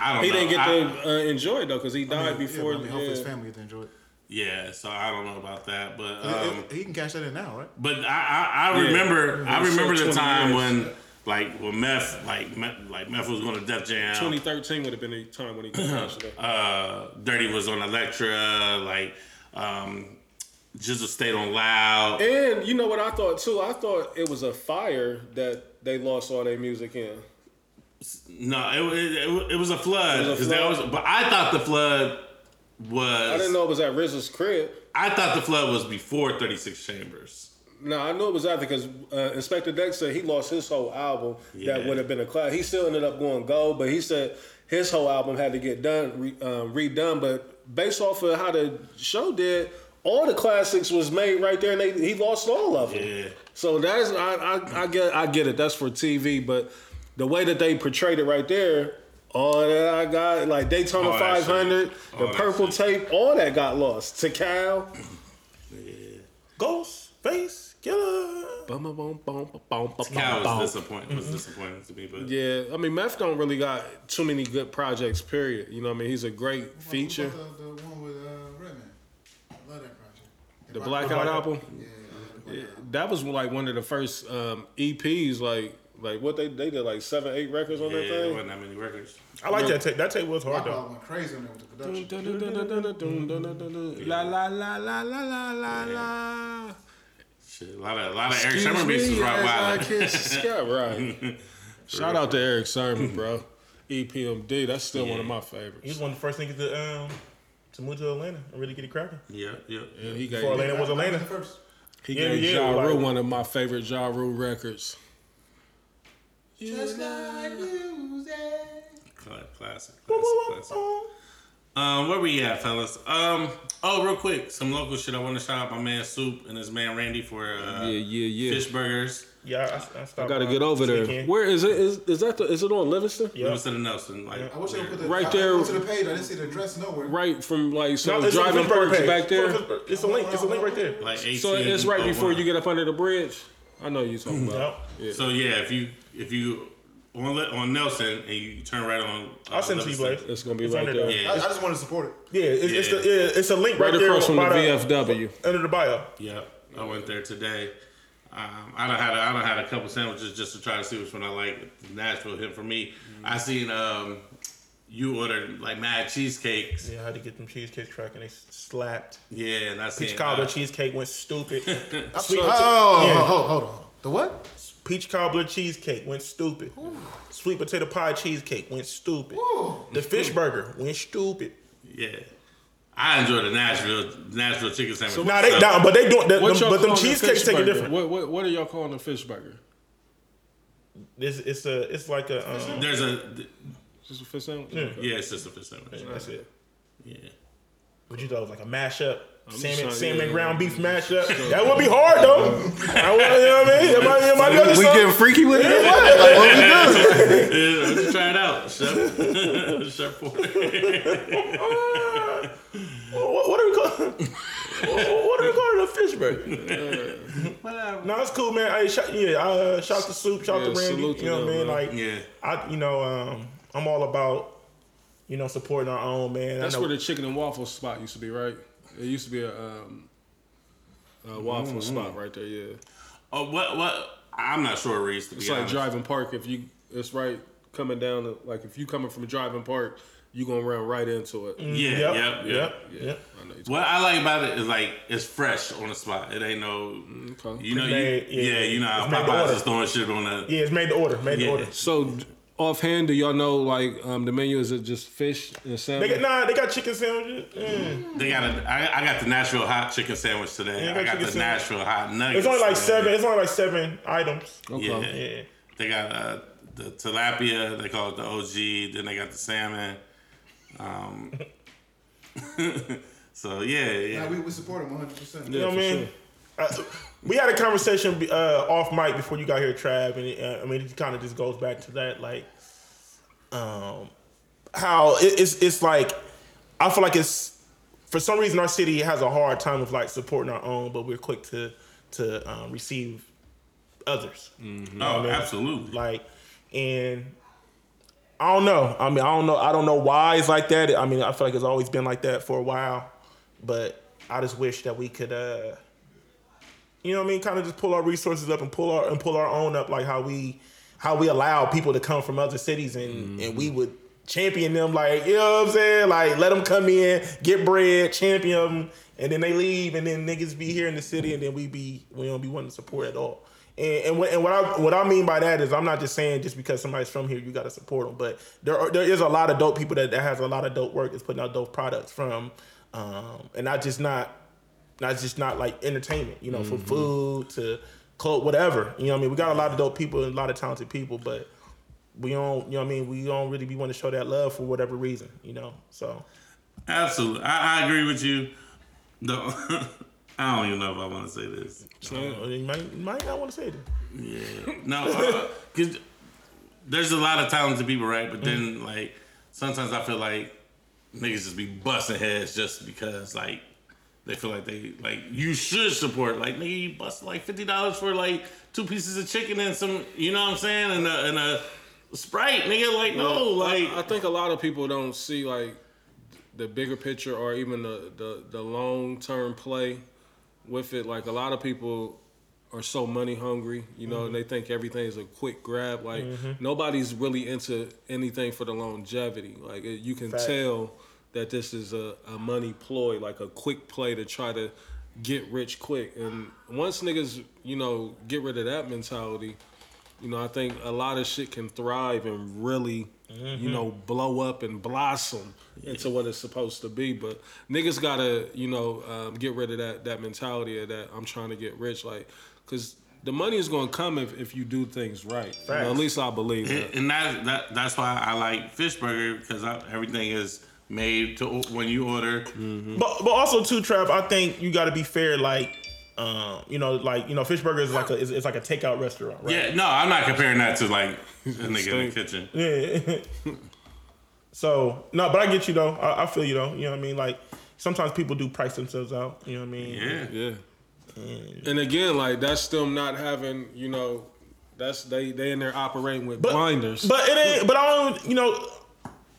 I don't
he
know.
didn't get
I-
to uh, enjoy it though because he died
Yeah,
before.
I mean, hopefully his
yeah.
family gets to enjoy it.
Yeah, so I don't know about that, but
It-
um,
it- he can cash that in now, right?
but I I, I remember I
It's
remember
still
the
20
time
years.
when like when Meth like Meth, like Meth was going to Def Jam.
2013 would have been the time when he got actually.
uh, Dirty was on Electra, like um, Jizzle stayed on Loud.
And you know what I thought too? I thought it was a fire that they lost all their music in.
No, it, it, it, it was a flood.
It was a
'cause that
flood.
was- but I thought the flood was.
I didn't know it was at Rizzo's crib.
I thought the flood was before Thirty Six Chambers.
No, I knew it was after because uh, Inspector Deck said he lost his whole album.
Yeah.
That would have been a class. He still ended up going gold, but he said his whole album had to get done, re, um, redone. But based off of how the show did, all the classics was made right there, and they, he lost all of them.
Yeah.
So that's I, I I get I get it. That's for TV, but the way that they portrayed it right there, all that I got like Daytona
All Oh, that shit.
500,
All
the
that
purple
shit.
tape, all that got lost. To Cal.
Ghost face killer.
Cal was disappointing.
Mm-hmm.
Was disappointing to me, but
Yeah, I mean, Meth don't really got too many good projects. Period. You know, what I mean, he's a great feature.
What about The, the one with uh, Redman. I love that project.
The Blackout album,
Yeah, I love the Blackout.
that was like one of the first um, EPs. Like, like what they they did like seven, eight records on
yeah, there
that
wasn't that many records.
I like that tape. That tape was hard
Blackout
though.
uh, went crazy on there with the production.
thing. La la la la la la la la.
Shit, a lot of a lot of Eric Sherman mixes rock
as
*laughs*
I
wild.
kiss the sky.
*laughs*
right. Shout out to Eric Sermon, bro. E EPMD, that's still one of my
He was
favorites.
one of the first niggas to um to move to Atlanta and really get it cracking.
Yeah, yeah, yeah.
He
Before
gave,
Atlanta was Atlanta.
First,
he
yeah,
gave
yeah,
Ja Rule
like-
one of my favorite Ja Rule records.
Cla- Classic, classic, classic. Um, where we at, fellas? Um, oh, real quick, some local shit. I want to shout out my man Soup and his man Randy for uh,
Yeah, yeah, yeah.
fish burgers.
Yeah, I, I, stopped
Gotta
by
get over
this
there.
weekend.
Where is it? Is, is that the? Is it on Livingston?
Yeah.
Livingston and Nelson. Like,
I wish they would put the
Right
I- I
there.
went to the page. I didn't see the address nowhere.
Right from like so
No, it's on
driving
Pittsburgh
parks
page.
back there.
It's a link. It's a link right there.
like
So
18
it's right
oh,
before
one.
you get up under the bridge. I know you talking about.
Yep.
So yeah, if you if you on Le- on Nelson and you turn right on, uh,
I'll send it to you, Blake.
Livingston.
It's gonna be
It's
right
under
there.
there.
I, I
Yeah,
just wanted to support it.
Yeah, it's, it's the
Yeah.
yeah, it's a link right,
Right across
there
from the
by
VFW.
under the bio.
yeah. I went there today. Um, I don't had a, I don't had a couple sandwiches just to try to see which one I like. Nashville hit for me.
Mm-hmm.
I seen um, you ordered like mad cheesecakes.
Yeah, I had to get them cheesecakes track and they slapped.
Yeah, and I seen
Peach cobbler
uh,
cheesecake went stupid. Sweet,
Oh,
Yeah.
hold, hold, hold on. The what?
Peach cobbler cheesecake went stupid. Sweet potato pie cheesecake went stupid.
Ooh.
The fish burger went stupid.
Yeah. I enjoy the Nashville Nashville chicken sandwich.
Nah, they down, but they doing that.
What
Them,
y'all
but them
calling the
cheesecakes
fish
take it
burger?
different.
What, what what are y'all calling the fish burger?
It's, it's a it's like a um,
There's a
Just a fish sandwich.
Yeah.
yeah, it's just a fish sandwich.
that's it.
Yeah.
What you thought it was like a mashup? Salmon, salmon ground beef mashup. That would be hard
*laughs*
though. I would, you know what I mean? It might, it might be other
We
stuff.
getting freaky with it? What? Like, what we doing?
Yeah, let's just try it out. Chef, *laughs* Chef Porter.
What, what are we calling? *laughs* what, what are we calling a fish burger? no, it's cool, man. Hey, shout, yeah, uh, shout to Soup, shout
Yeah,
to
salute
Randy.
to
You know what I mean?
them, man.
Like,
Yeah.
I, you know, um, I'm all about, you know, supporting our own man.
That's
I know,
where the chicken and waffle spot used to be, right? It used to be a, um, a waffle spot right there. Yeah,
Oh, what? What? I'm not sure where it used to be.
it's like
honest.
driving park. If you, it's right coming down. The, like if you coming from driving park, you gonna run right into it.
Yeah,
Yep,
yep, yep.
yep,
Yeah,
yep.
I know.
What I like about it is like it's fresh on the spot. It ain't no, you know, you,
Pre-made, yeah.
yeah, you know, how
It's made to
Popeyes
order.
is throwing shit on the.
Yeah, it's made to order. Made to
Yeah.
order.
So offhand, do y'all know like um, the menu is it just fish and salmon?
They got, nah, they got chicken sandwiches. Mm.
They got a. I, I got the Nashville hot chicken sandwich today.
Yeah, I got
I got
chicken
the
sandwich.
Nashville hot nuggets.
It's only like
today.
seven. It's only like seven items.
Yeah.
Okay.
Yeah.
They got uh, the tilapia. They call it the OG. Then they got the salmon. Um. *laughs* so yeah, yeah.
Nah, we, we support him 100%.
You know what I mean? Uh, we had a conversation uh, off mic before you got here, Trav, and it, uh, I mean, it kind of just goes back to that, like, um, how it, it's it's like, I feel like it's for some reason our city has a hard time of like supporting our own, but we're quick to to um, receive others,
oh, absolutely.
like, and. I don't know. I mean, I don't know. I don't know why it's like that. I mean, I feel like it's always been like that for a while, but I just wish that we could uh, you know what I mean? Kind of just pull our resources up and pull our and pull our own up, like how we how we allow people to come from other cities and and we would champion them, like you know what I'm saying? Like let them come in, get bread, champion them, and then they leave, and then niggas be here in the city, and then we be we don't be wanting to support at all. And, and, what, and what I what I mean by that is I'm not just saying just because somebody's from here you got to support them, but there are, there is a lot of dope people that, that has a lot of dope work that's putting out dope products from, um, and not just not not just not like entertainment, you know, from food to clothes, whatever. You know what I mean? We got a lot of dope people and a lot of talented people, but we don't, you know what I mean? We don't really be wanting to show that love for whatever reason, you know? So,
Absolutely, I, I agree with you. The *laughs* I don't even know if I want to say this.
uh, you, might, you might not want to say that.
No, uh, *laughs* 'cause there's a lot of talented people, right? But then like sometimes I feel like niggas just be busting heads just because like they feel like they like you should support like nigga you bust like fifty dollars for like two pieces of chicken and some you know what I'm saying and a, and a sprite nigga like no like
I, I think a lot of people don't see like the bigger picture or even the the, the long term play with it. Like a lot of people are so money hungry, you know, and they think everything is a quick grab. Like nobody's really into anything for the longevity. Like it- you can
Facts.
tell that this is a, a money ploy, like a quick play to try to get rich quick. And once niggas, you know, get rid of that mentality, you know, I think a lot of shit can thrive and really, you know,
Mm-hmm.
blow up and blossom into what it's supposed to be. But niggas gotta, you know, um, get rid of that that mentality of that I'm trying to get rich, like, cause the money is gonna come if, if you do things right. You know, at
Facts.
least I
*clears throat*
believe that.
and that, that that's why I like fish burger because I, everything is made to o- when you order
Mm. But, but also too, Trav, I think you got to be fair, like, um, you know, like, you know, Fish Burger is like a, is, is like a takeout restaurant, right?
yeah no I'm not comparing that to like *laughs* a nigga in the kitchen
*laughs* So no, but I get you though. I, I feel you though. You know what I mean? Like sometimes people do price themselves out. You know what I mean?
yeah
Yeah. And again, like that's them not having, you know, that's they they in there operating with blinders.
But it ain't. But I don't. You know,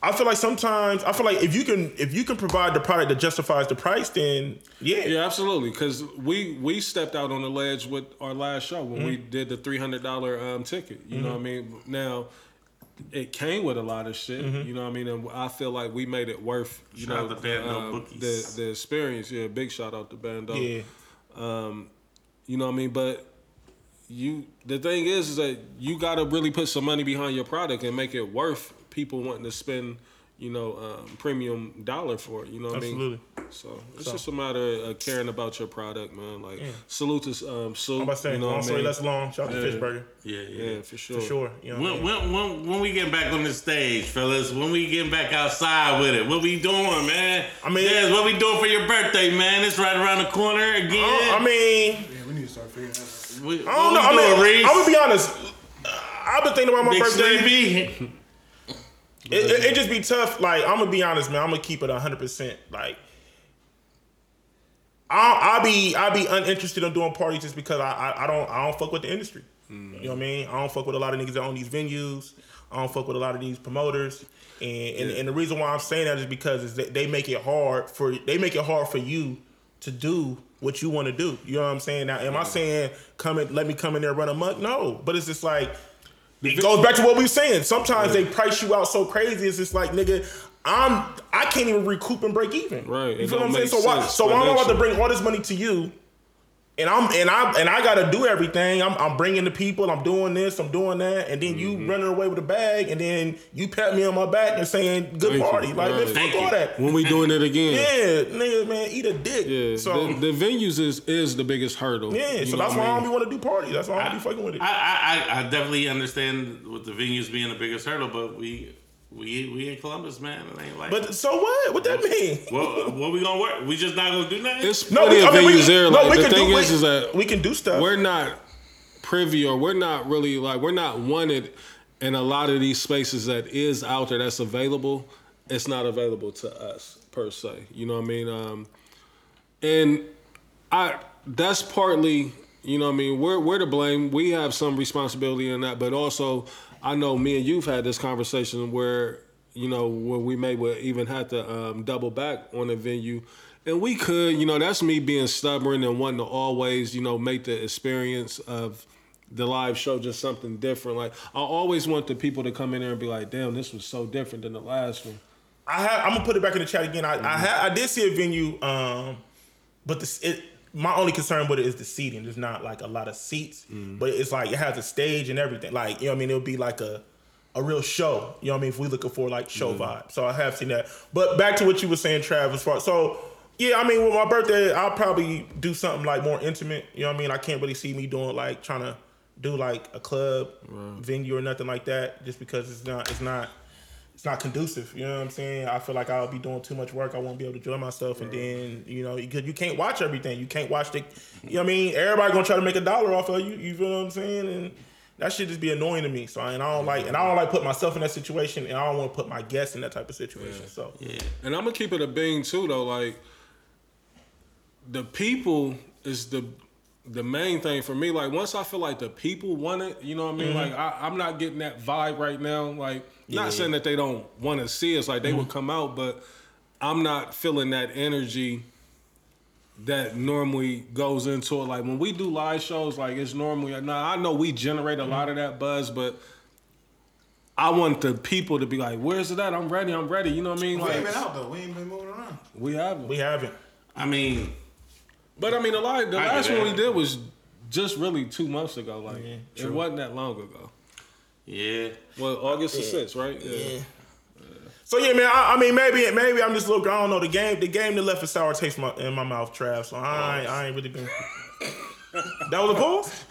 I feel like sometimes I feel like if you can if you can provide the product that justifies the price, then yeah,
yeah, absolutely. Because we we stepped out on the ledge with our last show when we
Mm-hmm.
did the three hundred dollar um, ticket. You know what I mean? Now it came with a lot of shit.
Mm-hmm.
You know what I mean? And I feel like we made it worth. You
Shout out
know
to Bando
um, the
Bookies.
the experience. Yeah, big shout out to Bando.
yeah.
You know what I mean? But you the thing is is that you gotta really put some money behind your product and make it worth people wanting to spend you know, um, premium dollar for it. You know what I
Absolutely.
mean? So it's just a matter of caring about your product, man. Like salute to um, Sue.
I'm about to say,
you know
long
what I
story
mean?
less long. Shout out to
Yeah.
Fishburger.
Yeah, yeah.
Yeah, for sure.
For sure. You know what I
When,
mean?
when, when, when we get back on the stage, fellas, when we get back outside with it, what we doing, man?
I mean-
yes, what we doing for your birthday, man? It's right around the corner again.
I I mean,
Yeah, we need to start figuring that out.
What-
Oh, I don't know.
what
I mean,
we doing, Reese?
I'm gonna be honest. I've been thinking about my
Big
birthday.
Sleepy.
It, it, it just be tough. Like I'm gonna be honest, man. I'm gonna keep it 100. percent Like I'll, I'll be I'll be uninterested in doing parties just because I, I I don't I don't fuck with the industry. You know what I mean? I don't fuck with a lot of niggas that own these venues. I don't fuck with a lot of these promoters. And and, and the reason why I'm saying that is because is that they make it hard for they make it hard for you to do what you want to do. You know what I'm saying? Now, am I saying come and let me come in there and run amok? No, but it's just like it goes back to what we were saying. Sometimes they price you out so crazy. It's just like, nigga, I'm I can't even recoup and break even.
Right,
You
it
feel what
don't
I'm saying?
make
So why?
sense
So why am I about to
financially.
bring all this money to you? And I'm and I and I gotta do everything. I'm, I'm bringing the people. I'm doing this. I'm doing that. And then
Mm-hmm.
you running away with a bag. And then you pat me on my back and saying good
Thank you.
party. Like
Right.
man, fuck
Thank
all
you.
that.
When we doing it again?
Yeah, nigga, man, eat a dick.
Yeah,
So
the, the venues is is the biggest hurdle.
yeah,
you
so
know
that's
what
why I
I
don't be want to do parties. That's why I don't be fucking with it.
I, I, I- I definitely understand with the venues being the biggest hurdle, but we we we in Columbus, man. It ain't like
but so what? What that mean?
what what we gonna work? We just not gonna do nothing.
It's plenty of venues there. Like the thing is,
we,
is that
we can do stuff.
we're not privy or we're not really like we're not wanted in a lot of these spaces that is out there that's available it's not available to us per se you know what i mean um and i that's partly you know what i mean we're we're to blame we have some responsibility in that but also i know me and you've had this conversation where you know where we may well even have to um, double back on a venue and we could you know that's me being stubborn and wanting to always you know make the experience of the live show just something different like i always want the people to come in there and be like damn this was so different than the last one
I have, I'm gonna put it back in the chat again. I I, ha, I did see a venue, um, but this it. My only concern with it is the seating. There's not like a lot of seats, but it's like it has a stage and everything. Like you know, what I mean, it'll be like a a real show. You know, what I mean, if we looking for like show vibe. So I have seen that. But back to what you were saying, Travis. Far so. Yeah, I mean, with my birthday, I'll probably do something like more intimate. You know what I mean? I can't really see me doing like trying to do like a club venue or nothing like that, just because it's not it's not it's not conducive. You know what I'm saying? I feel like I'll be doing too much work. I won't be able to enjoy myself. And then, you know, because you can't watch everything. You can't watch the, you know what I mean? Everybody gonna try to make a dollar off of you. You feel what I'm saying? And that shit just be annoying to me. So, and I don't like, and I don't like put myself in that situation. And I don't want to put my guests in that type of situation. So,
And I'm gonna keep it a bean too, though. Like the people is the the main thing for me. Like once I feel like the people want it, you know what I mean. Like I, I'm not getting that vibe right now. Like not saying that they don't want to see us. Like they will come out, but I'm not feeling that energy that normally goes into it. Like when we do live shows, like it's normally. Now I know we generate a lot of that buzz, but. I want the people to be like, "Where's it at? I'm ready. I'm ready." You know what I mean?
We
Like,
ain't been out though. We ain't been moving around.
we have
we haven't.
I mean,
But I mean, the, li- the
I get
last one
that.
we did was just really two months ago. Like it wasn't that long ago.
yeah.
Well, August the sixth, right? Yeah.
So yeah, man. I, I mean, maybe maybe I'm just a little. I don't know the game. The game that left a sour taste in my, in my mouth, Trav. So I ain't, I ain't really
*laughs*
been. that was a pause.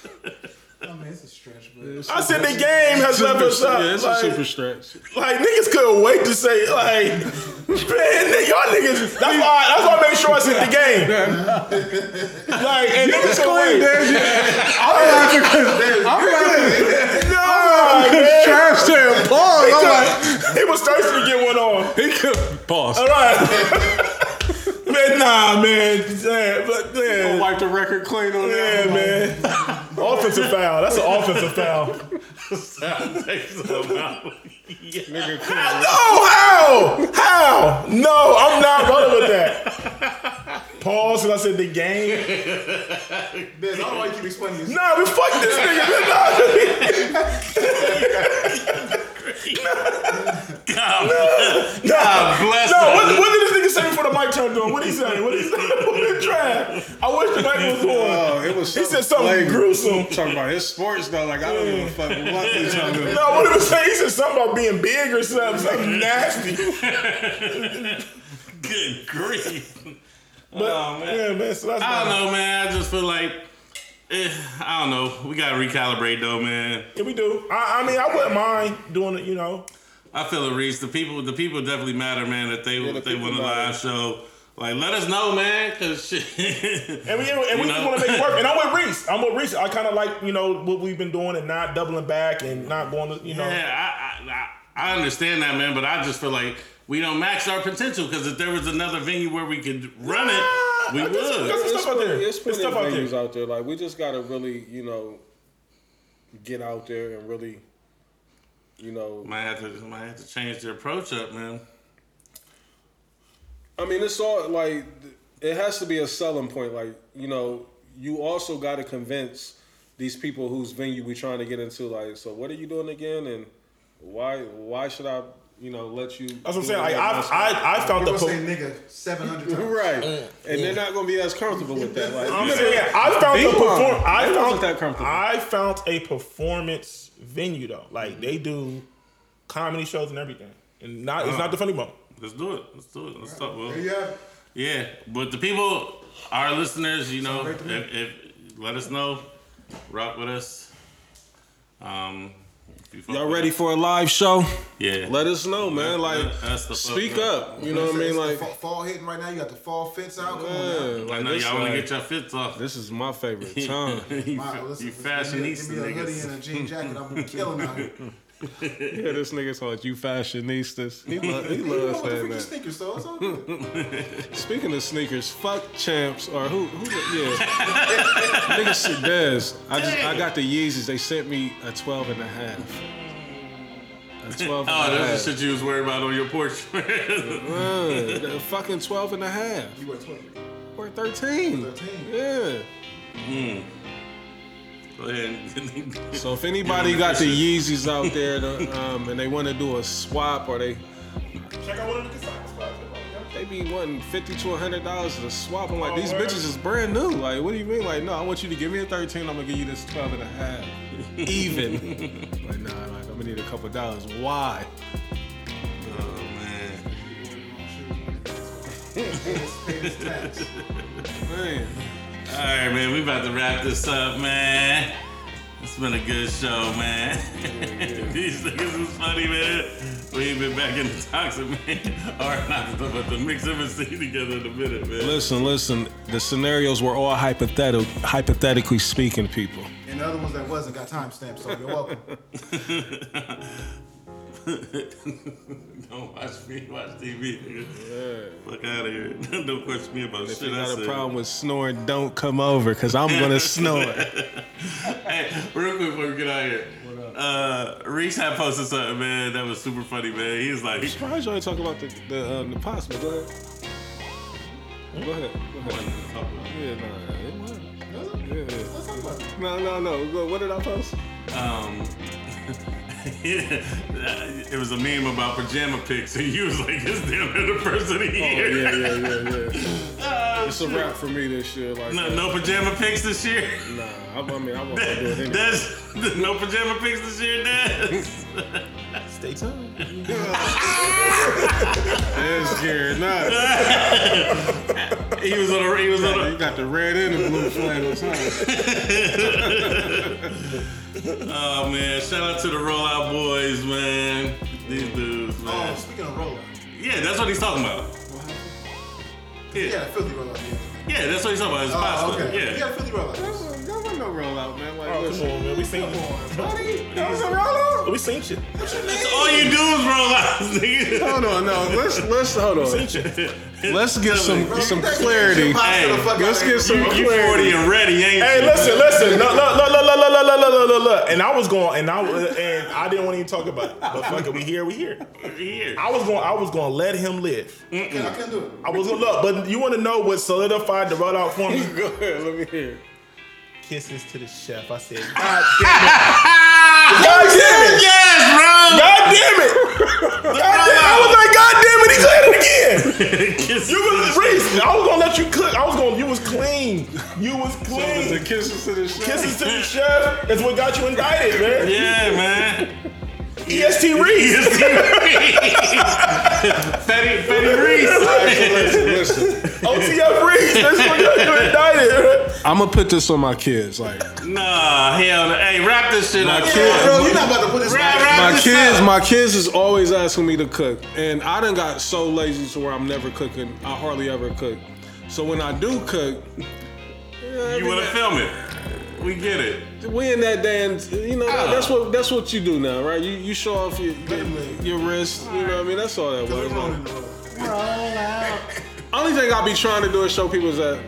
I mean, it's a stretch, but
I said the game has left
Super,
us up.
yeah, it's
like-
a super stretch.
Like niggas couldn't wait to say like, man, nigga, y'all niggas. That's why. That's why I made sure I said the game. like, and niggas couldn't wait. No, man.
Trash said pause. I'm like,
he was thirsty to get one on.
He could pause.
All right. man, nah, man. Yeah, but man,
*laughs*
Wipe the record clean on
yeah,
that.
man. offensive foul. That's an offensive foul.
Nigga, come on.
No, how? How? No, I'm not running with that. Pause, and I said the game.
Biz, I don't know why you keep explaining this.
Nah, we fuck this nigga. man, Nah, nah, nah.
bless
No,
him.
what, what did this nigga say before the mic turned on? What did he say? What did he say? What did he try? I wish George Michael's on.
Oh, it was.
He said something gruesome.
*laughs* Talking about his sports though, like I don't give
*laughs*
a fuck what he's talking about.
No, what he was saying, he said something about being big or something, something nasty.
Good grief.
But,
Oh, man.
Yeah, man, so that's
I
not-
don't know, man. I just feel like, eh, I don't know. We gotta recalibrate though, man.
Yeah, we do. I, I mean, I wouldn't mind doing it, you know.
I feel it, Reese. The people, the people definitely matter, man. That they,
the
they
people
want a live show. Like, let us know, man. Cause shit.
And we, and
*laughs* You
we
know?
want to make it work. And I'm with Reese. I'm with Reese. I kind of like, you know, what we've been doing and not doubling back and not going to, you know.
Yeah, I, I- I, I understand that, man, but I just feel like we don't max our potential because if there was another venue where we could run it, we
I
would.
just- that's
It's
Stuff out there.
plenty, it's
There's
plenty
stuff
of
out there.
venues out there. Like we just gotta really, you know, get out there and really, you know.
might have to might have to change the approach up, man.
I mean, it's all like it has to be a selling point. Like you know, you also got to convince these people whose venue we trying to get into. Like, so what are you doing again? And why why should I you know let you?
That's what I'm
do
saying. Like,
again?
I've, I, I've felt the.
We're
po-
gonna say nigga seven hundred times.
right, and they're not gonna be as comfortable with that. Like,
I'm saying, I found
Big
a
one.
perform- I
That
found
wasn't that comfortable.
I found a performance venue though. Like they do comedy shows and everything, and not it's not the funny bone.
Let's do it. Let's do it. Let's talk. Well,
There you have it.
yeah, but the people, our listeners, you know, if, if let us know, rock with us. Um, if you fuck
Y'all
with
ready
us.
for a live show?
Yeah.
Let us know, man.
Let-
Like,
let us the fuck
speak
know.
up. You know what I
It's-
mean?
it's
Like,
the fa- fall hitting right now. You got the fall fits out. Come
yeah,
on. Now.
like,
I know
this,
y'all want to
like,
get your fits off.
This is my *laughs* favorite time.
*laughs* you,
Wow,
fa-
listen,
you
give me a-
fashionista
Give me a hoodie
niggas.
and a jean jacket. I'm killing out here.
yeah, this nigga called you fashionistas. He, lo- *laughs* he
You know
*laughs* loves
what the
saying
freaking
that.
sneakers, so it's
*laughs*
all good.
Speaking of sneakers, fuck champs or who? who yeah, *laughs* nigga shit does. I just I got the Yeezys. They sent me a 12 and a half. A 12 and
Oh,
a
that's
half.
the shit you was worried about on your porch. *laughs*
Uh, the fucking 12 and a half.
You wear 20.
Or 13.
13.
Yeah.
Go ahead. *laughs*
So if anybody got the Yeezys out there to, um, and they want to do a swap or they
Check out one of the Kasaka spots.
they be wanting fifty to hundred dollars to swap, I'm like these bitches is brand new. Like what do you mean? Like no, I want you to give me a thirteen. I'm gonna give you this twelve and a half, even. like nah, like I'm gonna need a couple dollars. Why?
Oh, man.
Man,
All right, man. We about to wrap this up, man. It's been a good show, man. *laughs* These niggas was funny, man. We ain't been back in the toxic, man. *laughs* All right, not the, but the mix of us together in a minute, man.
listen, listen. The scenarios were all hypothetical, hypothetically speaking, people.
And the other ones that wasn't got timestamps, so you're welcome.
*laughs* Don't watch me watch TV, nigga. Fuck out of here. *laughs* Don't question me about
If
shit
you
I
got
said.
a problem with snoring, don't come over, cause I'm gonna snore.
Hey, real quick before we get out of here. Uh, Reese had posted something, man, that was super funny, man. He was like, *laughs*
Surprised you ain't talking about the the, um, the pots, but go ahead. Go ahead. Go ahead. Yeah, nah, it was. Yeah.
Let's talk about it.
No, no, no. Go- What did I *laughs* post?
um, *laughs* it was a meme about pajama pics, and you was like, this damn near the person of the
Yeah,
year.
yeah, *laughs* yeah, yeah.
Oh,
It's a
shit.
wrap for me this year.
*laughs*
Like,
No,
uh,
no pajama pics this year.
Nah, I, I mean, I won't do it anyway.
That's *laughs* no pajama pics this year, Dad.
Stay tuned.
*laughs* That's Gary. Nah,
he was on a he was on a
you got the red and the blue flannels, huh?
Oh man, shout out to the Rollout Boys, man. These dudes, man.
Oh, speaking of rollout,
Yeah, that's what he's talking about.
yeah,
Yeah,
Philly rollout. Yeah.
yeah, that's what he's talking about. It's
Oh,
pasta.
okay.
Yeah.
Yeah, Philly rollout.
That wasn't no rollout, man. Like,
Oh, come
listen.
on, man. We seen
That was a rollout.
we seen shit.
That's all you do is rollouts, *laughs*
*laughs*
nigga.
Hold on, no. Let's let's hold on. Let's get some some clarity.
Hey,
Let's get some
you, you 40
clarity.
and ready, ain't
Hey,
you?
listen, listen. Look, look, look, look, look, look, look, look, look, look, look. And I was going, and I was- and I didn't want to even talk about it. But fuck it, we here, we here.
*laughs* Here. *laughs*
I was going, to I was going to let him live.
I couldn't I couldn't do it.
I was going to look, but you want to know what solidified the rollout for me?
Go ahead. *laughs* Let me hear.
Kisses to the chef. I said,
Ah!
God damn it!
Yes,
God damn it! God damn, I was like, God damn it, he said it again.
bro! Kiss
You was Reese. I was gonna let you cook. I was gonna. You was clean. You
*laughs* Kisses to the chef.
Kisses to the chef. That's what got you indicted, man.
Yeah, man.
EST Reese.
Fetty, Fetty Reese.
OTF Reese. That's what got you indicted.
I'm gonna put this on my kids. Like
Nah, hell no. Hey, wrap this shit up.
kids-
Bro, you're not about to put this.
Wrap,
Right,
wrap
my
this
kids,
up.
my kids is always asking me to cook, and I done got so lazy to where I'm never cooking. I hardly ever cook. So when I do cook,
You want to film it? We get it.
we in that day, and you know that-
Ah.
that's what that's what you do now, right? You you show off your your, your wrist. You know what I mean? That's all that was. *laughs* Only thing I be trying to do is show people is that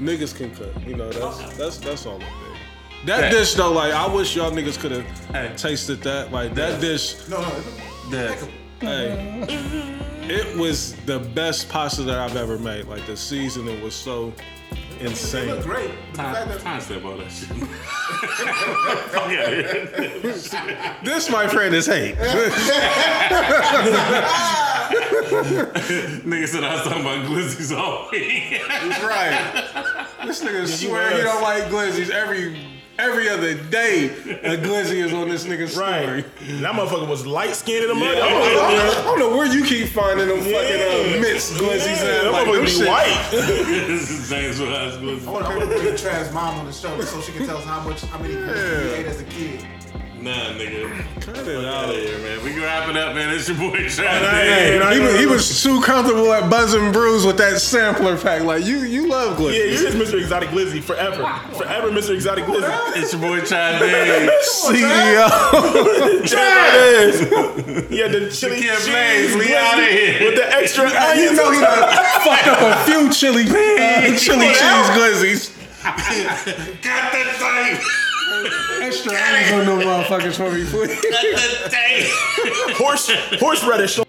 niggas can cook. You know, that's that's that's all. I'm saying. That
Hey.
dish though, like I wish y'all niggas could have
Hey.
tasted that. Like that dish,
No, no.
The-
hey, it was the best pasta that I've ever made. Like the seasoning was so
It
insane.
looked great. But the fact
Time
that
step all that shit. *laughs* Fuck outta here.
This, my friend, is
*laughs*
hate.
Nigga said I was talking about glizzies all week.
right. This nigga swear he
was.
don't like glizzies every every other day. A glizzy is on this nigga's story.
Right. And that motherfucker was light skinned in the mud.
I don't, know, I don't know where you keep finding them fucking
Yeah.
uh, mitts glizzies
Yeah,
at.
that
Like, them
motherfucker be
shit-
white.
*laughs* this is James what I was
I want to bring Trav's mom on the show so she can tell us how much, how many yeah. we ate as a kid.
Nah, nigga.
Cut
Fuck
it
out of
out.
here, man. We can wrap it up, man. It's your boy
Hey,
Travis.
nah,
He
nah,
was, he
nah.
was too comfortable at Buzz and Brews with that sampler pack. Like you, you love
Yeah,
glizzy.
you're just Mr. Exotic Glizzy forever. Forever Mr. Exotic Glizzy.
It's your boy Travis.
CEO.
That's what it is. Yeah, the chili
Can't
cheese
blaze. We
glizzy
outta here.
With the extra
you
onions.
know he done fucked up a few chili, uh, chili cheese glizzies.
Got the tape.
Extra onions on them motherfuckers for me, please.
Got the tape.
Horse, horseradish